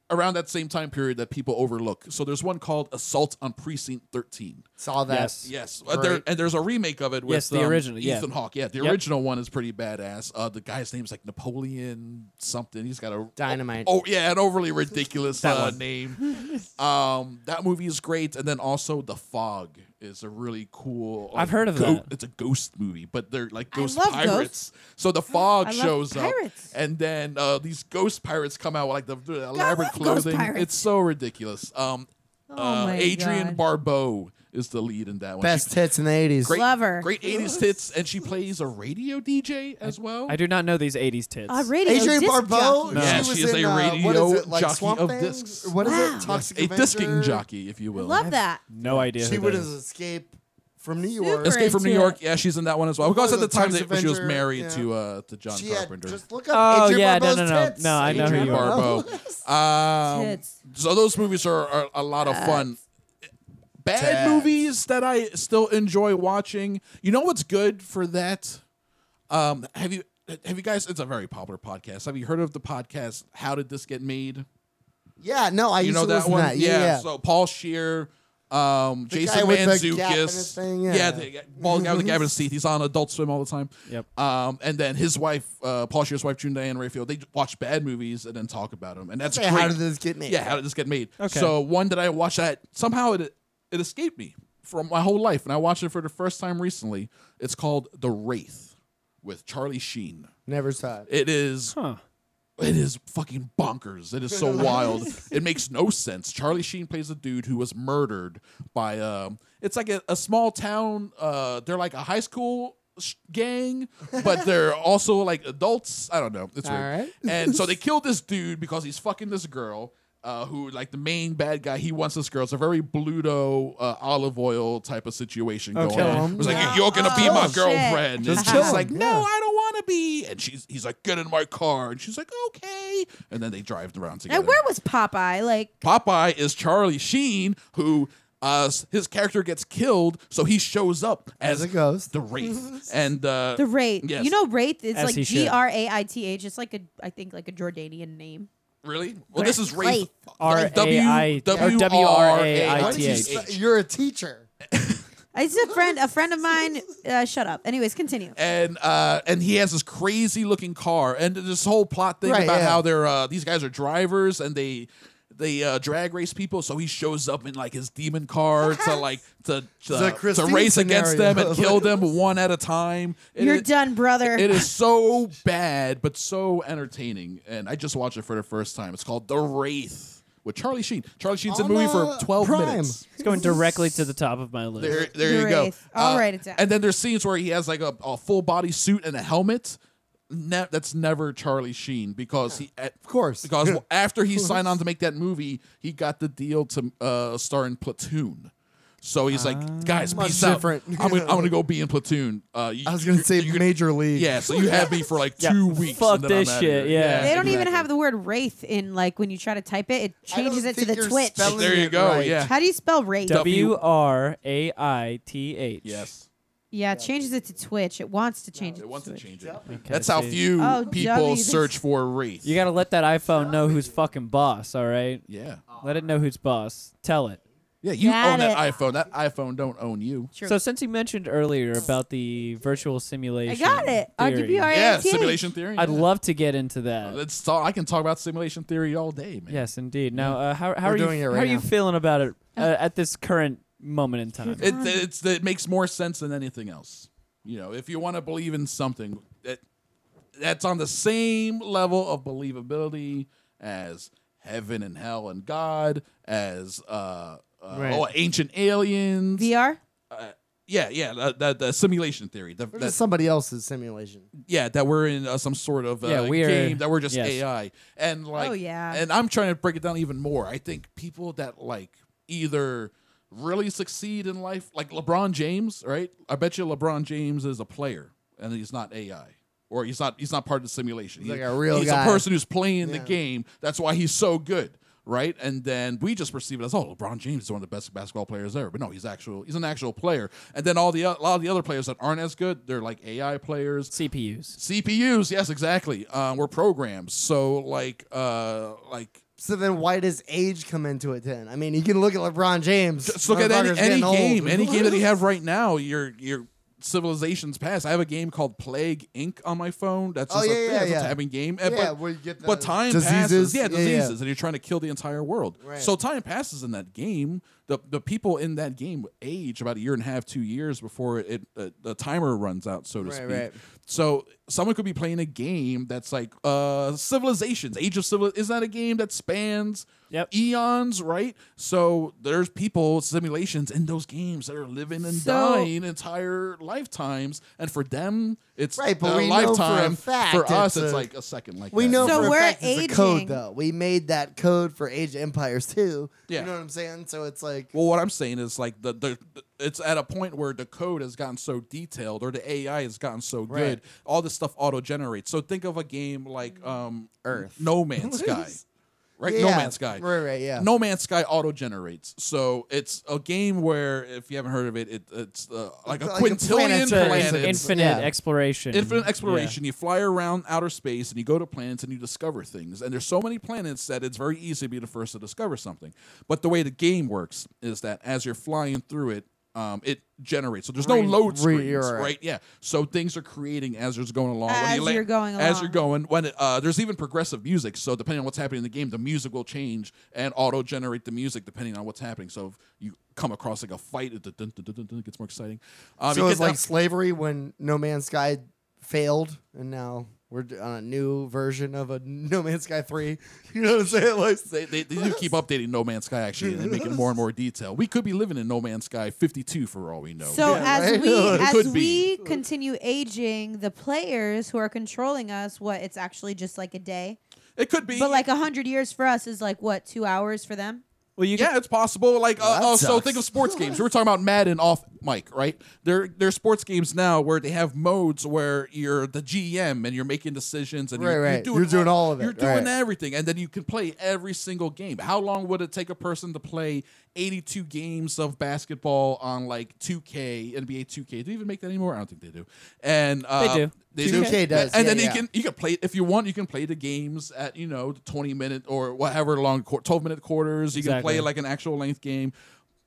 around that same time period that people overlook. So there's one called Assault on Precinct 13. Saw that. Yes. Yes, uh, there, Great. and there's a remake of it with Yes, the um, original, yeah. Ethan Hawke. Yeah, the Yep. original one is pretty badass. Uh, the guy's name's like Napoleon something. He's got a Dynamite. Oh yeah, an overly ridiculous That uh, one. name. um, that movie is great, and then also The Fog is a really cool. like, I've heard of go- that. It's a ghost movie, but they're like I ghost love pirates. So The Fog I love shows pirates. up, and then uh, these ghost pirates come out with like the, the love elaborate ghost clothing. pirates. It's so ridiculous. Um, Oh uh, my Adrian God. Barbeau is the lead in that one. Best hits in the 80s. Great, Love her. great 80s hits, and she plays a radio DJ as well. I do not know these '80s tits. A Uh, radio Adrian disc Barbeau. jockey. No. Yeah, she, was she is in, a uh, what radio is it, like jockey Swamp of Thing? discs. Or What is Wow. it? Toxic a disking Avenger? jockey, if you will. Love that. no idea. She who would that have is. escaped from New Super. York. Escape from New into York. Yeah, she's in that one as well. Because at the the time Times that she was Avenger, married yeah. to uh, to John She had, Carpenter. just look up Oh, Adrian yeah, no, Barbeau's no, no. tits. No, I know who Adrian you are. Barbeau. Um, Tits. so those movies are, are a lot of fun. Bad Tits. movies that I still enjoy watching. You know what's good for that? Um, have you have you guys? It's a very popular podcast. Have you heard of the podcast? How did this get made? Yeah, no, I you used know to that listen one, to that. Yeah, yeah. So Paul Shear, um, Jason guy with the gap in Manzukis, his thing, yeah. the bald guy with the gap in his teeth. He's on Adult Swim all the time. Yep. Um, and then his wife, uh, Paul Shear's wife, June Diane Rayfield, they watch bad movies and then talk about them, and that's Say, great. how did this get made? yeah, how did this get made? Okay. So one that I watched that somehow it it escaped me from my whole life, and I watched it for the first time recently. It's called The Wraith. with Charlie Sheen. Never saw it. It is Huh. it is fucking bonkers. It is so wild. It makes no sense. Charlie Sheen plays a dude who was murdered by um. It's like a, a small town. Uh, they're like a high school sh- gang, but they're also like adults. I don't know. It's weird. Alright. And so they killed this dude because he's fucking this girl. Uh, who like the main bad guy? He wants this girl. It's a very Bluto uh, olive oil type of situation going kill on. him. It was like No. you're gonna be Oh, my shit. girlfriend. Just and kill she's him. like, no, Yeah. I don't want to be. And she's he's like, get in my car. And she's like, okay. And then they drive around together. And where was Popeye? Like, Popeye is Charlie Sheen, who uh, his character gets killed, so he shows up as, As a ghost. the Wraith. and uh, The Wraith. Yes. You know Wraith is As like he should. G R A I T H. It's like a I think like a Jordanian name. really, well, this is Wraith. Wraith. R A I- W- or W R A I T W-R-A-I-T-H. H. H. You're a teacher. It's a friend a friend of mine. Uh, shut up. Anyways, continue. and uh, and he has this crazy looking car, and this whole plot thing Right, about yeah. how they're uh, these guys are drivers and they they uh, drag race people. So he shows up in like his demon car to like to The to, to Christine race against them and scenario. kill them one at a time. It- You're it- done, brother. It is so bad, but so entertaining, and I just watched it for the first time. It's called The Wraith with Charlie Sheen. Charlie Sheen's in On, the movie for uh, twelve Prime. minutes. It's going directly to the top of my list. There, there you go. Uh, Wraith. I'll write it down. And then there's scenes where he has like a, a full body suit and a helmet. Ne- that's never Charlie Sheen because he, at, Of course. because after he signed on to make that movie, he got the deal to uh, star in Platoon. So he's like, guys, Ah. Much peace different. out. I'm gonna, I'm gonna go be in Platoon. Uh, you- I was going to you're- say you're gonna- major league. yeah, so you have me for like Yeah, two weeks. fuck and then I'm this outta shit, here. yeah. they don't even exactly. have the word Wraith in like when you try to type it. It I don't changes it to think the you're Twitch. spelling There you it go, right. yeah. How do you spell Wraith? W R A I T H. Yes, yeah, it changes it to Twitch. It wants to change it. it to wants to Twitch. change it. That's how see. few Oh, people W, this- search for Wraith. You gotta let that iPhone know who's fucking boss, all right? yeah, Let it know who's boss. Tell it. yeah. You Got own that it. iPhone. That iPhone don't own you. True. So since you mentioned earlier about the virtual I simulation, got it. theory, RGPR. Yeah, ATH. simulation theory. I'd yeah. love to get into that. Let's talk. I can talk about simulation theory all day, man. Yes, indeed. Now, uh, how, how We're are you? doing it right how are you now. feeling about it Oh. uh, at this current moment in time? It, it's it makes more sense than anything else. You know, if you want to believe in something, that that's on the same level of believability as heaven and hell and God, as uh, uh Right. oh, ancient aliens. VR. yeah, yeah, the, the, the simulation theory. The, Or that- just somebody else's simulation. yeah, that we're in uh, some sort of uh, Yeah, we are- game that we're just yes. AI. And like, Oh, yeah. And I'm trying to break it down even more. I think people that like either really succeed in life, like LeBron James, right? I bet you LeBron James is a player and he's not AI. Or he's not he's not part of the simulation. He's like a real he's guy. a person who's playing the Yeah. game. That's why he's so good. Right, and then we just perceive it as, oh, LeBron James is one of the best basketball players ever. But no, he's actual, he's an actual player. And then all the o- a lot of the other players that aren't as good, they're like AI players. CPUs. CPUs, yes, exactly. Uh, we're programs, so like, uh, like So then why does age come into it then? I mean, you can look at LeBron James. just look at any, Motherfucker's any getting old. game, any game that you have right now. Your your civilizations past. I have a game called Plague Inc. on my phone. That's Oh, just yeah, a, yeah, it's yeah. a tabbing game. And- Yeah, but, where you get but the time passes. diseases. Yeah, Yeah, yeah. diseases, and you're trying to kill the entire world. Right. So time passes in that game. The the people in that game age about a year and a half, two years before it uh, the timer runs out, so to Right, speak. right. So someone could be playing a game that's like uh civilizations, Age of Civil is that a game that spans Yep. eons, right? So there's people simulations in those games that are living and So- dying entire lifetimes, and for them it's Right, but a we know for a lifetime. fact for it's us, it's a- like a second. Like We that. know So for a we're fact it's a code aging. though. We made that code for Age of Empires too. Yeah. You know what I'm saying? So it's like Well, what I'm saying is like the, the it's at a point where the code has gotten so detailed or the AI has gotten so good, Right. all this stuff auto generates. So think of a game like um Earth. No Man's Sky. Right? No Yeah, Man's Sky. right, right, yeah. No Man's Sky auto generates. So it's a game where if you haven't heard of it, it it's uh, like It's a like a quintillion planet, So it's planets. infinite Yeah. exploration. Infinite exploration. You fly around outer space and you go to planets and you discover things. And there's so many planets that it's very easy to be the first to discover something. But the way the game works is that as you're flying through it, um, it generates. So there's no Re- load re- screens, you're right. right. Yeah. So things are creating as there's going along. As you're going As you're along. going. When it, uh, there's even progressive music. So depending on what's happening in the game, the music will change and auto generate the music depending on what's happening. So if you come across like a fight, it dun- dun- dun- dun- dun- dun, it gets more exciting. Um, so you it's get like down- slavery when No Man's Sky failed, and now we're d- on a new version of a No Man's Sky three. You know what I'm saying? Like, They, they, they do keep updating No Man's Sky actually and making more and more detail. We could be living in No Man's Sky 52 for all we know. So Yeah, as right? we It as could we be. continue aging, the players who are controlling us, what it's actually just like a day, it could be. but like a hundred years for us is like what two hours for them. Well, you yeah, it's possible. Like, uh, that also sucks. think of sports games. We were talking about Madden off mic, right? There, there are sports games now where they have modes where you're the GM and you're making decisions and Right, you're, right. You're doing all of it, You're doing right. everything, and then you can play every single game. How long would it take a person to play 82 games of basketball on like 2K, NBA 2K? Do they even make that anymore? I don't think they do. And uh, do. 2K does, And yeah, then yeah. you can you can play if you want. You can play the games at you know the 20 minute or whatever long quar- 12 minute quarters. You can Exactly. play like an actual length game.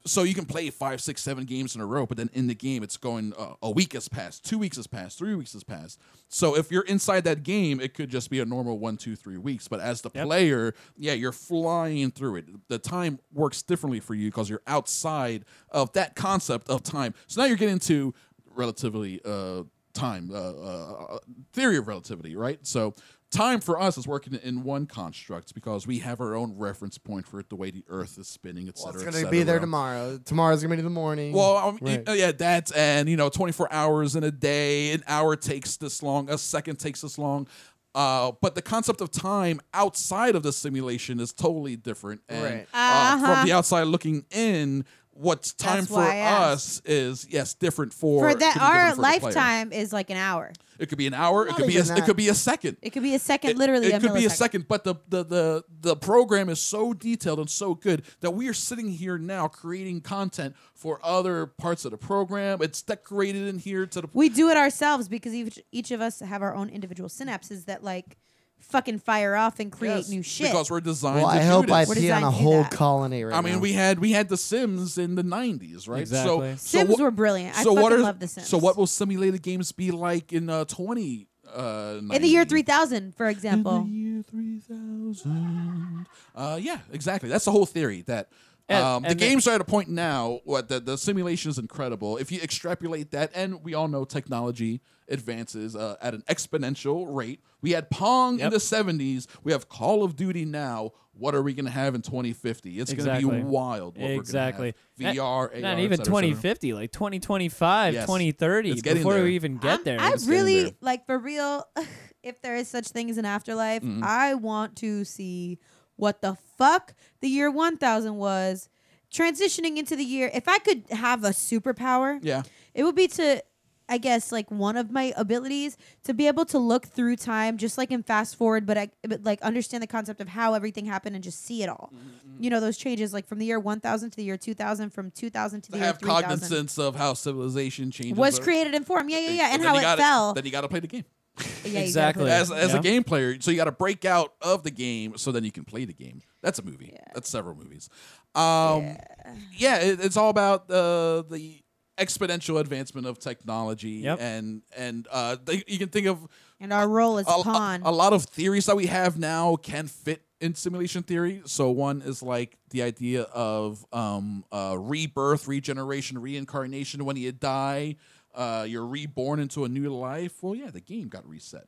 So you can play five, six, seven games in a row, but then in the game, it's going uh, a week has passed, two weeks has passed, three weeks has passed. So if you're inside that game, it could just be a normal one, two, three weeks. But as the player, yeah, you're flying through it. The time works differently for you because you're outside of that concept of time. So now you're getting to relatively uh, time uh, uh, theory of relativity, right? So time for us is working in one construct because we have our own reference point for it, the way the Earth is spinning, etc. well, it's cetera, gonna et be there cetera. tomorrow. Tomorrow's gonna be the morning. Well, um, you- Right. uh, yeah, that's and you know, 24 hours in a day, an hour takes this long, a second takes this long. Uh, but the concept of time outside of the simulation is totally different. And Right. uh, Uh-huh. from the outside looking in, what's time That's for why I us is yes, different for for could be that, different our for the player. lifetime is like an hour. It could be an hour. Not it could be a, even that. it could be a second. It could be a second, It- literally. It, a could be a millisecond. second, but the, the the the program is so detailed and so good that we are sitting here now creating content for other parts of the program. It's decorated in here to the We do it ourselves because each each of us have our own individual synapses that like fucking fire off and create Yes, new shit. because we're designed. Well, to I do hope I this. We're pee on designed to a do whole that. colony right I mean, now. we had we had the Sims in the '90s, right? Exactly. So, so Sims what- were brilliant. I so fucking what are love the Sims. so what will simulated games be like in uh, 20? Uh, in the year 90? three thousand, for example? In the year 3000. Uh, yeah, exactly. That's the whole theory that And- um, the and the- games are at a point now what the, the simulation is incredible. If you extrapolate that, and we all know technology advances uh, at an exponential rate. We had Pong in Yep. the 70s. We have Call of Duty now. What are we going to have in 2050? It's Exactly. going to be wild. What exactly. We're gonna have. VR, not AR, even et cetera, et cetera. 2050, like 2025, Yes. 2030, It's getting before there. we even get I'm- there. I it's getting really there. like for real. If there is such thing as an afterlife, I want to see what the fuck the year one thousand was. Transitioning into the year, if I could have a superpower, Yeah. it would be to, I guess, like one of my abilities to be able to look through time, just like in fast forward, but I but like understand the concept of how everything happened and just see it all. You know those changes, like from the year one thousand to the year two thousand, from two thousand to the To year have three thousand. cognizance of how civilization changes. Was but- created in form, yeah, yeah, yeah, and then how you it gotta- fell. Then you got to play the game. Yeah, you gotta Exactly. put it as, as Yeah. a game player. So you got to break out of the game so then you can play the game. That's a movie. That's several movies. Um, yeah, it, it's all about uh, the exponential advancement of technology Yep. and and uh, they, you can think of And our role is a, pawn. a lot of theories that we have now can fit in simulation theory. So one is like the idea of um, uh, rebirth, regeneration, reincarnation. When you die, uh, you're reborn into a new life. Well, yeah, the game got reset.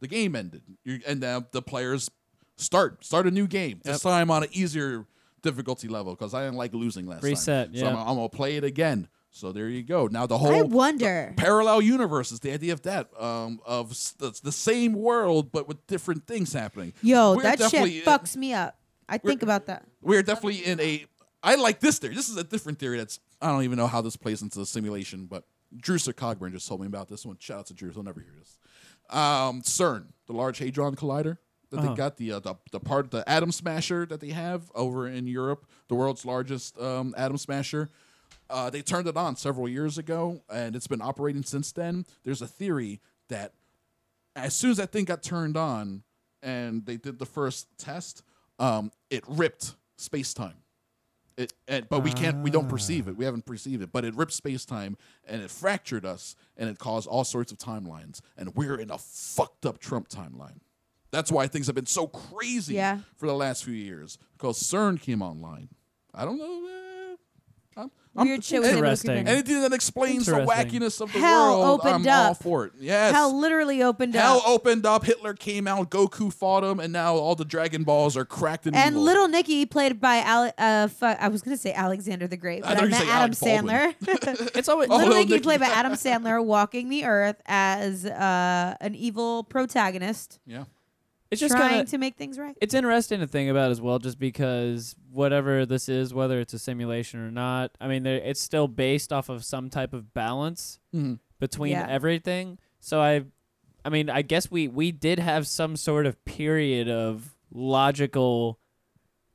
The game ended, you and uh, the players start start a new game. This time on an easier difficulty level because I didn't like losing last Reset, time. So I'm, yeah. I'm gonna play it again. So there you go. Now the whole I wonder. parallel universes the idea of that um of s- it's the same world but with different things happening Yo, We're that definitely- uh, shit fucks me up. I think about that. we're definitely in a i like this theory this is a different theory that's i don't even know how this plays into the simulation but drew sir cogburn just told me about this one shout out to drew he'll never hear this um cern the large hadron collider that they got the, uh, the the part the atom smasher that they have over in europe the world's largest um atom smasher Uh, they turned it on several years ago, and it's been operating since then. There's a theory that as soon as that thing got turned on and they did the first test, um, it ripped space time. It, and, but we can't, we don't perceive it. We haven't perceived it, but it ripped space time and it fractured us and it caused all sorts of timelines. And we're in a fucked up Trump timeline. That's why things have been so crazy Yeah. for the last few years because CERN came online. I don't know. eh, I'm, I'm- Weird shit was able to creep Interesting. in. Anything that explains the Interesting. wackiness of the Hell world, opened I'm all up. for it. Yes. Hell literally opened Hell up. opened up. Hitler came out. Goku fought him, and now all the Dragon Balls are cracked and, and evil. Little Nicky, played by Ale- uh, fu- I was gonna say Alexander the Great, but I thought I you meant said Adam Alec Baldwin. Sandler. It's always Oh, Little Little Nicky, Nicky. played by Adam Sandler, walking the earth as uh, an evil protagonist, Yeah. it's just trying kind of to make things right. it's interesting to think about as well, just because whatever this is, whether it's a simulation or not, I mean, there- it's still based off of some type of balance Mhm. between Yeah. everything. So I, I mean, I guess we we did have some sort of period of logical,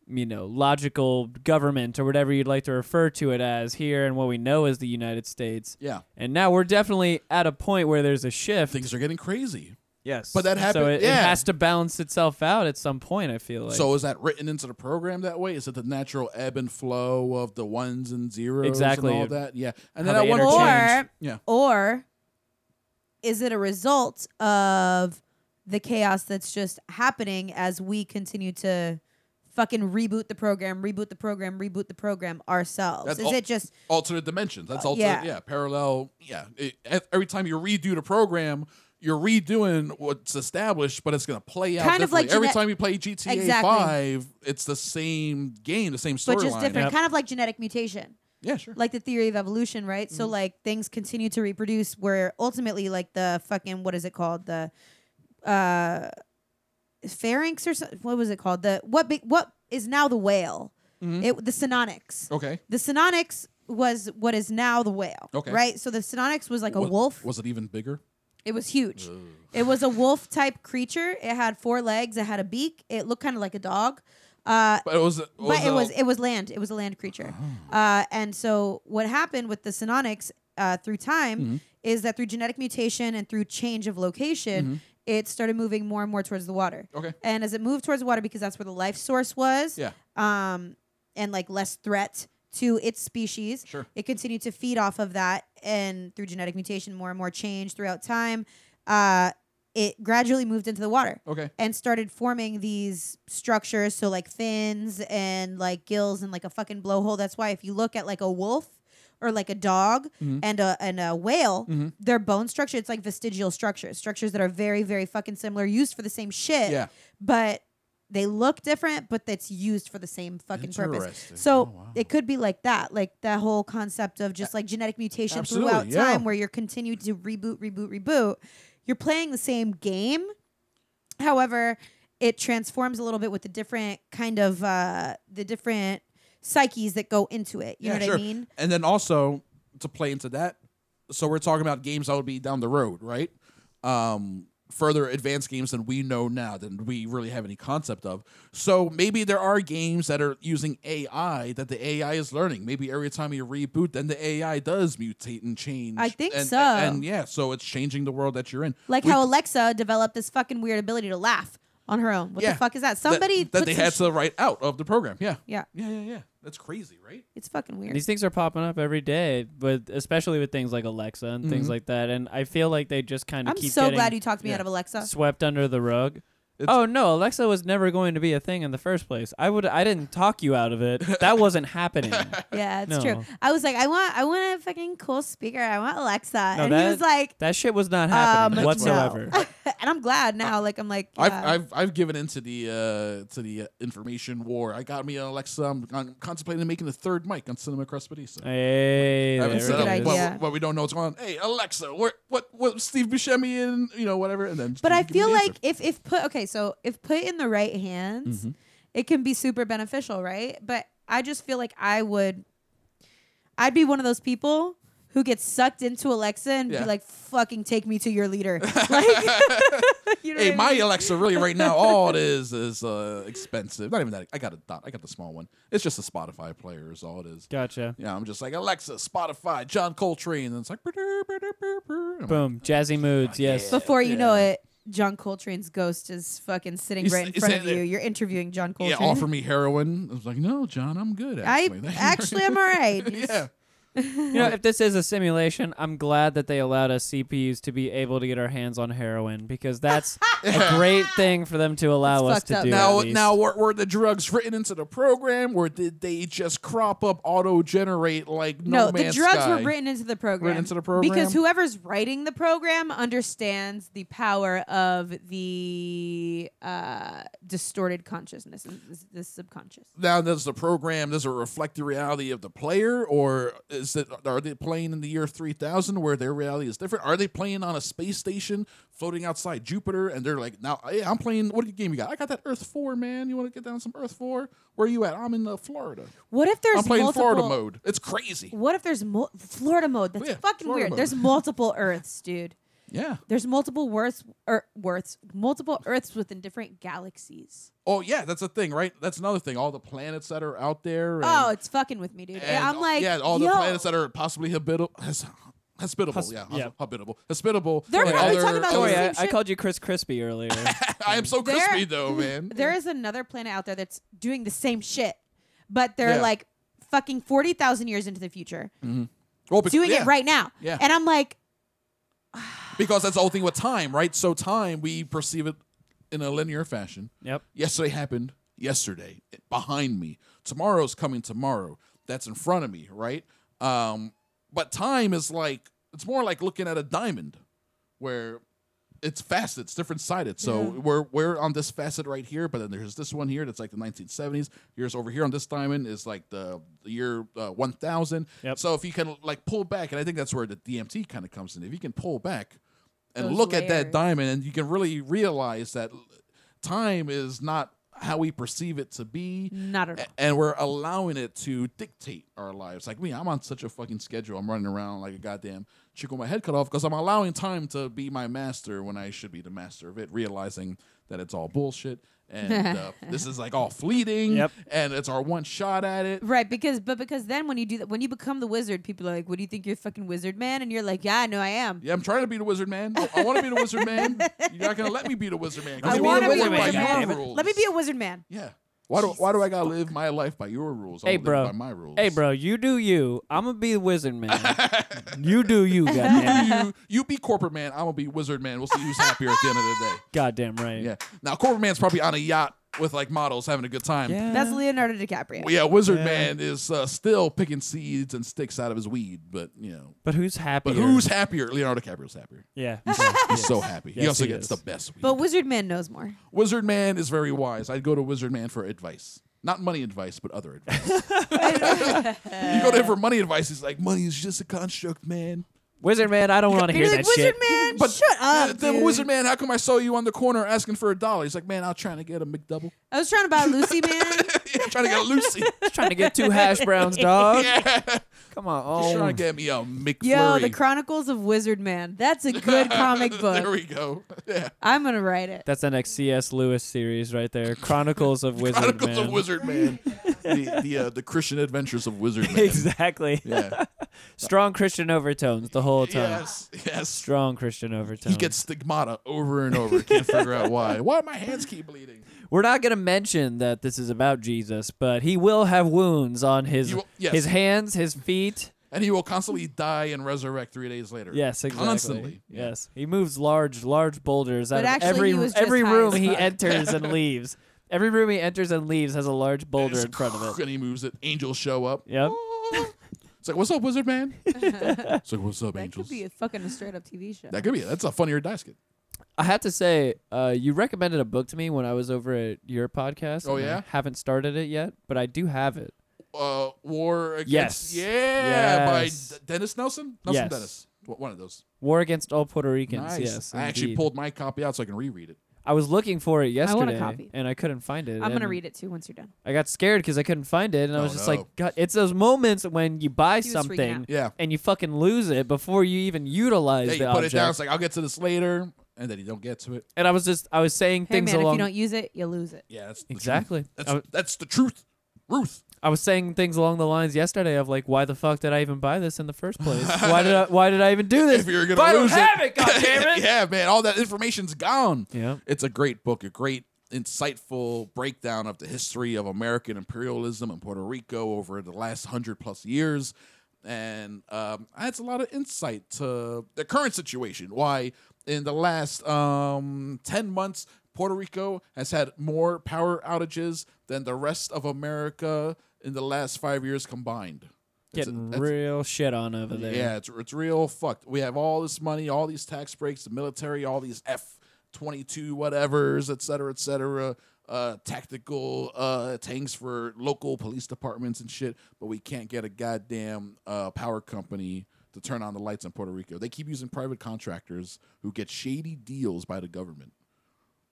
you know, logical government or whatever you'd like to refer to it as here, and what we know as the United States. Yeah. And now we're definitely at a point where there's a shift. Things are getting crazy. yes, but that So happened- it, yeah. it has to balance itself out at some point. I feel like so is that written into the program that way? Is it the natural ebb and flow of the ones and zeros Exactly. and all that? Yeah. And How then I they wonder. interchange. Or, Yeah. or is it a result of the chaos that's just happening as we continue to fucking reboot the program, reboot the program, reboot the program ourselves? That's is all- it just alternate dimensions. That's alternate, yeah. Uh, yeah. parallel, yeah. It- ev- every time you redo the program, you're redoing what's established, but it's going to play out Kind of like differently. every genet- time you play GTA Exactly. Five, it's the same game, the same but just storyline. different, Yep. kind of like genetic mutation? Yeah, sure. like the theory of evolution, right? So Mm-hmm. like things continue to reproduce where ultimately like the fucking what is it called? The uh pharynx or something what was it called? The what be- what is now the whale? Mm-hmm. It the synonyx. Okay. The synonyx was what is now the whale. Okay. Right? So the synonyx was like a Wa- wolf. Was it even bigger? It was huge. It was a wolf type creature. It had four legs, it had a beak, it looked kind of like a dog. Uh But it was. It was but it a- was it was land. It was a land creature. Oh. Uh, and so what happened with the Synonyx uh, through time Mm-hmm. is that through genetic mutation and through change of location, it started moving more and more towards the water. Mm-hmm. Okay. And as it moved towards the water, because that's where the life source was, Yeah. um, and like less threat to its species. Sure. It continued to feed off of that, and through genetic mutation, more and more change throughout time, uh, it gradually moved into the water uh, Okay. and started forming these structures. So like fins and like gills and like a fucking blowhole. That's why if you look at like a wolf or like a dog Mm-hmm. and a and a whale, their bone structure it's like vestigial structures, structures that are very very fucking similar, used for the same shit. Yeah. but. They look different, but that's used for the same fucking purpose. Interesting. So Oh, wow. it could be like that, like that whole concept of just like genetic mutation Absolutely, throughout yeah. time, where you're continued to reboot, reboot, reboot. You're playing the same game, However, it transforms a little bit with the different kind of uh, the different psyches that go into it. You know yeah, what sure. I mean? And then also to play into that, so we're talking about games that would be down the road, right? Um, further advanced games than we know now, than we really have any concept of. So maybe there are games that are using AI that the AI is learning. Maybe every time you reboot, then the AI does mutate and change. I think And- so. And, yeah, so it's changing the world that you're in. Like We- how Alexa developed this fucking weird ability to laugh on her own. What Yeah. the fuck is that? that- Somebody that, put they some had sh- to write out of the program. Yeah. yeah, Yeah, yeah, yeah. That's crazy, right? it's fucking weird. These things are popping up every day, but especially with things like Alexa and things like that. And I feel like they just kind of I'm keep so getting glad you talked me yeah. out of Alexa. swept under the rug. It's- oh no, Alexa was never going to be a thing in the first place. I would I didn't talk you out of it. That wasn't happening. Yeah, it's No. true. I was like, I want, I want a fucking cool speaker. I want Alexa, and that- he was like, That shit was not um, happening no. whatsoever. and I'm glad now. Like I'm like, I've, yeah. I've I've given into the uh, to the uh, information war. I got me an Alexa. I'm, I'm contemplating making a third mic on Cinema Crespedisa. Hey, I haven't there set up, it Good is. but- idea. But, we don't know what's going on. Hey Alexa, where, what what Steve Buscemi and you know whatever, and then But I give me feel the answer. like if if put okay, so if put in the right hands, Mm-hmm. it can be super beneficial, right? But I just feel like I would I'd be one of those people who gets sucked into Alexa and Yeah. be like, fucking take me to your leader. Like you know hey what I my mean? Alexa really right now all it is is uh, expensive. Not even that. I got a dot. I got the small one. It's just a Spotify player is all it is. Gotcha. Yeah, I'm just like Alexa, Spotify, John Coltrane, and it's like. "Ba-da, ba-da, ba-da." I'm like, Boom. Jazzy moods. Yes. before you know it, John Coltrane's ghost is fucking sitting He's- right in he's front sitting of you. there. You're interviewing John Coltrane. Yeah, offer me heroin. I was like, no, John, I'm good. I Actually, Thank you very actually am all right. yeah. You know, if this is a simulation, I'm glad that they allowed us CPUs to be able to get our hands on heroin because that's a great thing for them to allow It's us to fucked up. do. Now, at least. now were, were the drugs written into the program, or did they just crop up, auto generate like No, No, the Man's drugs Sky? were written into the program. Written into the program? because whoever's writing the program understands the power of the uh, distorted consciousness, and this- this subconscious. Now, does the program does it reflect the reality of the player, or is it are they playing in the year three thousand where their reality is different? Are they playing on a space station floating outside Jupiter, and they're like, now hey, I'm playing. What game you got? I got that Earth Four, man. You want to get down some Earth Four? Where are you at? I'm in uh, Florida. What if there's I'm playing multiple? Florida mode. It's crazy. What if there's mul Florida mode? That's Yeah, fucking Florida weird. mode. There's multiple Earths, dude. Yeah. There's multiple worths, er, worths, multiple Earths within different galaxies. Oh yeah, that's a thing, right? That's another thing. All the planets that are out there. And, Oh, it's fucking with me, dude. and, I'm like, yeah, all yo, the planets that are possibly habitable. Has, hospitable, yeah, hos- yeah. habitable, hospitable. They're and probably other- talking about the other- Sorry, same Oh, I, I shit. called you Chris Crispy earlier. I am so There- crispy though, man. there is another planet out there that's doing the same shit, but they're Yeah. like fucking forty thousand years into the future, Well, bec- doing yeah, it right now. Yeah. And I'm like, because that's the whole thing with time, right? So time we perceive it in a linear fashion. yep. Yesterday happened yesterday it- behind me. Tomorrow's coming tomorrow. That's in front of me, right? Um, but time is like it's more like looking at a diamond, where it's facets, different sided. So we're we're on this facet right here, but then there's this one here that's like the 1970s. Here's over here on this diamond is like the, the year uh, 1000. Yep. So if you can like pull back, and I think that's where the DMT kind of comes in. If you can pull back and Those look at that layers. diamond, and you can really realize that l- time is not how we perceive it to be. not at all. A- And we're allowing it to dictate our lives. Like me, I'm on such a fucking schedule. I'm running around like a goddamn chick with my head cut off because I'm allowing time to be my master when I should be the master of it, realizing that it's all bullshit. And uh, this is like all fleeting. Yep. And it's our one shot at it. Right, because but because then when you do that, when you become the wizard, people are like, "What do you think you're a fucking wizard man?" And you're like, "Yeah, I know I am." Yeah, I'm trying to be the wizard man. I- I want to be the wizard man. You're not gonna let me be the wizard man. 'cause I I'm want to gonna be a live by wizard your man. rules. Let me be a wizard man. Yeah. Why do Why do I gotta live my life by your rules? I Hey, live bro. by my rules. Hey, bro, you do you. I'm gonna be the wizard man. you do you, goddamn, You you be corporate man. I'm gonna be wizard man. We'll see who's happier at the end of the day. goddamn right. Yeah. Now corporate man's probably on a yacht with like models having a good time. Yeah. That's Leonardo DiCaprio. Well, yeah. Wizard man is uh, still picking seeds and sticks out of his weed, but you know. But who's happy? But who's happier? Leonardo DiCaprio's happier. Yeah. He's so happy. he Yes, also he gets is. the best weed. But wizard man knows more. Wizard Man is very wise. I'd go to Wizard Man for advice. Not money advice, but other advice. you go to him for money advice, he's like, money is just a construct, man. wizard man, I don't want to You're hear like that wizard shit. man, shut Yeah, up. then dude." Wizard Man, how come I saw you on the corner asking for a dollar? He's like, man, I'll try to get a McDouble. I was trying to buy Lucy man. yeah, trying to get a Lucy. Just trying to get two hash browns, dog. yeah. Come on. He's Oh. trying to get me a McFlurry. Yo, the Chronicles of Wizard Man. That's a good comic there book. we go. Yeah. I'm gonna write it. That's the next C.S. Lewis series right there. Chronicles of Wizard Chronicles Man. of Wizard Man. the the, uh, the Christian adventures of Wizard Man. exactly. Yeah. Strong Christian overtones the whole time. yes. Yes. Strong Christian overtones. He gets stigmata over and over. Can't figure out why. Why my hands keep bleeding? We're not going to mention that this is about Jesus, but he will have wounds on his He will- yes. his hands, his feet. And he will constantly die and resurrect three days later. Yes, exactly. Constantly. Yes, he moves large, large boulders out But of actually, every he was just every high room as he fuck. enters and leaves. Every room he enters and leaves has a large boulder in front of it. And he moves it. Angels show up. Yep. It's like, what's up, Wizard Man? it's like, what's up, That angels? could be a fucking straight up TV show. that could be it. That's a funnier dice kit. I have to say, uh, you recommended a book to me when I was over at your podcast. Oh, and yeah? I haven't started it yet, but I do have it. Uh, War Against. Yes. Yeah. By Yes. D- Dennis Nelson? Nelson Yes. Dennis. W- One of those. War Against All Puerto Ricans. Nice. Yes, I actually indeed. pulled my copy out so I can reread it. I was looking for it I yesterday, want a copy. and I couldn't find it. I'm gonna and read it too once you're done. I got scared because I couldn't find it, and I Oh, was just no. like, God, it's those moments when you buy He was freaking something out. Yeah. and you fucking lose it before you even utilize Yeah, the you put object. it down. It's like, I'll get to this later. And then you don't get to it. and I was just, I was saying Hey things man, if along you don't use it, you lose it. Yeah, that's the truth. exactly. I, That's, w- that's the truth. Ruth. I was saying things along the lines yesterday of like, why the fuck did I even buy this in the first place? why did I, why did I even do this? if you're gonna If I don't lose have it, it, goddammit! yeah, man, all that information's gone. Yeah. it's a great book, a great insightful breakdown of the history of American imperialism in Puerto Rico over the last hundred plus years. and um, adds a lot of insight to the current situation. Why in the last um, ten months, Puerto Rico has had more power outages than the rest of America in the last five years combined. It's a- Getting that's- real shit on over there. yeah, it's, it's real fucked. We have all this money, all these tax breaks, the military, all these F 22 whatevers, et cetera, et cetera, uh, tactical uh, tanks for local police departments and shit, but we can't get a goddamn uh, power company to turn on the lights in Puerto Rico. They keep using private contractors who get shady deals by the government.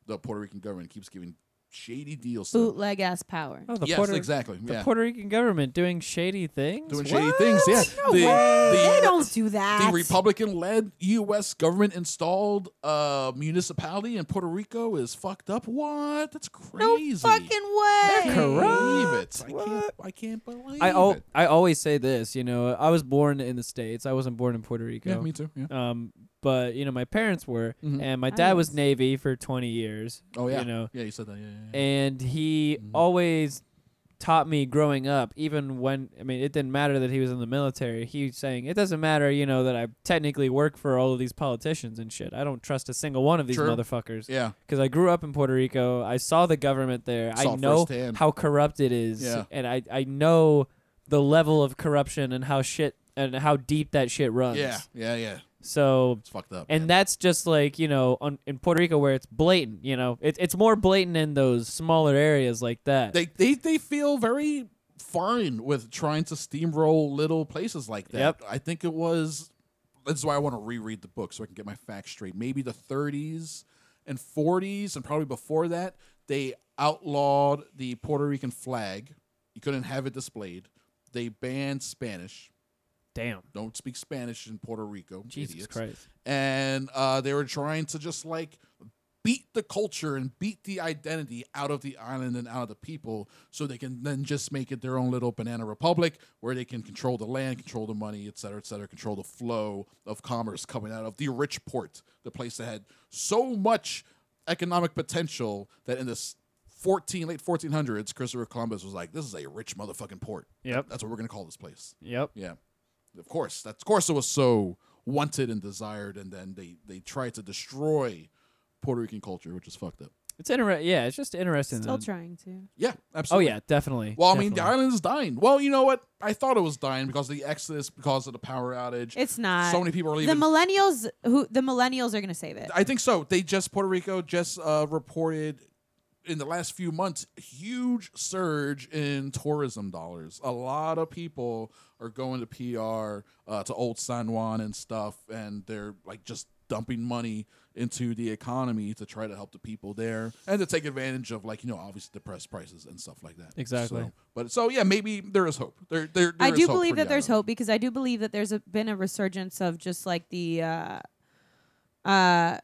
The Puerto Rican government keeps giving shady deals to them. Bootleg ass power. Oh, the Yes, Puerto, exactly. The yeah. Puerto Rican government doing shady things. Doing What? shady things, yeah. The- the- they don't do that. the Republican-led U.S. government-installed uh, municipality in Puerto Rico is fucked up. What? That's no crazy. fucking way. I can't believe it. I can't. What? I can't believe I al- it. I always say this, you know, I was born in the states. I wasn't born in Puerto Rico. Yeah, me too. Yeah. Um, but you know, my parents were, Mhm. and my I dad was was. Navy for 20 years. Oh yeah. You know, Yeah, you said that. Yeah. yeah, Mm-hmm. yeah. and he always taught me growing up even when i mean it didn't matter that he was in the military he was saying it doesn't matter you know that i technically work for all of these politicians and shit i don't trust a single one of these Sure. motherfuckers yeah. because i grew up in puerto rico i saw the government there Saw i know firsthand. how corrupt it is Yeah. and I, I know the level of corruption and how shit and how deep that shit runs Yeah. Yeah. Yeah. so It's fucked up. and man. that's just like you know on, in Puerto Rico where it's blatant. You know, it, it's more blatant in those smaller areas like that. they they they feel very fine with trying to steamroll little places like that. Yep. I think it was. That's why I want to reread the book so I can get my facts straight. Maybe the 30s and 40s, and probably before that, they outlawed the Puerto Rican flag. You couldn't have it displayed. They banned Spanish. Damn, Don't speak Spanish in Puerto Rico. Jesus idiots Christ! and uh, they were trying to just like beat the culture and beat the identity out of the island and out of the people so they can then just make it their own little banana republic where they can control the land control the money et cetera, et cetera, control the flow of commerce coming out of the rich port the place that had so much economic potential that in this 14 late 1400s christopher columbus was like this is a rich motherfucking port Yep. that's what we're going to call this place Yep. yeah, of course. That's of course it was so wanted and desired, and then they they tried to destroy Puerto Rican culture, which is fucked up. It's interesting. Yeah, it's just interesting. Still that- trying to. Yeah, oh absolutely. yeah, definitely. Well, I mean, the definitely. island is dying. Well, you know what? I thought it was dying because of the exodus, because of the power outage. It's not. So many people are the leaving. millennials who the millennials are gonna save it. I think so. They just Puerto Rico just uh, reported in the last few months huge surge in tourism dollars. A lot of people are going to PR uh, to Old San Juan and stuff, and they're like just dumping money into the economy to try to help the people there and to take advantage of like you know obviously depressed prices and stuff like that. Exactly. So- but so yeah, maybe there is hope. There, there, there I is do hope believe for the that there's island. hope because I do believe that there's a, been a resurgence of just like the uh, uh, kind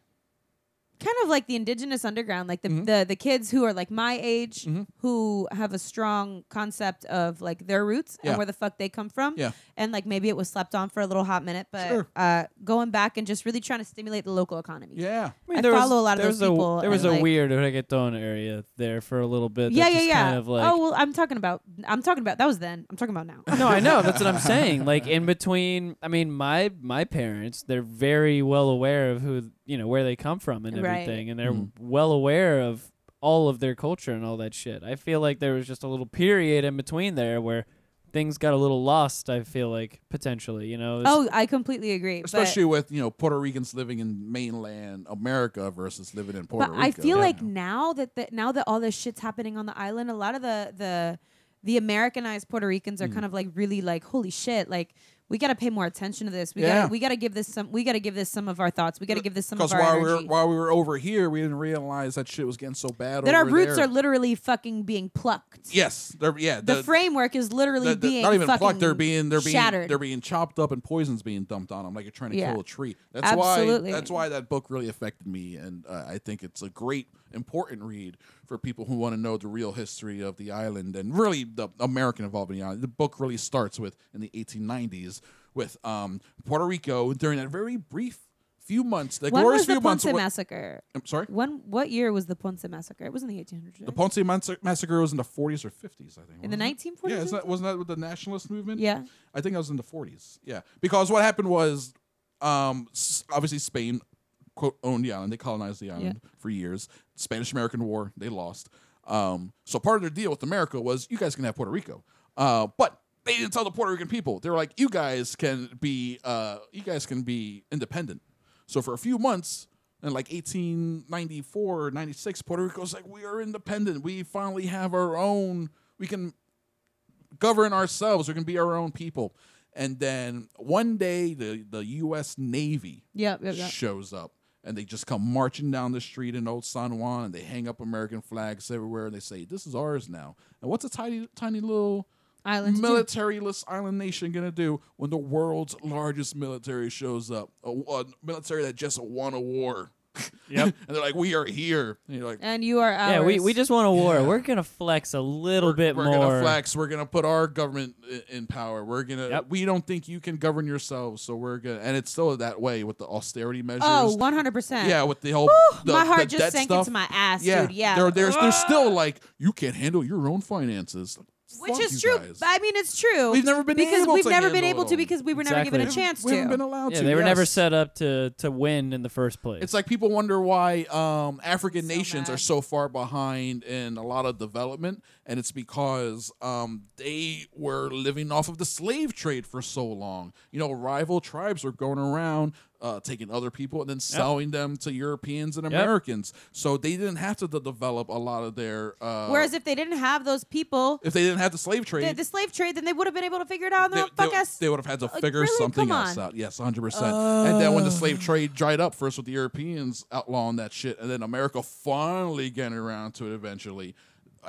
of like the indigenous underground, like the Mm-hmm. the, the kids who are like my age who have a strong concept of like their roots Yeah. and where the fuck they come from. Yeah. And like maybe it was slept on for a little hot minute, but Sure. uh, going back and just really trying to stimulate the local economy. Yeah. I, mean, I there was- follow a lot of there those was people There was and, a like- weird reggaeton area there for a little bit. Yeah, that yeah, just yeah. Kind of like, oh well, I'm talking about. I'm talking about. That was then. I'm talking about now. no, I know. That's what I'm saying. Like in between, I mean, my my parents, they're very well aware of who you know where they come from and Right. everything, and they're Mm-hmm. well aware of all of their culture and all that shit. I feel like there was just a little period in between there where things got a little lost. I feel like potentially, you know. It's- oh, I completely agree. but- especially with you know Puerto Ricans living in mainland America versus living in Puerto but Rico. I feel like now that the, now that all this shit's happening on the island, a lot of the the the Americanized Puerto Ricans Hmm. are kind of like really like holy shit, like we got to pay more attention to this. We Yeah. got to we got to give this some we got to give this some of our thoughts. We got to give this some of because our while we were energy. while we were over here, we didn't realize that shit was getting so bad. that our over roots there. are literally fucking being plucked. yes, they're yeah the, framework is literally the- the- being not even fucking plucked. They're being they're being shattered. they're being chopped up and poisons being dumped on them like you're trying to Yeah. kill a tree. That's Absolutely. why that's why that book really affected me, and uh, I think it's a great important read for people who want to know the real history of the island and really the American involvement in the island. The book really starts with in the 1890s with um, Puerto Rico during that very brief few months, the when glorious was the few months. Ponce were- massacre? I'm sorry. When what year was the Ponce massacre? It was in the 1800s. The Ponce Massa- massacre was in the 40s or 50s, I think. in the wasn't it? 1940s. Yeah, is that wasn't that with the nationalist movement? Yeah. I think I was in the 40s. Yeah, because what happened was, um, s- obviously Spain quote owned the island. They colonized the island for years. Spanish American War, they lost. Um, so part of their deal with America was you guys can have Puerto Rico, uh, but they didn't tell the Puerto Rican people. They were like, you guys can be, uh, you guys can be independent. So for a few months. In like 1894 or 96, Puerto Rico's like, we are independent. We finally have our own. We can govern ourselves. We can be our own people. And then one day, the, the U.S. Navy Yep, yep, yep. shows up and they just come marching down the street in old San Juan and they hang up American flags everywhere and they say, This is ours now. And what's a tiny, tiny little Island. militaryless island nation going to do when the world's largest military shows up? A, a military that just won a war. Yep. and they're like, We are here. And you're like, and you are ours. Yeah, we, we just want a war. We're gonna flex a little bit we're more. gonna flex. We're gonna put our government i- in power. We're gonna. Yep. We don't think you can govern yourselves, so we're gonna. And it's still that way with the austerity measures. Oh, 100%. yeah, with the whole. the- my the heart just debt sank stuff. into my ass, yeah, dude. Yeah. They're, they're, they're still like you can't handle your own finances, Which Fuck is you true. guys. I mean, it's true. We've never been because able we've to never been handle able to them. because we were never given a Exactly. chance we haven't been to. allowed yeah, to. they were never yes. set up to to win in the first place. It's like people wonder why um, African nations mad. are so far behind in a lot of development, and it's because um, they were living off of the slave trade for so long. You know, rival tribes were going around uh, taking other people and then selling them to Europeans and Americans, so they didn't have to de- develop a lot of their. Uh, Whereas if they didn't have those people, if they didn't have the slave trade, the, the slave trade, then they would have been able to figure it out on they, their own fuck they- ass. they would have had to Like, figure really? something Come else on. out. Yes, 100%. and then when the slave Uh. trade dried up, first with the Europeans outlawing that shit, and then America finally getting around to it eventually.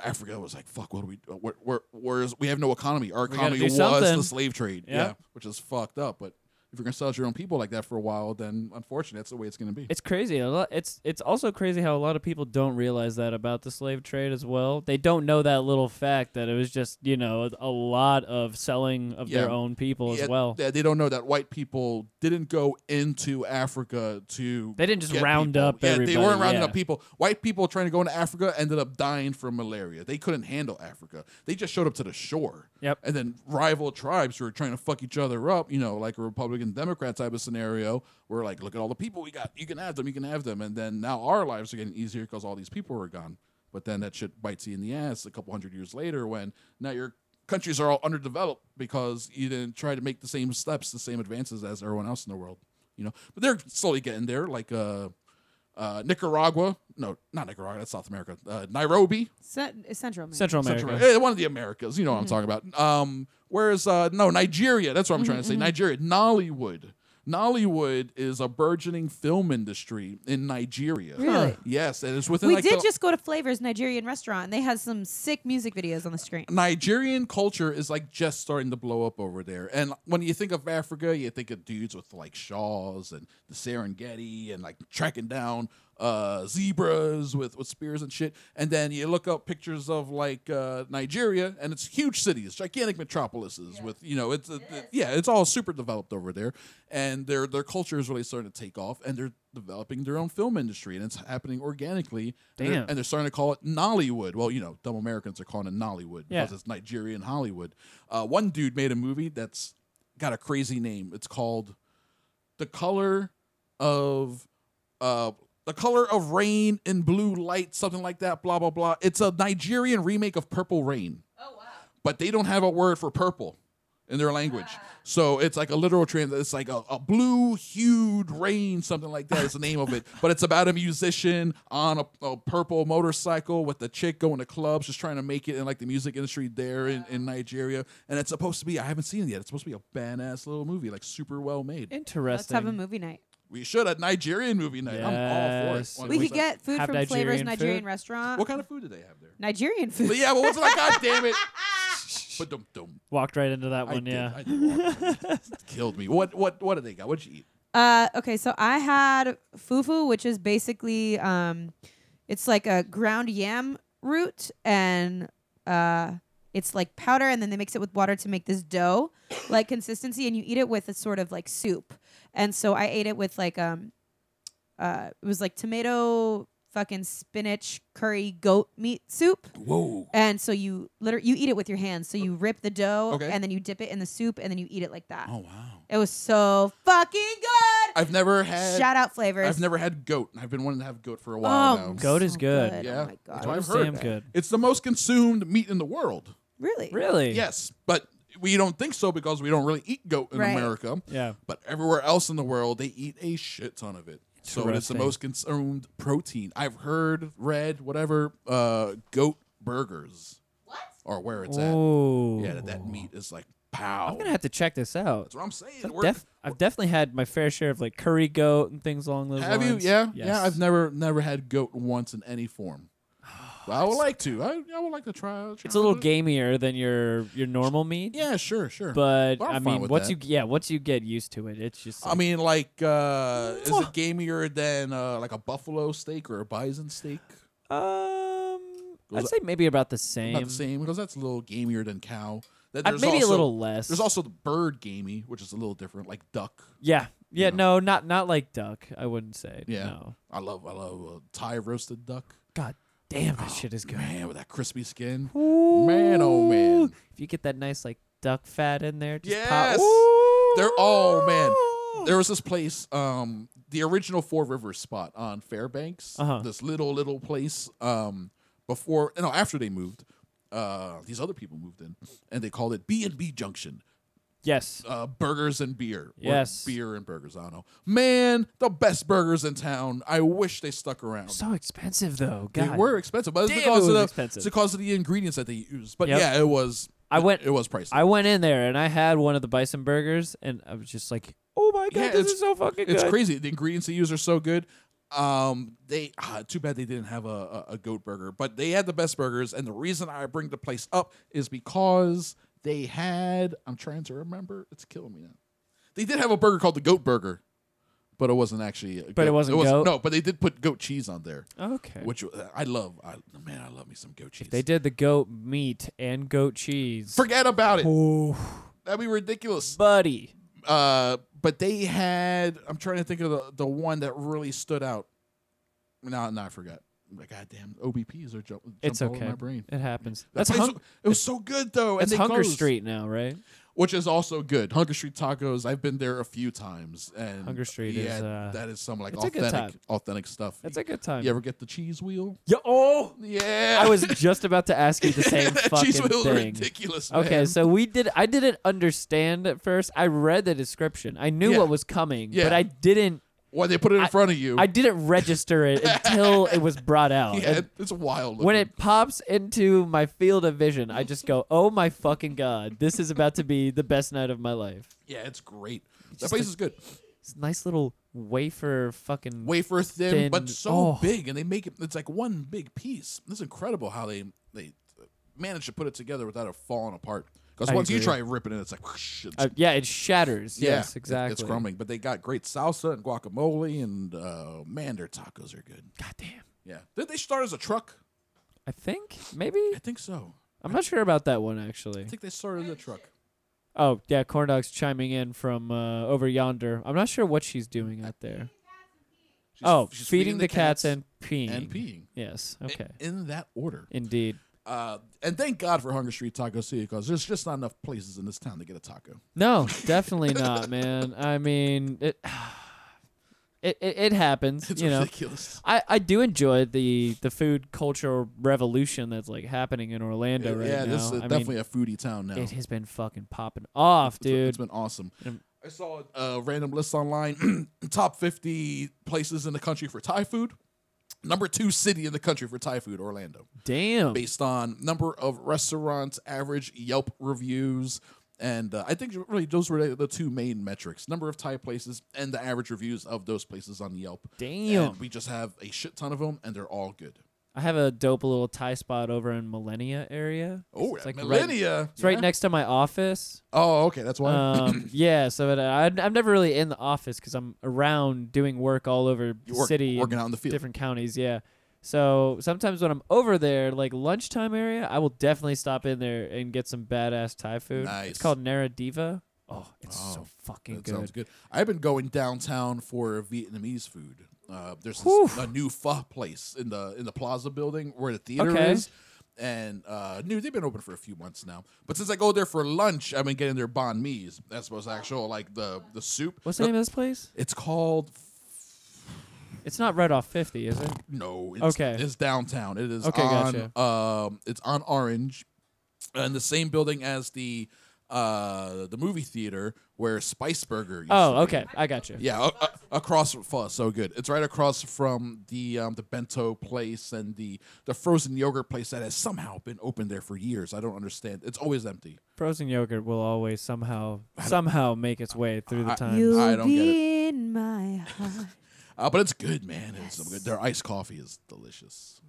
Africa was like, "Fuck, what do we? uh, Where, where, where's we have no economy? Our gotta economy do was something." the slave trade, Yeah. which is fucked up. But if you're gonna sell it to your own people like that for a while, then unfortunately, that's the way it's gonna be. It's crazy. A lot, it's it's also crazy how a lot of people don't realize that about the slave trade as well. They don't know that little fact that it was just you know a lot of selling of their Yeah. own people Yeah, as well. yeah, they don't know that white people didn't go into Africa to. They didn't just get round people. up Yeah, everybody, they weren't rounding yeah. up people. White people trying to go into Africa ended up dying from malaria. They couldn't handle Africa. They just showed up to the shore. Yep. And then rival tribes who were trying to fuck each other up, you know, like a Republican Democrat type of scenario, where like, look at all the people we got. You can have them. You can have them. And then now our lives are getting easier because all these people are gone. But then that shit bites you in the ass a couple hundred years later when now your countries are all underdeveloped because you didn't try to make the same steps, the same advances as everyone else in the world. You know, but they're slowly getting there. Like uh, uh, Nicaragua, no, not Nicaragua, that's South America. Uh, Nairobi, Cent- Central America. Mm-hmm. Central America. Central America. Eh, one of the Americas. You know what I'm talking about. Um, whereas uh, no, Nigeria. That's what I'm trying to Mm-hmm, say. Nigeria, Nollywood. Nollywood is a burgeoning film industry in Nigeria. Really? Yes, and it's within We like did the- just go to Flavors Nigerian restaurant, and they had some sick music videos on the screen. Nigerian culture is like just starting to blow up over there. And when you think of Africa, you think of dudes with like shawls and the Serengeti and like tracking down uh, zebras with, with spears and shit. And then you look up pictures of like uh, Nigeria and it's huge cities, gigantic metropolises with, you know, it's, it- it- yeah, it's all super developed over there. And their, their culture is really starting to take off and they're developing their own film industry and it's happening organically. And they're- Damn. and and they're starting to call it Nollywood. Well, you know, dumb Americans are calling it Nollywood Yeah. because it's Nigerian Hollywood. Uh, one dude made a movie that's got a crazy name. It's called "The Color of uh, The Color of Rain in Blue Light," something like that. Blah blah blah. It's a Nigerian remake of Purple Rain. Oh wow! But they don't have a word for purple in their language. So it's like a literal trans. It's like a, a blue hued rain, something like that is the name of it. But it's about a musician on a, a purple motorcycle with a chick going to clubs, just trying to make it in like the music industry there in, in Nigeria. And it's supposed to be, I haven't seen it yet. It's supposed to be a badass little movie, like super well made. Let's Interesting. have a movie night. We should a Nigerian movie night. I'm all for Yes. it. We Wait, could get food Have from Flavors Nigerian Nigerian food? restaurant. What kind of food do they have there? Nigerian food. But yeah, but what's it like? God damn it! But dum dum. Walked right into that I one. did. yeah. I did walk. It killed me. What what what do they got? What'd you eat? Uh, okay, so I had fufu, which is basically um, it's like a ground yam root, and uh, it's like powder, and then they mix it with water to make this dough like consistency, and you eat it with a sort of like soup. And so I ate it with like um, uh, it was like tomato fucking spinach curry goat meat soup. Whoa. And so you literally you eat it with your hands. So you rip the dough Okay. and then you dip it in the soup and then you eat it like that. Oh wow. It was so fucking good. I've never had. Shout out Oh, flavors. I've never had goat, and I've been wanting to have goat for a while now. Goat is good. Yeah. Oh my god. That's what I've Goat's heard. damn good. It's the most consumed meat in the world. Really? Really? Yes, but we don't think so because we don't really eat goat in Right. America. Yeah. But everywhere else in the world, they eat a shit ton of it. So it's the Interesting. most consumed protein. I've heard, read, whatever, uh, goat burgers. What? Or where it's Oh. at. Yeah, that, oh. that meat is like pow. I'm gonna have to check this out. That's what I'm saying. I've, We're- def- I've definitely had my fair share of like curry goat and things along those have you? lines. Yeah, Yes. yeah. I've never, never had goat once in any form. But I would like to. I, I would like to try. try It's a little it. gamier than your your normal meat. Yeah, sure, sure. But Well, I'm I fine mean, with once that. you yeah, once you get used to it, it's just. I mean, like, uh, is it gamier than uh, like a buffalo steak or a bison steak? um, I'd Goes- say maybe about the same. Not the same because that's a little gamier than cow. That Uh, there's maybe also- a little less. There's also the bird gamey, which is a little different, like duck. yeah, yeah, Yeah. no, not not like duck. I wouldn't say. Yeah, No. I love I love uh, Thai roasted duck. God damn, that shit is good. Man, with that crispy skin. Man, oh man. If you get that nice like duck fat in there, just Yes! pop. Ooh. They're oh man. There was this place, um, the original Four Rivers spot on Fairbanks. Uh-huh. This little little place. Um, before no, after they moved, uh, these other people moved in, and they called it B and B Junction. yes. Uh, burgers and beer. Or Yes. beer and burgers. I don't know. Man, the best burgers in town. I wish they stuck around. So expensive though. God. They were expensive, but it's damn, because it was of the expensive. it's because of the ingredients that they used. But Yep. yeah, it was. I went- It was pricey. I went in there and I had one of the bison burgers and I was just like, oh my god, Yeah, this it's- is so fucking good. It's crazy. The ingredients they use are so good. Um, they ah, too bad they didn't have a, a, a goat burger, but they had the best burgers. And the reason I bring the place up is because they had. I'm trying to remember. It's killing me now. They did have a burger called the Goat Burger, but it wasn't actually. A But it wasn't goat? No, but they did put goat cheese on there, Okay. which uh, I love. I, man, I love me some goat cheese. They did the goat meat and goat cheese. Forget about it. Oh, That'd be ridiculous. buddy. Uh, but they had. I'm trying to think of the, the one that really stood out. No, no, I forgot. My goddamn OBPs are jump, jumping It's all over okay. my brain. It happens. That That's place- hung- it was so good though. that's and they Hunger closed, Street now, right? which is also good. Hunger Street tacos. I've been there a few times, and Hunger Street is, yeah, uh, that is some like it's a good authentic, time. authentic stuff. That's a good time. You ever get the cheese wheel? Yo- oh, Yeah, I was just about to ask you the same that fucking cheese wheel thing. is ridiculous. Okay, man. so we did. I didn't understand at first. I read the description. I knew Yeah. what was coming, but Yeah. I didn't. when they put it in I- front of you, I didn't register it until it was brought out. yeah, And it's wild. when looking. it pops into my field of vision, I just go, "Oh my fucking god! This is about to be the best night of my life." yeah, it's great. That just place a- is good. It's a nice little wafer fucking. wafer thin, Thin. but so Oh. big, and they make it. It's like one big piece. It's incredible how they they manage to put it together without it falling apart. Because I once you agree. try ripping it, it's like whoosh, it's- Uh, yeah, it shatters. yeah, yes, it- exactly. It's crumbling, but they got great salsa and guacamole, and uh, man, their tacos are good. God damn. Yeah, did they start as a truck? I think maybe I think so. I'm not sure about that one actually. I think they started as a truck. Oh yeah, corn dog's chiming in from uh, over yonder. I'm not sure what she's doing out there. She's- oh, she's feeding, the cats, and peeing. and peeing. Yes. I- Okay. in that order. Indeed. Uh, and thank God for Hunger Street Taco City because there's just not enough places in this town to get a taco. No, definitely not, man. I mean, it it it, it happens. It's you know. ridiculous. I, I do enjoy the, the food culture revolution that's like happening in Orlando right yeah, now. this is I mean, definitely a foodie town now. it has been fucking popping off, It's- dude. It's been awesome. Um, I saw a random list online top 50 places in the country for Thai food. Number two city in the country for Thai food, Orlando, Damn. based on number of restaurants, average Yelp reviews. And uh, I think really those were the two main metrics number of Thai places and the average reviews of those places on Yelp. Damn. And we just have a shit ton of them, and they're all good. I have a dope little Thai spot over in Millennia area. Oh, it's yeah, like Right, Millennia. it's right yeah. next to my office. Oh, okay. That's why. Um, yeah, so it, I, I'm never really in the office because I'm around doing work all over you work, city, and working out in the field. different counties. Yeah. So sometimes when I'm over there, like lunchtime area, I will definitely stop in there and get some badass Thai food. Nice. It's called Nara Diva. Oh, it's so fucking That good. sounds good. I've been going downtown for Vietnamese food. Uh, there's this- a new pho place in the in the Plaza building where the theater Okay. is. And uh, new, they've been open for a few months now. But since I go there for lunch, I've been getting their banh mi's. That's what's actual like the the soup. What's the name of this place? It's called It's not right off 50, is it? no. It's, Okay. it's downtown. It is Okay, on um, it's on Orange, in the same building as the uh the movie theater where Spice Burger. Used to Oh, be. okay. I got you. Yeah, a- a- across Pho, so good. It's right across from the um, the bento place and the the frozen yogurt place that has somehow been open there for years. I don't understand. It's always empty. Frozen yogurt will always somehow somehow make its way through the I- time. You'll I don't be get in my heart. Uh, but it's good, man. It's so good. Their iced coffee is delicious.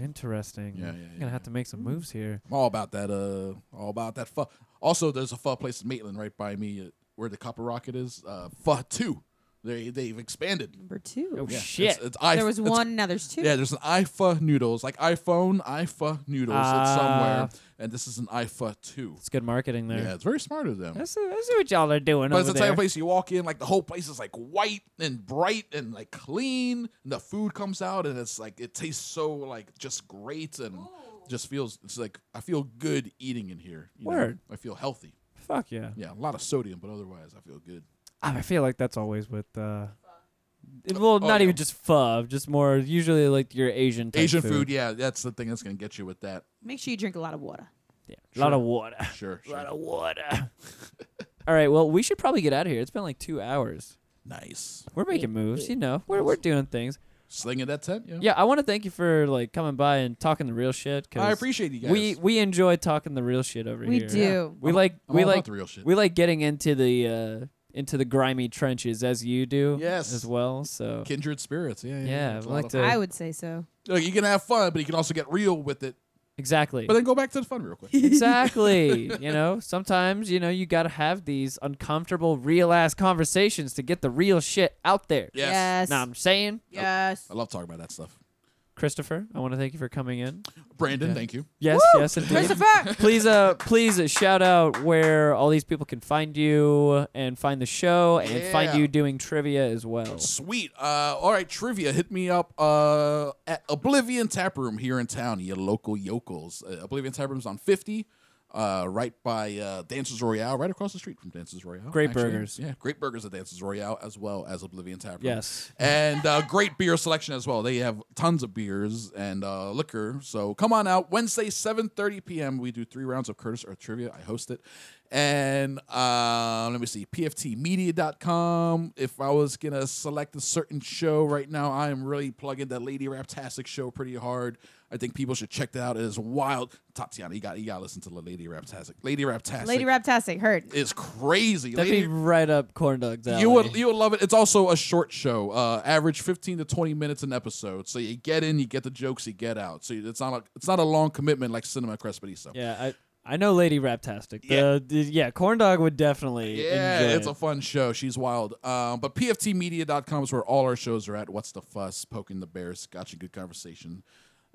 Interesting. Yeah, yeah, I'm yeah, gonna have to make some moves here. I'm all about that. Uh, all about that pho. Also, there's a pho place in Maitland right by me, uh, where the Copper Rocket is. Uh, pho two. They they've expanded. Number two. Oh Yeah, shit! It's, it's I, there was it's- one. Now there's two. Yeah, there's an IFA noodles, like iPhone, IFA noodles. Uh, it's Ah. somewhere, and this is an IFA two. It's good marketing there. Yeah, it's very smart of them. I, see, I see what y'all are doing but over it's the there. type of place you walk in, like the whole place is like white and bright and like clean. And the food comes out and it's like it tastes so like just great and just feels it's like I feel good eating in here. you know? Word. I feel healthy. Fuck yeah. Yeah, a lot of sodium, but otherwise I feel good. I I feel like that's always with. Uh, it- well, Oh, not yeah. even just pho, just more usually like your Asian type Asian food. food. yeah, that's the thing that's gonna get you with that. Make sure you drink a lot of water. Yeah, a lot of water. Sure, A lot sure. of water. All right, well, we should probably get out of here. It's been like two hours. Nice. We're making moves, you know. We're we're doing things. Slinging that tent, yeah. Yeah, I want to thank you for like coming by and talking the real shit. 'cause I appreciate you guys. We we enjoy talking the real shit over We here. do. Yeah. We like I'm we all about like the real shit. we like getting into the uh into the grimy trenches as you do. Yes. As well. So kindred spirits. Yeah, yeah. Yeah, It's a I'd lot like of to- fun. Yeah. I would say so. Look, you can have fun, but you can also get real with it. exactly. But then go back to the fun real quick. exactly. you know, sometimes you know you gotta have these uncomfortable, real ass conversations to get the real shit out there. Yes. Yes. Now I'm saying, Yes. I love talking about that stuff. Christopher, I want to thank you for coming in. Brandon, Yeah. thank you. Yes, yes, indeed. Christopher. please uh please uh, shout out where all these people can find you and find the show and find Yeah. you doing trivia as well. Sweet. Uh, all right, trivia. Hit me up uh, at Oblivion Tap Room here in town, you local yokels. Uh, Oblivion Tap Room's on 50, uh, right by uh, Dancers Royale, right across the street from Dancers Royale. Great burgers. Yeah, great burgers at Dancers Royale as well as Oblivion Tap Room. Yes. And uh, great beer selection as well. They have tons of beers and uh, liquor. So come on out Wednesday, 7.30 p.m. We do three rounds of Curtis Earth Trivia. I host it. And uh, let me see, pftmedia.com. If I was going to select a certain show right now, I am really plugging that Lady Raptastic show pretty hard. I think people should check that out. It is wild. Tatiana, you got you got to listen to the Lady Raptastic. Lady Raptastic Lady Raptastic. Heard. is crazy. That'd Lady be right up corn dogs. Alley. you would you would love it. It's also a short show, uh, average fifteen to twenty minutes an episode. So you get in, you get the jokes, you get out. So it's not a, it's not a long commitment like Cinema Crespediso. yeah, I I know Lady Raptastic. Yeah. Yeah, the, yeah, corn dog would definitely. Yeah, enjoy it's a it. fun show. She's wild. Um, but pftmedia.com is where all our shows are at. What's the fuss? Poking the bears. Gotcha. Good conversation.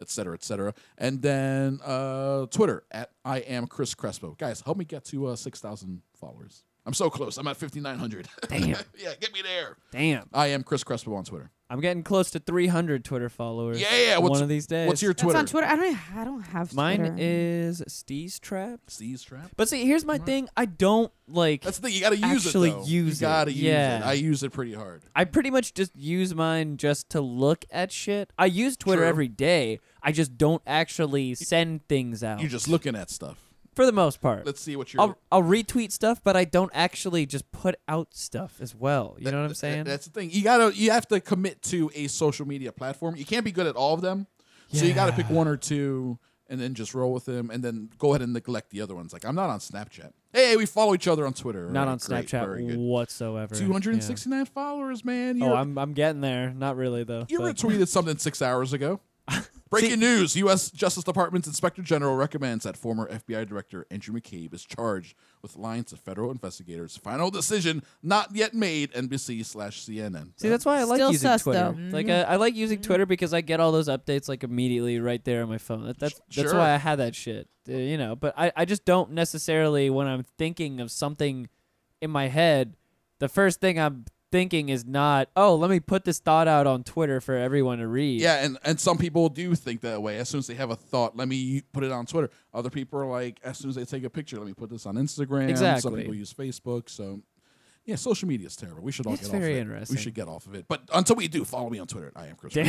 Et cetera, et cetera. And then uh, Twitter at I am Chris Crespo. Guys, help me get to uh, six thousand followers. I'm so close. I'm at fifty nine hundred. Damn. yeah, get me there. damn. I am Chris Crespo on Twitter. I'm getting close to 300 Twitter followers. Yeah, yeah. What's, one of these days. What's your That's Twitter? on Twitter. I don't. I don't have. Mine Twitter. is Steez Trap. Seize trap. But see, here's my thing. I don't like. That's the thing. You gotta use Actually it. though. use it. you gotta use Yeah. it. I use it pretty hard. I pretty much just use mine just to look at shit. I use Twitter True. every day. I just don't actually send things out. You're just looking at stuff. for the most part. Let's see what you're. I'll, I'll retweet stuff, but I don't actually just put out stuff as well. You know what I'm saying? That's the thing. You gotta. You have to commit to a social media platform. You can't be good at all of them. So you gotta pick one or two, and then just roll with them, and then go ahead and neglect the other ones. Like I'm not on Snapchat. Hey, we follow each other on Twitter. Not Alright, on great, very Snapchat good. whatsoever. Yeah. 269 followers, man. You're, Oh, I'm I'm getting there. Not really though. You but- retweeted something six hours ago. Breaking news U.S. Justice Department's Inspector General recommends that former FBI Director Andrew McCabe is charged with lying to federal investigators. Final decision not yet made, NBC slash CNN. See, that's why I like Still using sus, Twitter. though. Mm-hmm. Like I, I like using Twitter because I get all those updates like immediately right there on my phone. That, that's that's Sure. why I had that shit. uh, you know, but I, I just don't necessarily when I'm thinking of something in my head, the first thing I'm thinking is not, oh, let me put this thought out on Twitter for everyone to read. Yeah, and, and some people do think that way. As soon as they have a thought, let me put it on Twitter. Other people are like, as soon as they take a picture, let me put this on Instagram. Some Exactly. people use Facebook. So, yeah, social media is terrible. We should all It's get off very of interesting. it. We should get off of it. But until we do, follow me on Twitter. at I am Chris. Brown.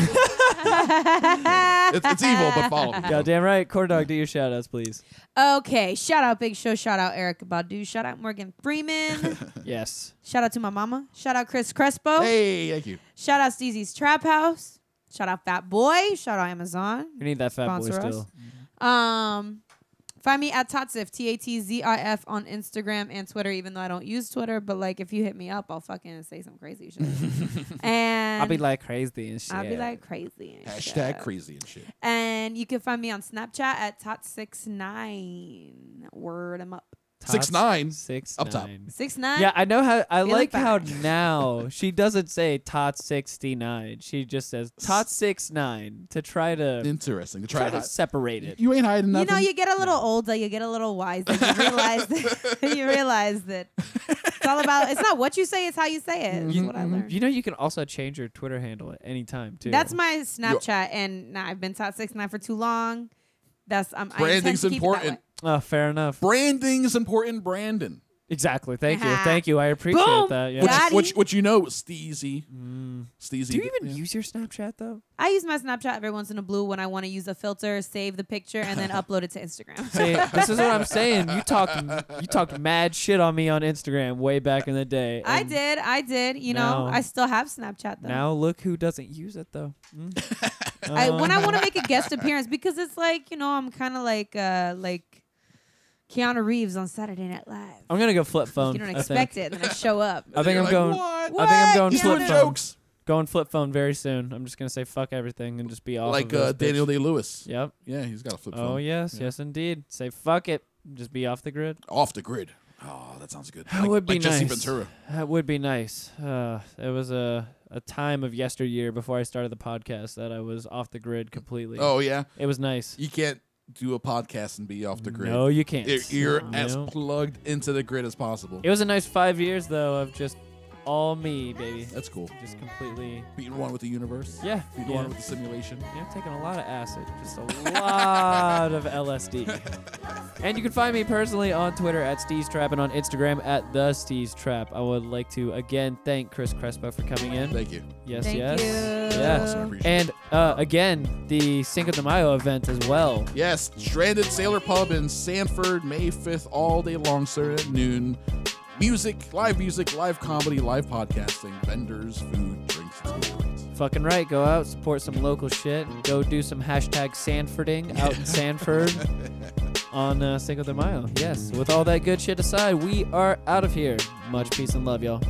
Ah, it's, it's evil, but follow me. Goddamn right, Corn Dog, do your shout outs, please. Okay, shout out Big Show, shout out Eric Badu, shout out Morgan Freeman, Yes. shout out to my mama, shout out Chris Crespo, Hey, thank you. shout out Steezy's Trap House, shout out Fat Boy, shout out Amazon. We need that fat boy Sponsor us. still. Um, find me at Totzif, T A T Z I F on Instagram and Twitter, even though I don't use Twitter. But like, if you hit me up, I'll fucking say some crazy shit. and I'll be like crazy and shit. I'll be like crazy. And Hashtag shit. crazy and shit. And you can find me on Snapchat at Tot69. Word em up. Top Six nine. Six Up top. nine. Six nine. Yeah, I know how. I Feeling like how fine. now she doesn't say tot sixty nine. She just says tot six nine to try to Interesting. To try try to to separate it. you ain't hiding you nothing. know, you get a little older, you get a little wiser. You realize that you realize that it's all about. It's not what you say; it's how you say it. Is You- mm-hmm. what I learned. You know, you can also change your Twitter handle at any time too. That's my Snapchat, and nah, I've been top six nine for too long. That's um, I intend Branding's to keep it that important. way. Oh, fair enough. Branding's important, Brandon. Exactly. Thank you. Thank you. I appreciate Uh-huh. Boom. that. Yeah. Mm. Which- Which, Daddy. which, which you know, Steezy. Steezy. Do you even yeah. use your Snapchat though? I use my Snapchat every once in a blue when I want to use a filter, save the picture, and then upload it to Instagram. See, this is what I'm saying. You talked you talked mad shit on me on Instagram way back in the day. I and did, I did. You know, now- I still have Snapchat though. Now look who doesn't use it though. Mm. I, Um, when I want to make a guest appearance because it's like you know I'm kind of like uh like Keanu Reeves on Saturday Night Live. I'm gonna go flip phone. you don't I expect think. it, and then I show up. I think You're I'm like, going. What? I think I'm going He's flip doing phone. jokes. Going flip phone very soon. I'm just gonna say fuck everything and just be off. Like of uh, this Oh, bitch. Daniel Day Lewis. Yep. Yeah, he's got a flip phone. Oh yes, Yeah. yes indeed. Say fuck it. Just be off the grid. Off the grid. Oh, that sounds good. That like, would be like Jesse nice. Ventura. That would be nice. Uh, it was a a time of yesteryear before I started the podcast that I was off the grid completely. Oh yeah, it was nice. you can't do a podcast and be off the grid. No, you can't. You're, you're as No. plugged into the grid as possible. It was a nice five years though of just all me, baby. That's cool. Just completely. Being one with the universe. Yeah. Being yeah. one with the simulation. Yeah, I'm taking a lot of acid, just a lot of LSD. And you can find me personally on Twitter at Steez Trap and on Instagram at the Steez Trap. I would like to again thank Chris Crespo for coming in. Thank you. Yes, Thank yes, you. Awesome. I yeah. appreciate it. And uh, again, the Cinco de Mayo event as well. Yes, Stranded Sailor Pub in Sanford, May 5th, all day long, starting at noon. Music, live music, live comedy, live podcasting, vendors, food, drinks. It's gonna be great. Fucking right, go out, support some local shit, and go do some hashtag Sanfording out in Sanford on uh, Cinco de Mayo. Yes, with all that good shit aside, we are out of here. Much peace and love, y'all.